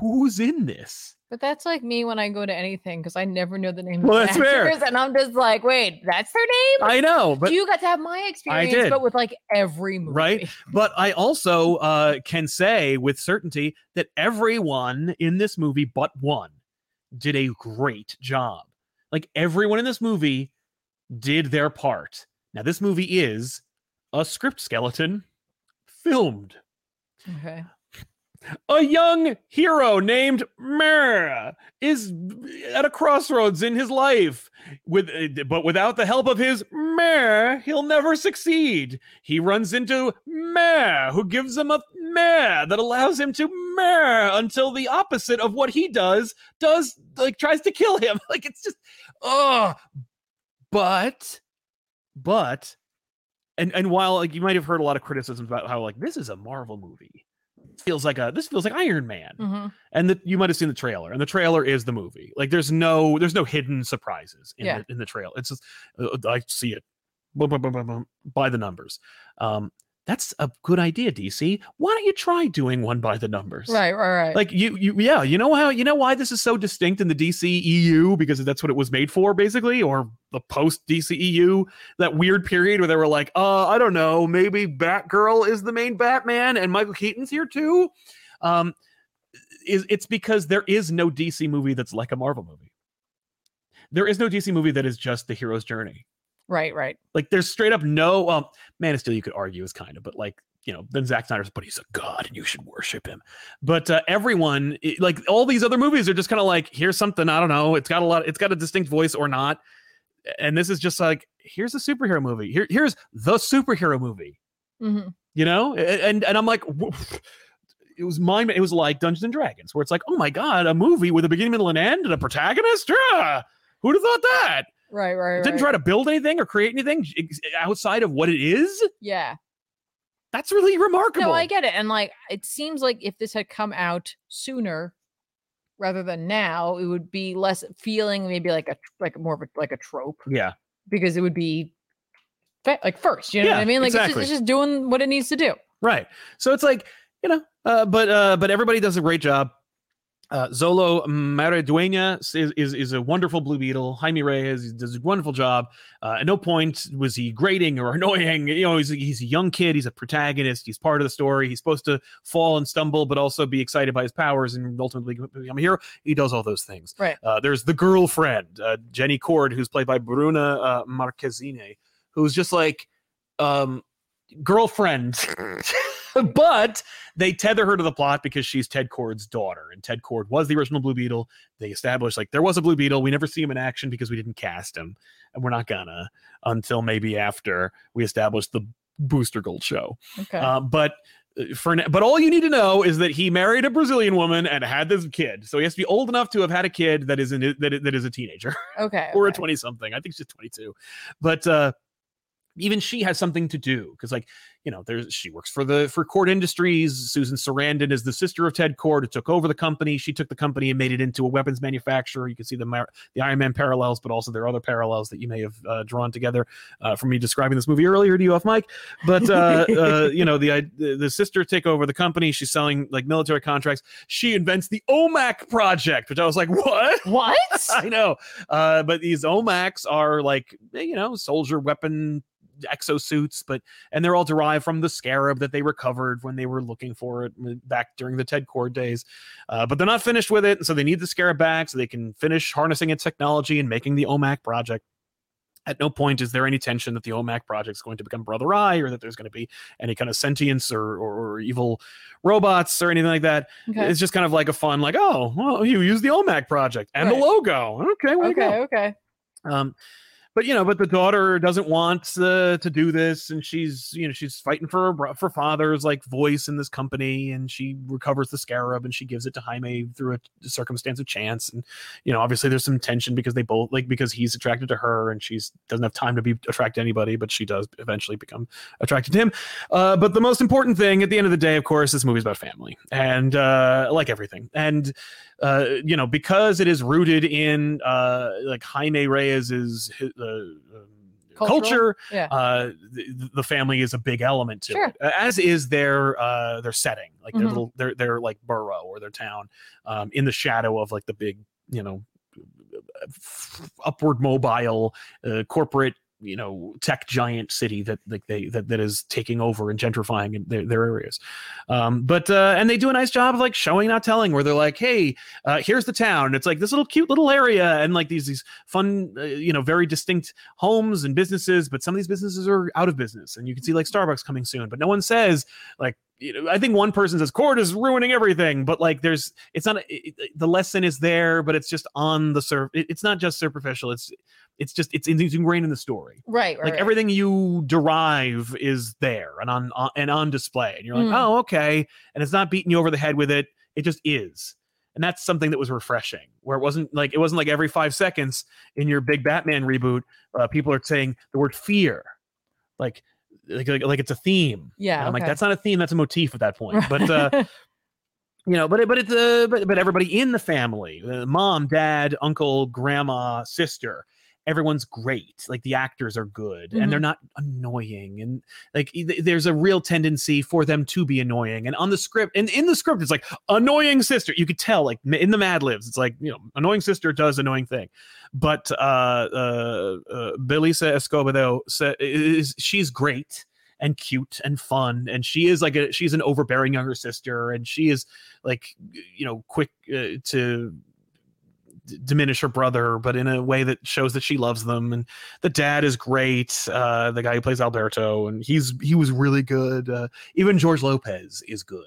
who's in this?
But that's like me when I go to anything because I never know the name
Well,
of
that's
the
fair.
actors, and I'm just like, wait, that's their name.
I know, but
you got to have my experience,
did.
but with like every movie,
Right? but I also uh, can say with certainty that everyone in this movie but one did a great job. Like everyone in this movie did their part. Now, this movie is a script skeleton filmed.
Okay.
A young hero named Mera is at a crossroads in his life. With uh, but without the help of his Mer, he'll never succeed. He runs into Mer, who gives him a Mer that allows him to Mer until the opposite of what he does does like tries to kill him. Like it's just oh, but but and and while like you might have heard a lot of criticisms about how like this is a Marvel movie. Feels like a this feels like Iron Man
hmm
and that you might have seen the trailer and the trailer is the movie like there's no there's no hidden surprises in,
Yeah.
the, in the trail it's just uh, i see it Bum, bum, bum, bum, bum, by the numbers um that's a good idea dc why don't you try doing one by the numbers
Right, right, right.
like you you yeah you know how you know why this is so distinct in the DCEU because that's what it was made for basically or the post DCEU that weird period where they were like uh I don't know maybe Batgirl is the main Batman and Michael Keaton's here too um is it's because there is no DC movie that's like a Marvel movie there is no DC movie that is just the hero's journey
right, right.
like there's straight up no um Man of Steel you could argue is kind of, but like you know, then Zack Snyder's, but he's a god and you should worship him. But uh, everyone, i- like all these other movies, are just kind of like here's something I don't know. It's got a lot. It's got a distinct voice or not. And this is just like here's a superhero movie. Here, here's the superhero movie.
hmm
You know, A- and and I'm like. "Woof." It was mind. It was like Dungeons and Dragons, where it's like, oh my god, a movie with a beginning, middle, and end, and a protagonist. Yeah, who'd have thought that?
Right, right,
It
right.
didn't try to build anything or create anything j- ex- outside of what it is.
yeah.
That's really remarkable.
No, I get it. And like, it seems like if this had come out sooner rather than now, it would be less feeling maybe like a tr- like more of a, like a trope
yeah,
because it would be fe- like first. You know what
Yeah,
I mean? Like it's,
exactly.
just, it's just doing what it needs to do.
right. So it's like you know, uh, but uh, but everybody does a great job. Uh, Zolo Maraduena is, is is a wonderful Blue Beetle. Jaime Reyes does a wonderful job. Uh, at no point was he grating or annoying. You know, he's a, he's a young kid. He's a protagonist. He's part of the story. He's supposed to fall and stumble, but also be excited by his powers and ultimately become a hero. He does all those things.
Right.
Uh, there's the girlfriend, uh, Jenny Cord, who's played by Bruna uh, Marquezine, who's just like um, girlfriend, but they tether her to the plot because she's Ted Cord's daughter, and Ted Cord was the original Blue Beetle. They established like there was a Blue Beetle. We never see him in action because we didn't cast him, and we're not gonna until maybe after we establish the Booster Gold show.
Okay.
Uh, but uh, for n- but all you need to know is that he married a Brazilian woman and had this kid. So he has to be old enough to have had a kid that is in, that, i- that is a teenager
okay.
or a
okay.
twenty something. I think she's twenty two, but uh, even she has something to do because like you know there's she works for the for cord industries susan sarandon is the sister of ted cord who took over the company she took the company and made it into a weapons manufacturer you can see the Mar- the iron man parallels but also there are other parallels that you may have uh, drawn together uh, from me describing this movie earlier to you off mic but uh, uh you know the I, the the sister take over the company she's selling like military contracts she invents the omac project which i was like what
What?
I know. Uh, but these OMACs are like, eh, you know, soldier weapon exosuits, but and they're all derived from the scarab that they recovered when they were looking for it back during the Ted Cord days. Uh, but they're not finished with it, and so they need the scarab back so they can finish harnessing its technology and making the OMAC project. At no point is there any tension that the OMAC project is going to become Brother Eye or that there's going to be any kind of sentience or, or, or evil robots or anything like that.
Okay.
It's just kind of like a fun, like, oh, well, you use the OMAC project and
Right.
the logo. Okay, way to
Okay. Okay.
go. Um, but you know, but the daughter doesn't want uh, to do this, and she's you know she's fighting for her bro- for father's like voice in this company, and she recovers the scarab and she gives it to Jaime through a circumstance of chance, and you know obviously there's some tension because they both like because he's attracted to her and she's doesn't have time to be attracted to anybody, but she does eventually become attracted to him. Uh, but the most important thing at the end of the day, of course, this movie's about family and uh, like everything. And, uh, you know, because it is rooted in uh, like Jaime Reyes's his, uh, um,
Cultural?
culture,
Yeah.
uh, the, the family is a big element to
Sure.
it, as is their uh, their setting, like their
Mhm.
little their their like borough or their town, um, in the shadow of like the big you know upward mobile uh, corporate you know tech giant city that like they that, that is taking over and gentrifying in their, their areas um but uh and they do a nice job of like showing not telling where they're like hey uh here's the town and it's like this little cute little area and like these these fun uh, you know very distinct homes and businesses but some of these businesses are out of business and you can see like starbucks coming soon but no one says like you know, I think one person says court is ruining everything, but like there's, it's not it, it- the lesson is there, but it's just on the surf. It, it's not just superficial. It's, it's just it's, it's ingrained in the story
right. Right.
like
right.
everything you derive is there and on, on and on display and you're like
Mm.
oh okay and it's not beating you over the head with it it just is and that's something that was refreshing where it wasn't like it wasn't like every five seconds in your big batman reboot uh, people are saying the word fear like like like, like it's a theme
Yeah.
And i'm like
okay.
that's not a theme that's a motif at that point but uh you know, but it- but it's uh, but but everybody in the family, uh, mom, dad, uncle, grandma, sister, everyone's great. Like the actors are good, and they're not annoying, and like e- th- there's a real tendency for them to be annoying. And on the script, and in the script, it's like annoying sister. You could tell, like m- in the Mad Libs, it's like you know, annoying sister does annoying thing. But uh, uh, uh Belisa Escobar though sa- is she's great. And cute and fun, and she is like a she's an overbearing younger sister, and she is like you know quick uh, to d- diminish her brother but in a way that shows that she loves them and the dad is great uh the guy who plays alberto and he's he was really good uh, even george lopez is good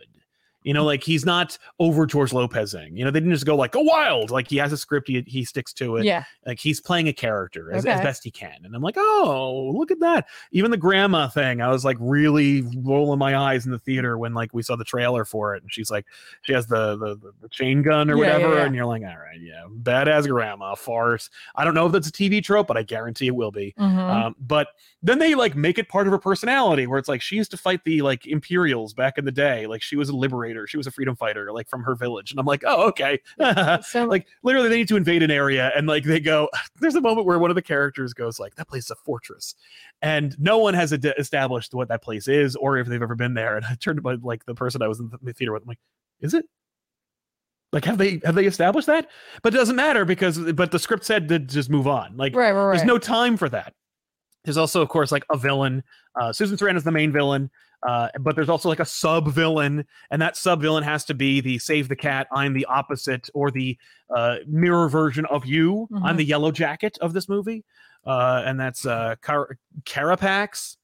you know like he's not over george lopezing you know they didn't just go like go wild like he has a script he, he sticks to it
yeah.
like he's playing a character as, as
Okay.
best he can and i'm like oh look at that even the grandma thing i was like really rolling my eyes in the theater when like we saw the trailer for it and she's like she has the the, the, the chain gun or
Yeah, yeah,
whatever
yeah.
and you're like all right yeah badass grandma farce i don't know if that's a tv trope but i guarantee it will be
mhm.
um, but then they like make it part of her personality where it's like she used to fight the like imperials back in the day like she was a liberator she was a freedom fighter like from her village and i'm like oh okay
so,
like literally they need to invade an area and like they go there's a moment where one of the characters goes like that place is a fortress and no one has ad- established what that place is or if they've ever been there and i turned to my like the person i was in the theater with i'm like is it like have they have they established that but it doesn't matter because but the script said to just move on like
right. Right. Right.
there's no time for that. There's also, of course, like a villain. Uh, Susan Sarandon is the main villain, uh, but there's also like a sub villain, and that sub villain has to be the save the cat, I'm the opposite, or the uh, mirror version of you. I'm
Mhm.
the yellow jacket of this movie, uh, and that's uh, Car- Carapax.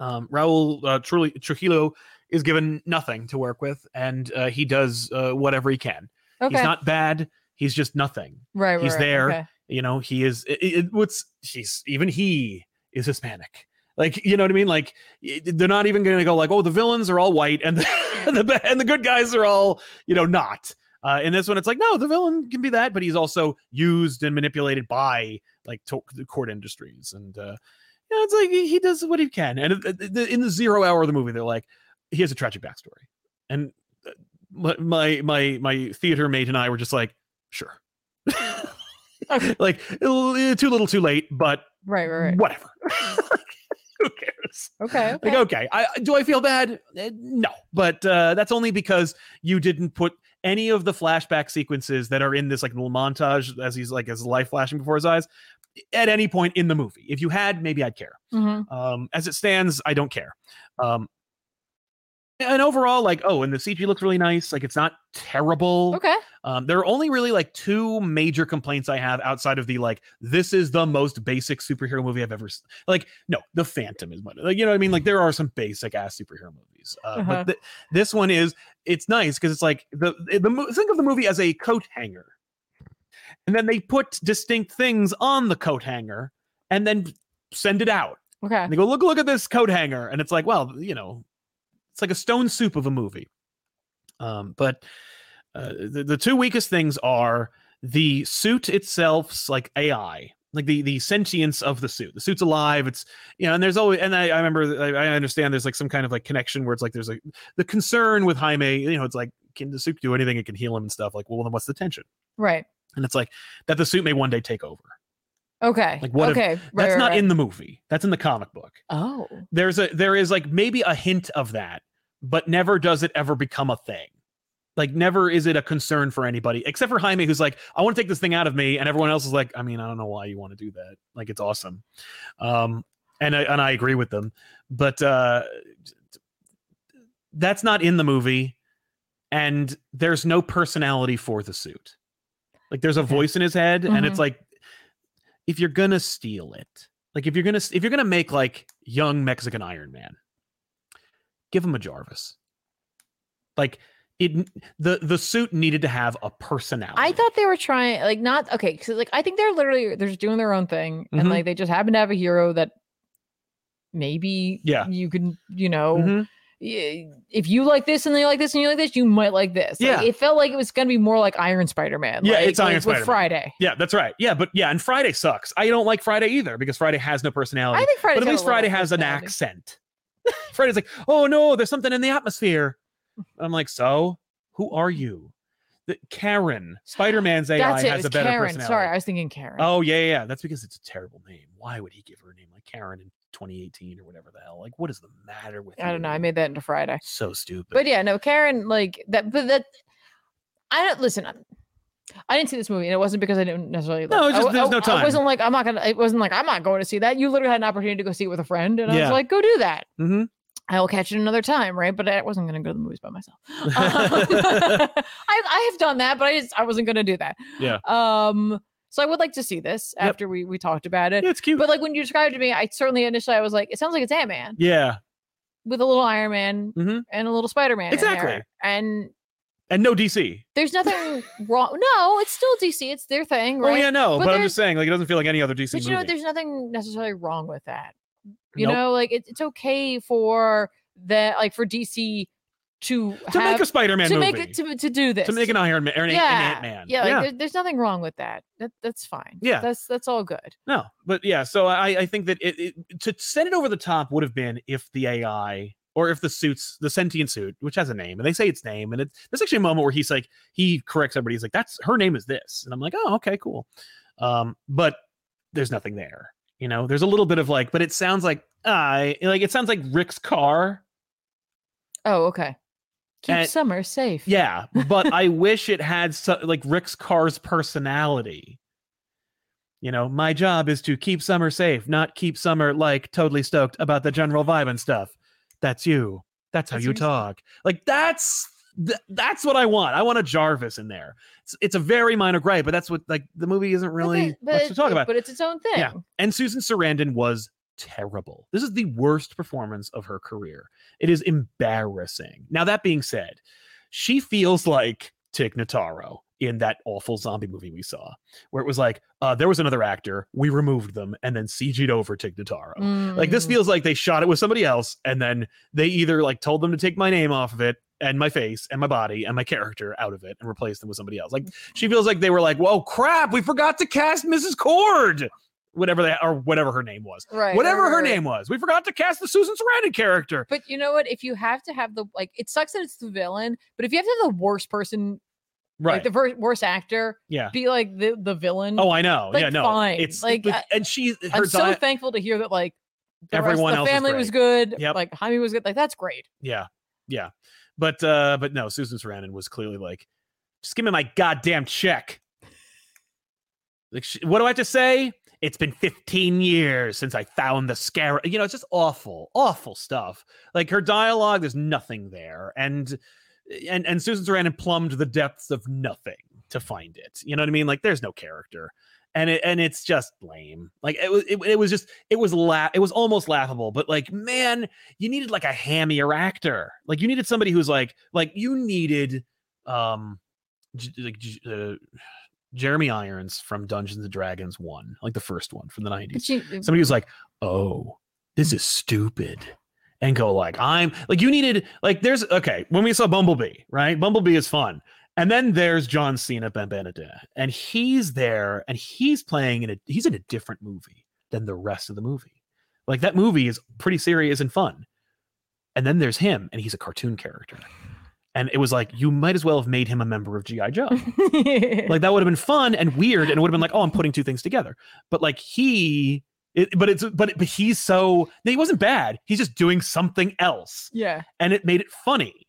Um, Raul uh, Trujillo- Trujillo is given nothing to work with, and uh, he does uh, whatever he can.
okay.
He's not bad. He's just nothing
right. Right.
he's
right,
there.
Okay.
you know he is it, it, it- what's he's even he is hispanic like you know what i mean like y- they're not even gonna go like oh the villains are all white and the and the, ba- and the good guys are all you know not uh, in this one it's like no the villain can be that but he's also used and manipulated by like to- the court industries and uh you know, it's like he he does what he can. And uh, the- in the zero hour of the movie, they're like, he has a tragic backstory. And uh, my my my, my theater mate and I were just like, sure. like a little- eh, too little, too late, but
Right, right, right.
whatever. Who cares?
Okay. okay.
Like, okay, I do I feel bad? Eh, No, but uh, that's only because you didn't put any of the flashback sequences that are in this like little montage as he's like his life flashing before his eyes at any point in the movie. If you had, maybe I'd care.
Mhm.
Um, as it stands, I don't care. Um, and overall, like, oh, and the CG looks really nice. Like, it's not terrible.
Okay.
Um, there are only really like two major complaints I have outside of the like this is the most basic superhero movie I've ever seen. Like no, the Phantom is one. Like you know what I mean? Like there are some basic ass superhero movies, uh,
Uh-huh.
but th- this one is it's nice because it's like the the mo- think of the movie as a coat hanger, and then they put distinct things on the coat hanger and then send it out.
Okay.
And they go look look at this coat hanger, and it's like well you know it's like a stone soup of a movie. Um, but uh, the, the two weakest things are the suit itself's like AI, like the the sentience of the suit. The suit's alive. It's you know, and there's always and I, I remember I, I understand there's like some kind of like connection where it's like there's like the concern with Jaime. You know, it's like can the suit do anything? It can heal him and stuff. Like, well, then what's the tension?
Right.
And it's like that the suit may one day take over.
Okay.
Like, what if-
okay. right,
That's
right,
not
right.
in the movie. That's in the comic book.
Oh.
there's a there is like maybe a hint of that but never does it ever become a thing like never is it a concern for anybody except for jaime who's like i want to take this thing out of me and everyone else is like i mean i don't know why you want to do that like it's awesome um and I, and i agree with them but uh that's not in the movie and there's no personality for the suit like there's a
Okay.
voice in his head and it's like if you're gonna steal it like if you're gonna if you're gonna make like young mexican iron man give him a jarvis like it the the suit needed to have a personality
I thought they were trying like not okay, because like I think they're literally they're just doing their own thing, and
Mhm.
like they just happen to have a hero that maybe
Yeah.
you can you know
Mhm.
y- if you like this and they like this and you like this, you might like this. Like,
Yeah.
it felt like it was gonna be more like Iron Spider Man.
Yeah,
like,
it's Iron
like, with
Spider-Man.
Friday.
yeah that's right yeah but yeah and friday sucks i don't like friday either because friday has no personality
I think Friday.
but at least Friday has an accent. Friday's like, oh no, there's something in the atmosphere. I'm like, so who are you? The, Karen, Spider Man's AI
That's it.
has
it's
a better
Karen.
personality.
Sorry, I was thinking Karen.
Oh yeah, yeah, yeah. That's because it's a terrible name. Why would he give her a name like Karen in 2018 or whatever the hell? Like, what is the matter with?
I don't know. I
you?
made that into Friday.
so stupid.
But yeah, no, Karen, like that, but that, I don't listen. I'm, I didn't see this movie, and it wasn't because I didn't necessarily. Like,
No, it's
I
just
wa-
there's
I-
no time.
I wasn't like I'm not gonna. It wasn't like I'm not going to see that. You literally had an opportunity to go see it with a friend, and I
Yeah.
was like, go do that.
Mhm.
I will catch it another time, right? But I wasn't gonna go to the movies by myself. Um, I, I have done that, but I just I wasn't gonna do that.
Yeah.
Um. So I would like to see this
Yep.
after we we talked about it.
Yeah, it's cute.
But like when you described it to me, I certainly initially I was like, it sounds like it's Ant Man
yeah,
with a little Iron Man
Mhm.
and a little Spider Man.
Exactly.
And
and no DC.
there's nothing wrong. No, it's still DC. It's their thing, right?
Oh yeah, no. But,
But
I'm
there's-
just saying, like, it doesn't feel like any other DC
but you
movie.
know, what? there's nothing necessarily wrong with that. You
Nope.
know, like it, it's okay for the like for DC to
to
have
make a Spider-Man
to
movie,
make it to, to do this
to make an Iron Man, or an, an
yeah
Ant-Man.
yeah. Like, there- there's nothing wrong with that. That that's fine.
Yeah.
that's that's all good.
No, but yeah, so I, I think that it, it to send it over the top would have been if the AI or if the suits, the sentient suit, which has a name, and they say its name, and it, there's actually a moment where he's like, he corrects everybody. He's like, "That's her name is this," and I'm like, "Oh, okay, cool." Um, but there's nothing there, you know. There's a little bit of like, but it sounds like I like it sounds like Rick's car,
Oh, okay. Keep
And-
summer safe.
yeah. But I wish it had so, like Rick's car's personality. you know, my job is to keep Summer safe, not keep Summer like totally stoked about the general vibe and stuff. That's you. That's how
That's
you
your stuff.
talk. Like that's th- that's what I want. I want a Jarvis in there. It's, it's a very minor gripe, but that's what like the movie isn't
Okay,
really
but
much to
it-
talk
it-
about.
But it's its own thing.
Yeah. And Susan Sarandon was terrible. This is the worst performance of her career. It is embarrassing. Now that being said, she feels like Tig Notaro in that awful zombie movie we saw, where it was like uh, there was another actor, we removed them, and then CG'd over Tig Notaro. Like this
Mm.
feels like they shot it with somebody else, and then they either like told them to take my name off of it and my face and my body and my character out of it and replace them with somebody else. Like she feels like they were like, "Whoa, crap! We forgot to cast Mrs. Cord." whatever that or whatever her name was.
Right.
whatever
right,
her
right.
name was. We forgot to cast the Susan Sarandon character.
But you know what? If you have to have the like, it sucks that it's the villain. But if you have to have the worst person,
Right.
like the ver- worst actor,
yeah.
be like the the villain.
Oh, I know.
like,
yeah, no.
fine.
It's
Like,
like,
I-
and she, her
I'm so
diet-
thankful to hear that like the
Everyone
rest of
else
the
is
family was good.
Yep.
Like Jaime was good. Like that's great.
yeah, yeah. But, uh, but no, Susan Sarandon was clearly like, just give me my goddamn check. Like, she, what do I have to say? It's been 15 years since I found the scar. You know, it's just awful, awful stuff. Like her dialogue, there's nothing there, and and and Susan Sarandon plumbed the depths of nothing to find it. You know what I mean? Like, there's no character. and it, and it's just lame. Like it was, it, it was just, it was la- it was almost laughable. But like, man, you needed like a hammier actor. Like you needed somebody who's like, like you needed, um, J- like J- uh, Jeremy Irons from Dungeons and Dragons one, like the first one from the nineties.
But you,
Somebody who's like, oh, this is stupid. And go like, I'm like, you needed like, there's okay. When we saw Bumblebee, right? Bumblebee is fun. And then there's John Cena Ben Benedetta, and he's there, and he's playing in a he's in a different movie than the rest of the movie. Like that movie is pretty serious and fun. And then there's him, and he's a cartoon character. And it was like you might as well have made him a member of GI Joe.
like
Like that would have been fun and weird, and it would have been like, oh, I'm putting two things together. But like he, it, but it's but but he's so he wasn't bad. He's just doing something else
yeah.
and it made it funny.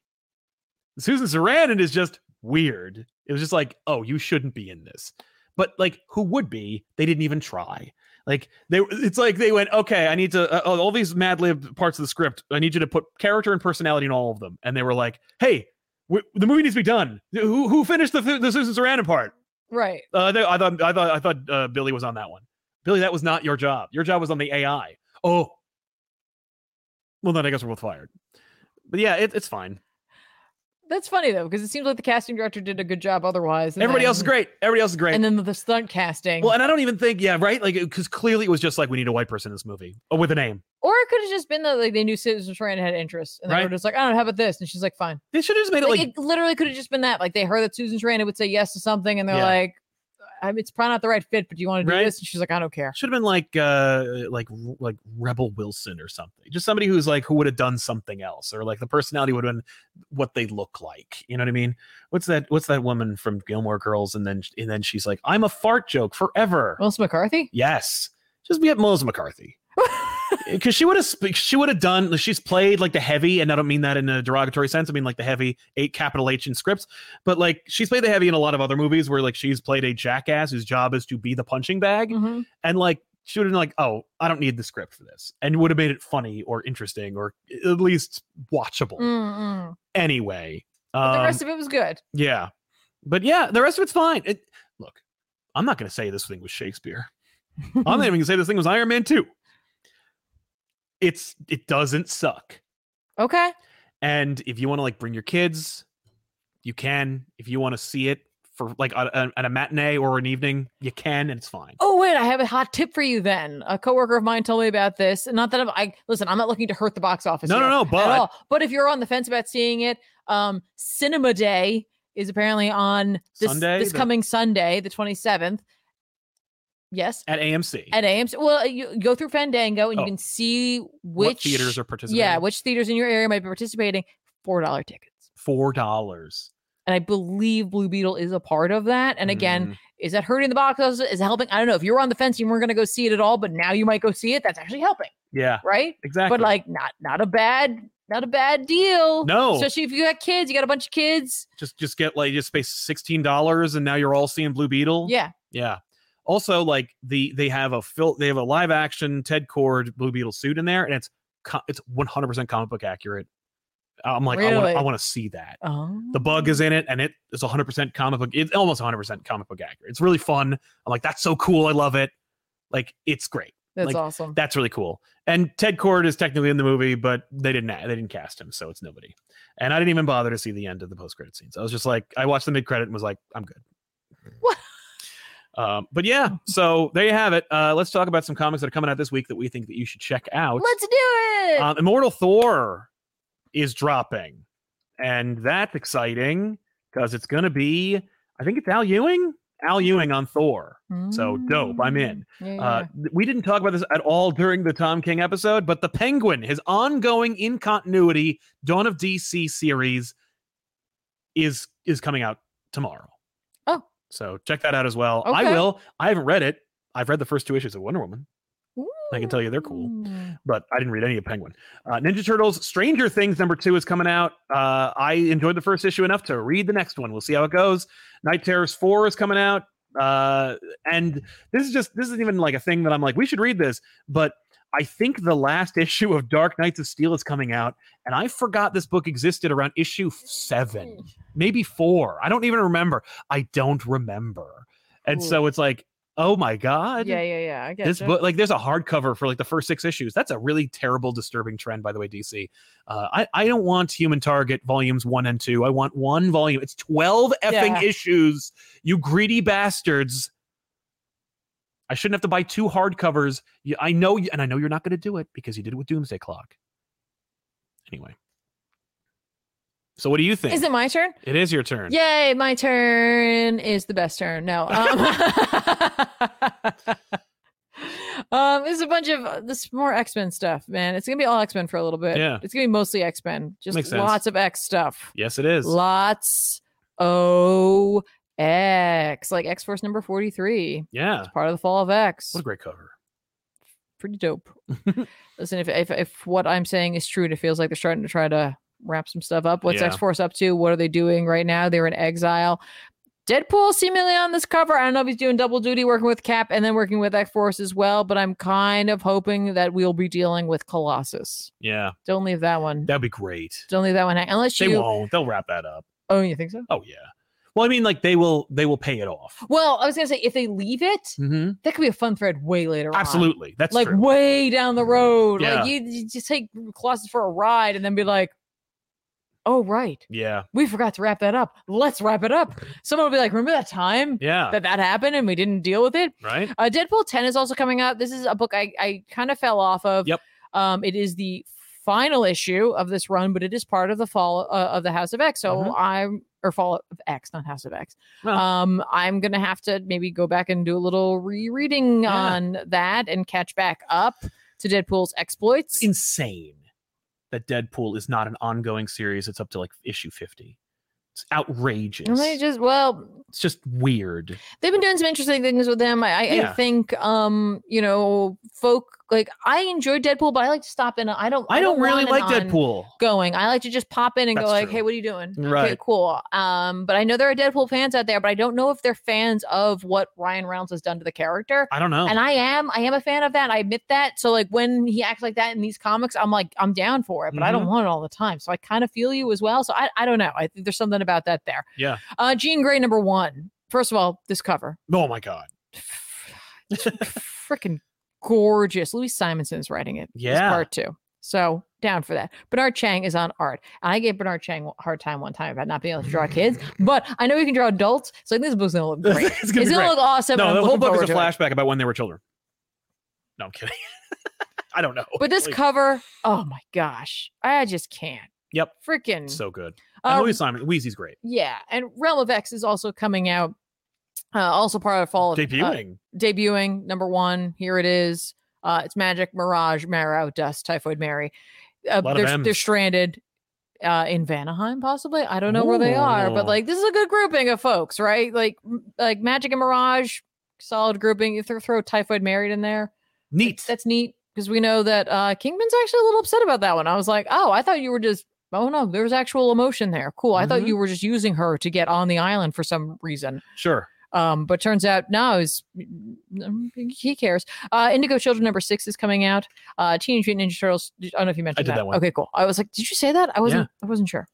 Susan Sarandon is just weird. It was just like, oh, you shouldn't be in this. But like, who would be? They didn't even try. Like they, it's like they went, okay, I need to uh, all these Mad Lib parts of the script. I need you to put character and personality in all of them. And they were like, hey, w- the movie needs to be done. Who who finished the the Susan Sarandon part?
Right.
Uh, they, I thought I thought I thought uh, Billy was on that one. Billy, that was not your job. Your job was on the AI. Oh, well then I guess we're both fired. But yeah, it, it's fine.
That's funny though, because it seems like the casting director did a good job otherwise. and
Everybody else is
then-
great. Everybody else is great.
And then the stunt casting.
well, and I don't even think yeah, right? Like because clearly it was just like we need a white person in this movie oh, with a name.
or it could have just been that like they knew Susan Sarandon had interest, and they
Right.
were just like, "I don't know, how about this?" And she's like, "Fine."
They should have just made it
Like,
like,
it literally could have just been that. Like they heard that Susan Sarandon would say yes to something, and they're
Yeah.
like, I mean, "It's probably not the right fit, but do you want to do
Right.
this?" And she's like, "I don't care."
should have been like uh like like Rebel Wilson or something. Just somebody who's like who would have done something else or like the personality would have been what they look like. You know what I mean? What's that what's that woman from Gilmore Girls and then and then she's like I'm a fart joke forever.
Melissa McCarthy.
Yes. Just be at Melissa McCarthy. Because she would have, sp- she would have done. She's played like the heavy, and I don't mean that in a derogatory sense. I mean like the heavy, eight capital H in scripts. But like she's played the heavy in a lot of other movies where like she's played a jackass whose job is to be the punching bag
Mhm.
and like she would have been like, "Oh, I don't need the script for this," and would have made it funny or interesting or at least watchable.
Mm-mm.
Anyway,
Mm. Mm-hmm. The
um,
rest of it was good.
yeah, but yeah, the rest of it's fine. It, look, I'm not going to say this thing was Shakespeare. I'm not even going to say this thing was Iron Man Two. It's it doesn't suck,
okay.
and if you want to like bring your kids, you can. If you want to see it for like at a, at a matinee or an evening, you can, and it's fine.
Oh wait, I have a hot tip for you. Then a coworker of mine told me about this. Not that I'm, I listen. I'm not looking to hurt the box office.
no,
here.
no, no,
at
but
all. But if you're on the fence about seeing it, um, Cinema Day is apparently on this,
Sunday,
this
the-
coming Sunday, the 27th. Yes,
at AMC,
at AMC. Well, uh, you go through Fandango and
Oh.
you can see which
what theaters are participating?
yeah, which theaters in your area might be participating. Four dollar tickets,
four dollars.
and I believe Blue Beetle is a part of that. And
Mm.
again, is that hurting the box office? Is it helping? I don't know. If you were on the fence, you weren't going to go see it at all, but now you might go see it. That's actually helping,
yeah,
right?
exactly.
But like, not not a bad not a bad deal.
no, just,
especially if you got kids, you got a bunch of kids.
just get like just pay sixteen dollars, and now you're all seeing Blue Beetle.
Yeah,
yeah. Also, like the they have a fil- they have a live action Ted Cord Blue Beetle suit in there, and it's co- it's one hundred percent comic book accurate. I'm like, I
Really?
want I want to see that.
oh.
The bug is in it, and it is 100% comic book. It's almost 100% comic book accurate. It's really fun. I'm like, that's so cool. I love it. Like, it's great.
That's
like,
awesome.
that's really cool. And Ted Cord is technically in the movie, but they didn't they didn't cast him, so it's nobody. And I didn't even bother to see the end of the post credit scenes. I was just like, I watched the mid credit and was like, I'm good.
What?
Um, but yeah, so there you have it. Uh, let's talk about some comics that are coming out this week that we think that you should check out.
Let's do it.
Um, Immortal Thor is dropping, and that's exciting because it's going to be. I think it's Al Ewing. Al Ewing on Thor. Uh, So dope. I'm in.
Yeah, yeah,
Uh, th- we didn't talk about this at all during the Tom King episode, but the Penguin, his ongoing in continuity Dawn of DC series, is is coming out tomorrow.
Oh.
so check that out as well. I
Okay.
will. I haven't read it. I've read the first two issues of Wonder Woman,
yeah.
I can tell you they're cool.
Ooh.
but I didn't read any of Penguin. Uh, Ninja Turtles: Stranger Things number two is coming out. Uh, I enjoyed the first issue enough to read the next one. We'll see how it goes. Night Terrors four is coming out, uh, and this is just this isn't even like a thing that I'm like we should read this, but I think the last issue of Dark Knights of Steel is coming out, and I forgot this book existed around issue seven maybe four. I don't even remember. I don't remember. And
Cool.
so it's like, oh my god.
Yeah, yeah, yeah. I get
This book, like, there's a hardcover for like the first six issues. That's a really terrible, disturbing trend, by the way, DC. Uh, I I don't want Human Target volumes one and two. I want one volume. It's twelve effing
Yeah.
issues. You greedy bastards! I shouldn't have to buy two hardcovers. You- I know, you- and I know you're not going to do it because you did it with Doomsday Clock. Anyway, so what do you think?
Is it my turn?
it is your turn.
Yay, my turn is the best turn. No. Um, um it's a bunch of uh, this more X-Men stuff, man. It's going to be all X-Men for a little bit.
Yeah.
It's going to be mostly X-Men. Just
Makes sense.
lots of X stuff.
Yes, it is.
Lots O X. Like X-Force number 43.
Yeah.
Part of the Fall of X.
What a great cover.
Pretty dope. Listen, if, if if what I'm saying is true and it feels like they're starting to try to wrap some stuff up, what's
Yeah.
X Force up to? What are they doing right now? They're in exile. Deadpool seemingly on this cover. I don't know if he's doing double duty, working with Cap and then working with X Force as well. But I'm kind of hoping that we'll be dealing with Colossus.
Yeah.
Don't leave that one.
That'd be great.
Don't leave that one hang. Unless
They
you.
won't. They'll wrap that up.
Oh, you think so?
Oh yeah. Well, I mean, like they will. They will pay it off.
Well, I was gonna say if they leave it,
Mm-hmm.
that could be a fun thread way later. on.
Absolutely. That's
like
true.
way down the road.
Yeah.
Like you, you just take Colossus for a ride and then be like, "Oh right,
Yeah.
we forgot to wrap that up. Let's wrap it up." Someone will be like, "Remember that time
Yeah.
that that happened and we didn't deal with it?"
right.
Uh, Deadpool ten is also coming out. This is a book I I kind of fell off of.
Yep.
Um, it is the final issue of this run, but it is part of the fall uh, of the House of X. So
Mhm.
I'm or fall of X, not House of X.
No.
Um, I'm gonna have to maybe go back and do a little rereading
Yeah.
on that and catch back up to Deadpool's exploits.
It's insane that Deadpool is not an ongoing series. It's up to like issue fifty. It's outrageous.
And they just well,
it's just weird.
they've been doing some interesting things with them. I, I, I
Yeah.
think, um, you know, folk like I enjoy Deadpool, but I like to stop in. I don't.
I don't really
want an
like
on-
Deadpool.
going. I like to just pop in and
That's
go like,
true.
"Hey, what are you doing?" Okay,
Right.
cool. Um, but I know there are Deadpool fans out there, but I don't know if they're fans of what Ryan Reynolds has done to the character.
I don't know.
And I am, I am a fan of that. I admit that. So like when he acts like that in these comics, I'm like, I'm down for it, but I
Mm-hmm.
don't want it all the time. So I kind of feel you as well. So I, I don't know. I think there's something about that there.
Yeah.
Uh, Jean Grey number one. First of all, this cover,
oh my god.
freaking gorgeous. Louis Simonson is writing it. It's
Yeah.
part two. So down for that. Bernard Chang is on art. And I gave Bernard Chang a hard time one time about not being able to draw kids, but I know he can draw adults. So this book's gonna look great.
it's gonna
it's
be
gonna
great.
look awesome. and
no,
I'm
the whole
looking
book
forward
is a
to it.
flashback about when they were children. No, I'm kidding. I don't know.
But this
Like,
cover, oh my gosh, I just can't.
Yep.
Freaking.
so good.
uh,
And Louis Simon, Wheezy's great.
yeah, and Realm of X is also coming out. Uh, also part of Fall of uh,
Debuting.
debuting number one. Here it is. Uh, it's Magic, Mirage, Marrow, Dust, Typhoid Mary. Uh,
Lot of
they're, they're
Ms.
stranded uh, in Vanaheim, possibly. I don't know where they are, but
Ooh.
like this is a good grouping of folks, right? Like m- like Magic and Mirage, solid grouping. You throw throw Typhoid Married in there.
Neat.
That's neat because we know that uh, Kingman's actually a little upset about that one. I was like, oh, I thought you were just. Oh no, there was actual emotion there. Cool. I thought
Mhm.
you were just using her to get on the island for some reason.
Sure.
Um, but turns out no, is he cares? Uh, Indigo Children number six is coming out. Uh, Teenage Mutant Ninja Turtles. I don't know if you mentioned
did that one.
Okay, cool. I was like, did you say that? I wasn't. I wasn't sure.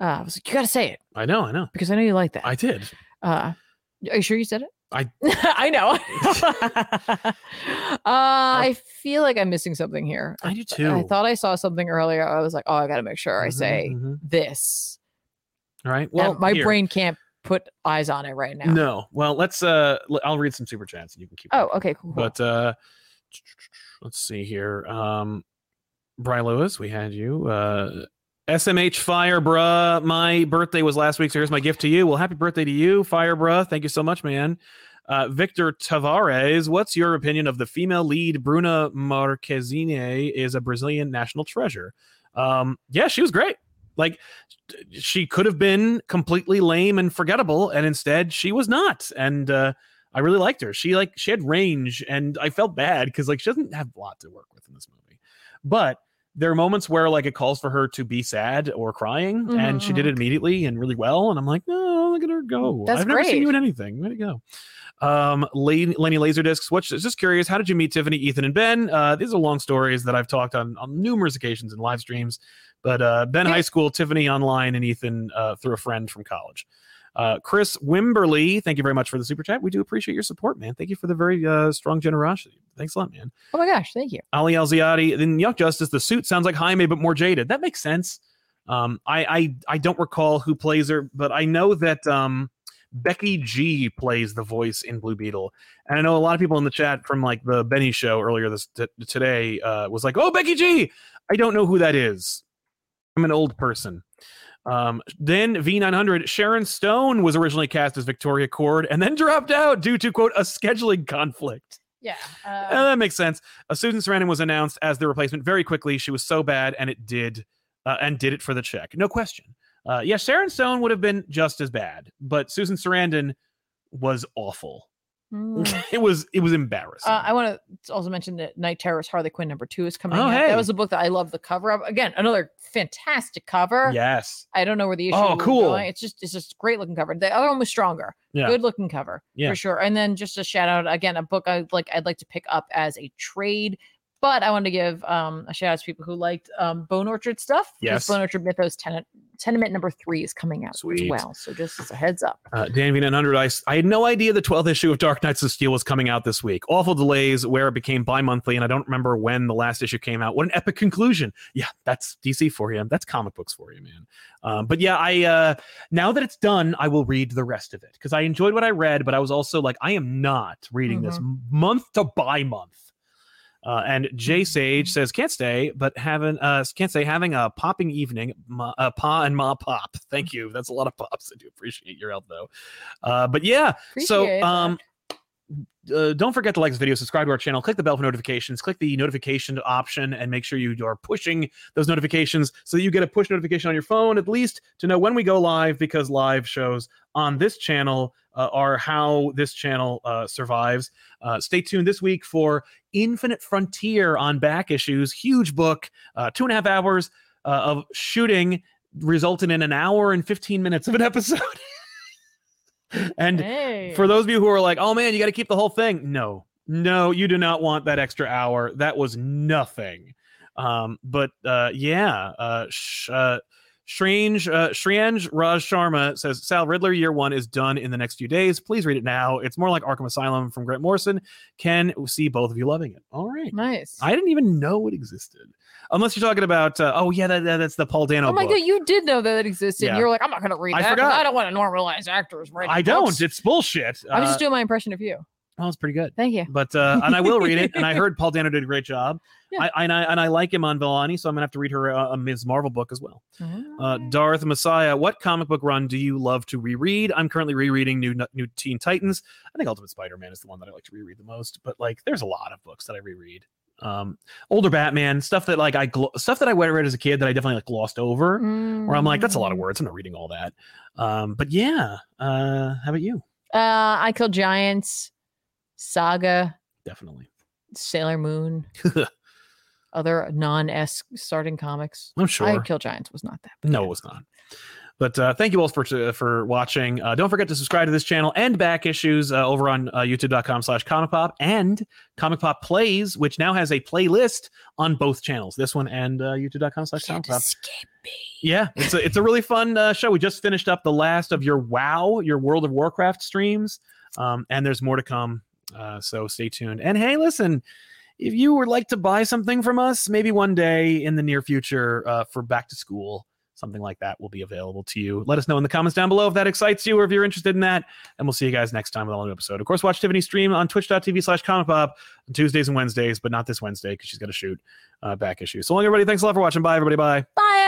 Uh, I was like, you gotta say it
I know. I know.
because I know you like that.
I did.
uh, are you sure you said it?
I-
I know. uh, I feel like I'm missing something here.
I do too. Mm-hmm,
I thought I saw something earlier. I was like, oh, I gotta make sure I say this.
All right.
Well,
Well,
my
here.
brain can't put eyes on it right now.
No. Well, let's. Uh, l- I'll read some super chats and you can keep.
Oh,
looking.
okay, cool. cool.
But uh, let's see here. Um, Bry Lewis, we had you. Uh, SMH Fire Bruh, my birthday was last week, so here's my gift to you. Well, happy birthday to you, Fire Bruh. Thank you so much, man. Uh, Victor Tavares, what's your opinion of the female lead Bruna Marquezine is a Brazilian national treasure? Um, yeah, she was great. Like she could have been completely lame and forgettable, and instead she was not. And uh, I really liked her. She like she had range, and I felt bad because like she doesn't have a lot to work with in this movie. But there are moments where like it calls for her to be sad or crying, and she did it immediately and really well. And I'm like, no, look at her go.
That's
I've never seen
great.
you in anything. Way to go. Um, Lenny, Lenny Laserdiscs. What's just curious? How did you meet Tiffany, Ethan, and Ben? Uh, these are long stories that I've talked on on numerous occasions in live streams. But uh, Ben
Yeah.
high school, Tiffany online, and Ethan uh, through a friend from college. Uh, Chris Wimberly, thank you very much for the super chat. We do appreciate your support, man. Thank you for the very uh, strong generosity. Thanks a lot, man.
Oh my gosh, thank you.
Ali Alziati, then Yuck Justice. The suit sounds like Jaime, but more jaded. That makes sense. Um, I, I I don't recall who plays her, but I know that um, Becky G plays the voice in Blue Beetle, and I know a lot of people in the chat from like the Benny show earlier this t- today uh, was like, "Oh, Becky G." I don't know who that is. I'm an old person. Um, then V900, Sharon Stone was originally cast as Victoria Cord and then dropped out due to quote a scheduling conflict.
Yeah.
Uh, that makes sense. Uh, Susan Sarandon was announced as the replacement very quickly. She was so bad, and it did, uh, and did it for the check, no question. Uh, yeah, Sharon Stone would have been just as bad, but Susan Sarandon was awful. it was it was embarrassing.
um, hmm. Mm. Uh, I want to also mention that Night Terror's Harley Quinn number two is coming
Oh,
out.
hey.
That was a book that I love the cover of. Again, another fantastic cover.
yes,
I don't know where the issue.
Oh,
will be
cool.
going. It's just it's just great looking cover. The other one was stronger.
Yeah.
Good looking cover
Yeah.
for sure. And then just a shout out again, a book I would like I'd like to pick up as a trade. But I want to give um, a shout out to people who liked um, Bone Orchard stuff. 'cause
Yes.
Bone Orchard Mythos tenant, tenement number three is coming out
Sweet.
as well. So just as a heads up.
uh, Dan V900. I, s- I had no idea the 12th issue of Dark Knights of Steel was coming out this week. Awful delays where it became bi-monthly, and I don't remember when the last issue came out. What an epic conclusion! Yeah, that's DC for you. That's comic books for you, man. Um, but yeah, I uh, now that it's done, I will read the rest of it because I enjoyed what I read, but I was also like, I am not reading this month to by month. Uh, and Jay Sage says can't stay, but having uh, can't stay having a popping evening, ma, uh, pa and ma pop. Thank you. That's a lot of pops. I do appreciate your help though. Uh, but yeah,
Appreciate
so
that.
um uh, don't forget to like this video, subscribe to our channel, click the bell for notifications, click the notification option, and make sure you are pushing those notifications so that you get a push notification on your phone at least to know when we go live because live shows on this channel uh, are how this channel uh, survives. Uh, stay tuned this week for Infinite Frontier on back issues, huge book, uh, two and a half hours uh, of shooting resulted in an hour and 15 minutes of an episode. and
Hey.
for those of you who are like, oh man, you got to keep the whole thing. No, no, you do not want that extra hour. That was nothing. Um, but uh, yeah, uh, sh- uh, Strange, uh, Shranj Raj Sharma says Sal Riddler year one is done in the next few days. Please read it now. It's more like Arkham Asylum from Grant Morrison. Can see both of you loving it. All right.
nice.
I didn't even know it existed, unless you're talking about. Uh, oh yeah, that, that- that's the Paul Dano.
Oh my
book.
god, you did know that it existed.
Yeah.
You were like, I'm not gonna read
I
that. 'cause
forgot.
I don't want to normalize actors writing.
I don't.
books."
It's bullshit.
I
Uh,
was just doing my impression of you.
well, it's pretty good.
Thank you.
but uh, and I will read it. And I heard Paul Dano did a great job.
Yeah.
I, and I and I like him on Villani, so I'm gonna have to read her uh, a Ms. Marvel book as well. Uh,
Alright.
Darth Messiah, what comic book run do you love to reread? I'm currently rereading New New Teen Titans. I think Ultimate Spider-Man is the one that I like to reread the most. But like, there's a lot of books that I reread. Um, older Batman stuff that like I glo- stuff that I read as a kid that I definitely like glossed over, where I'm like, that's a lot of
Mm.
words. I'm not reading all that. Um, but yeah, uh, how about you?
Uh, I Kill Giants, Saga,
Definitely,
Sailor Moon, other non esque starting comics.
I'm sure.
I Kill Giants was not that. bad.
No, it was not. But uh, thank you all for for watching. Uh, don't forget to subscribe to this channel and back issues uh, over on uh, youtube.com slash comic pop and comic pop plays, which now has a playlist on both channels, this one and uh, youtube.com slash comic
Can't
pop.
escape me.
Yeah, it's a, it's a really fun uh, show. We just finished up the last of your WoW, your World of Warcraft streams, um, and there's more to come. Uh, so stay tuned. And hey, listen, if you would like to buy something from us, maybe one day in the near future uh, for back to school, something like that will be available to you. Let us know in the comments down below if that excites you or if you're interested in that. And we'll see you guys next time with another episode. Of course, watch Tiffany stream on twitch.tv slash comic pop on Tuesdays and Wednesdays, but not this Wednesday because she's got to shoot uh, back issues. So long, everybody. Thanks a lot for watching. Bye, everybody. Bye.
Bye.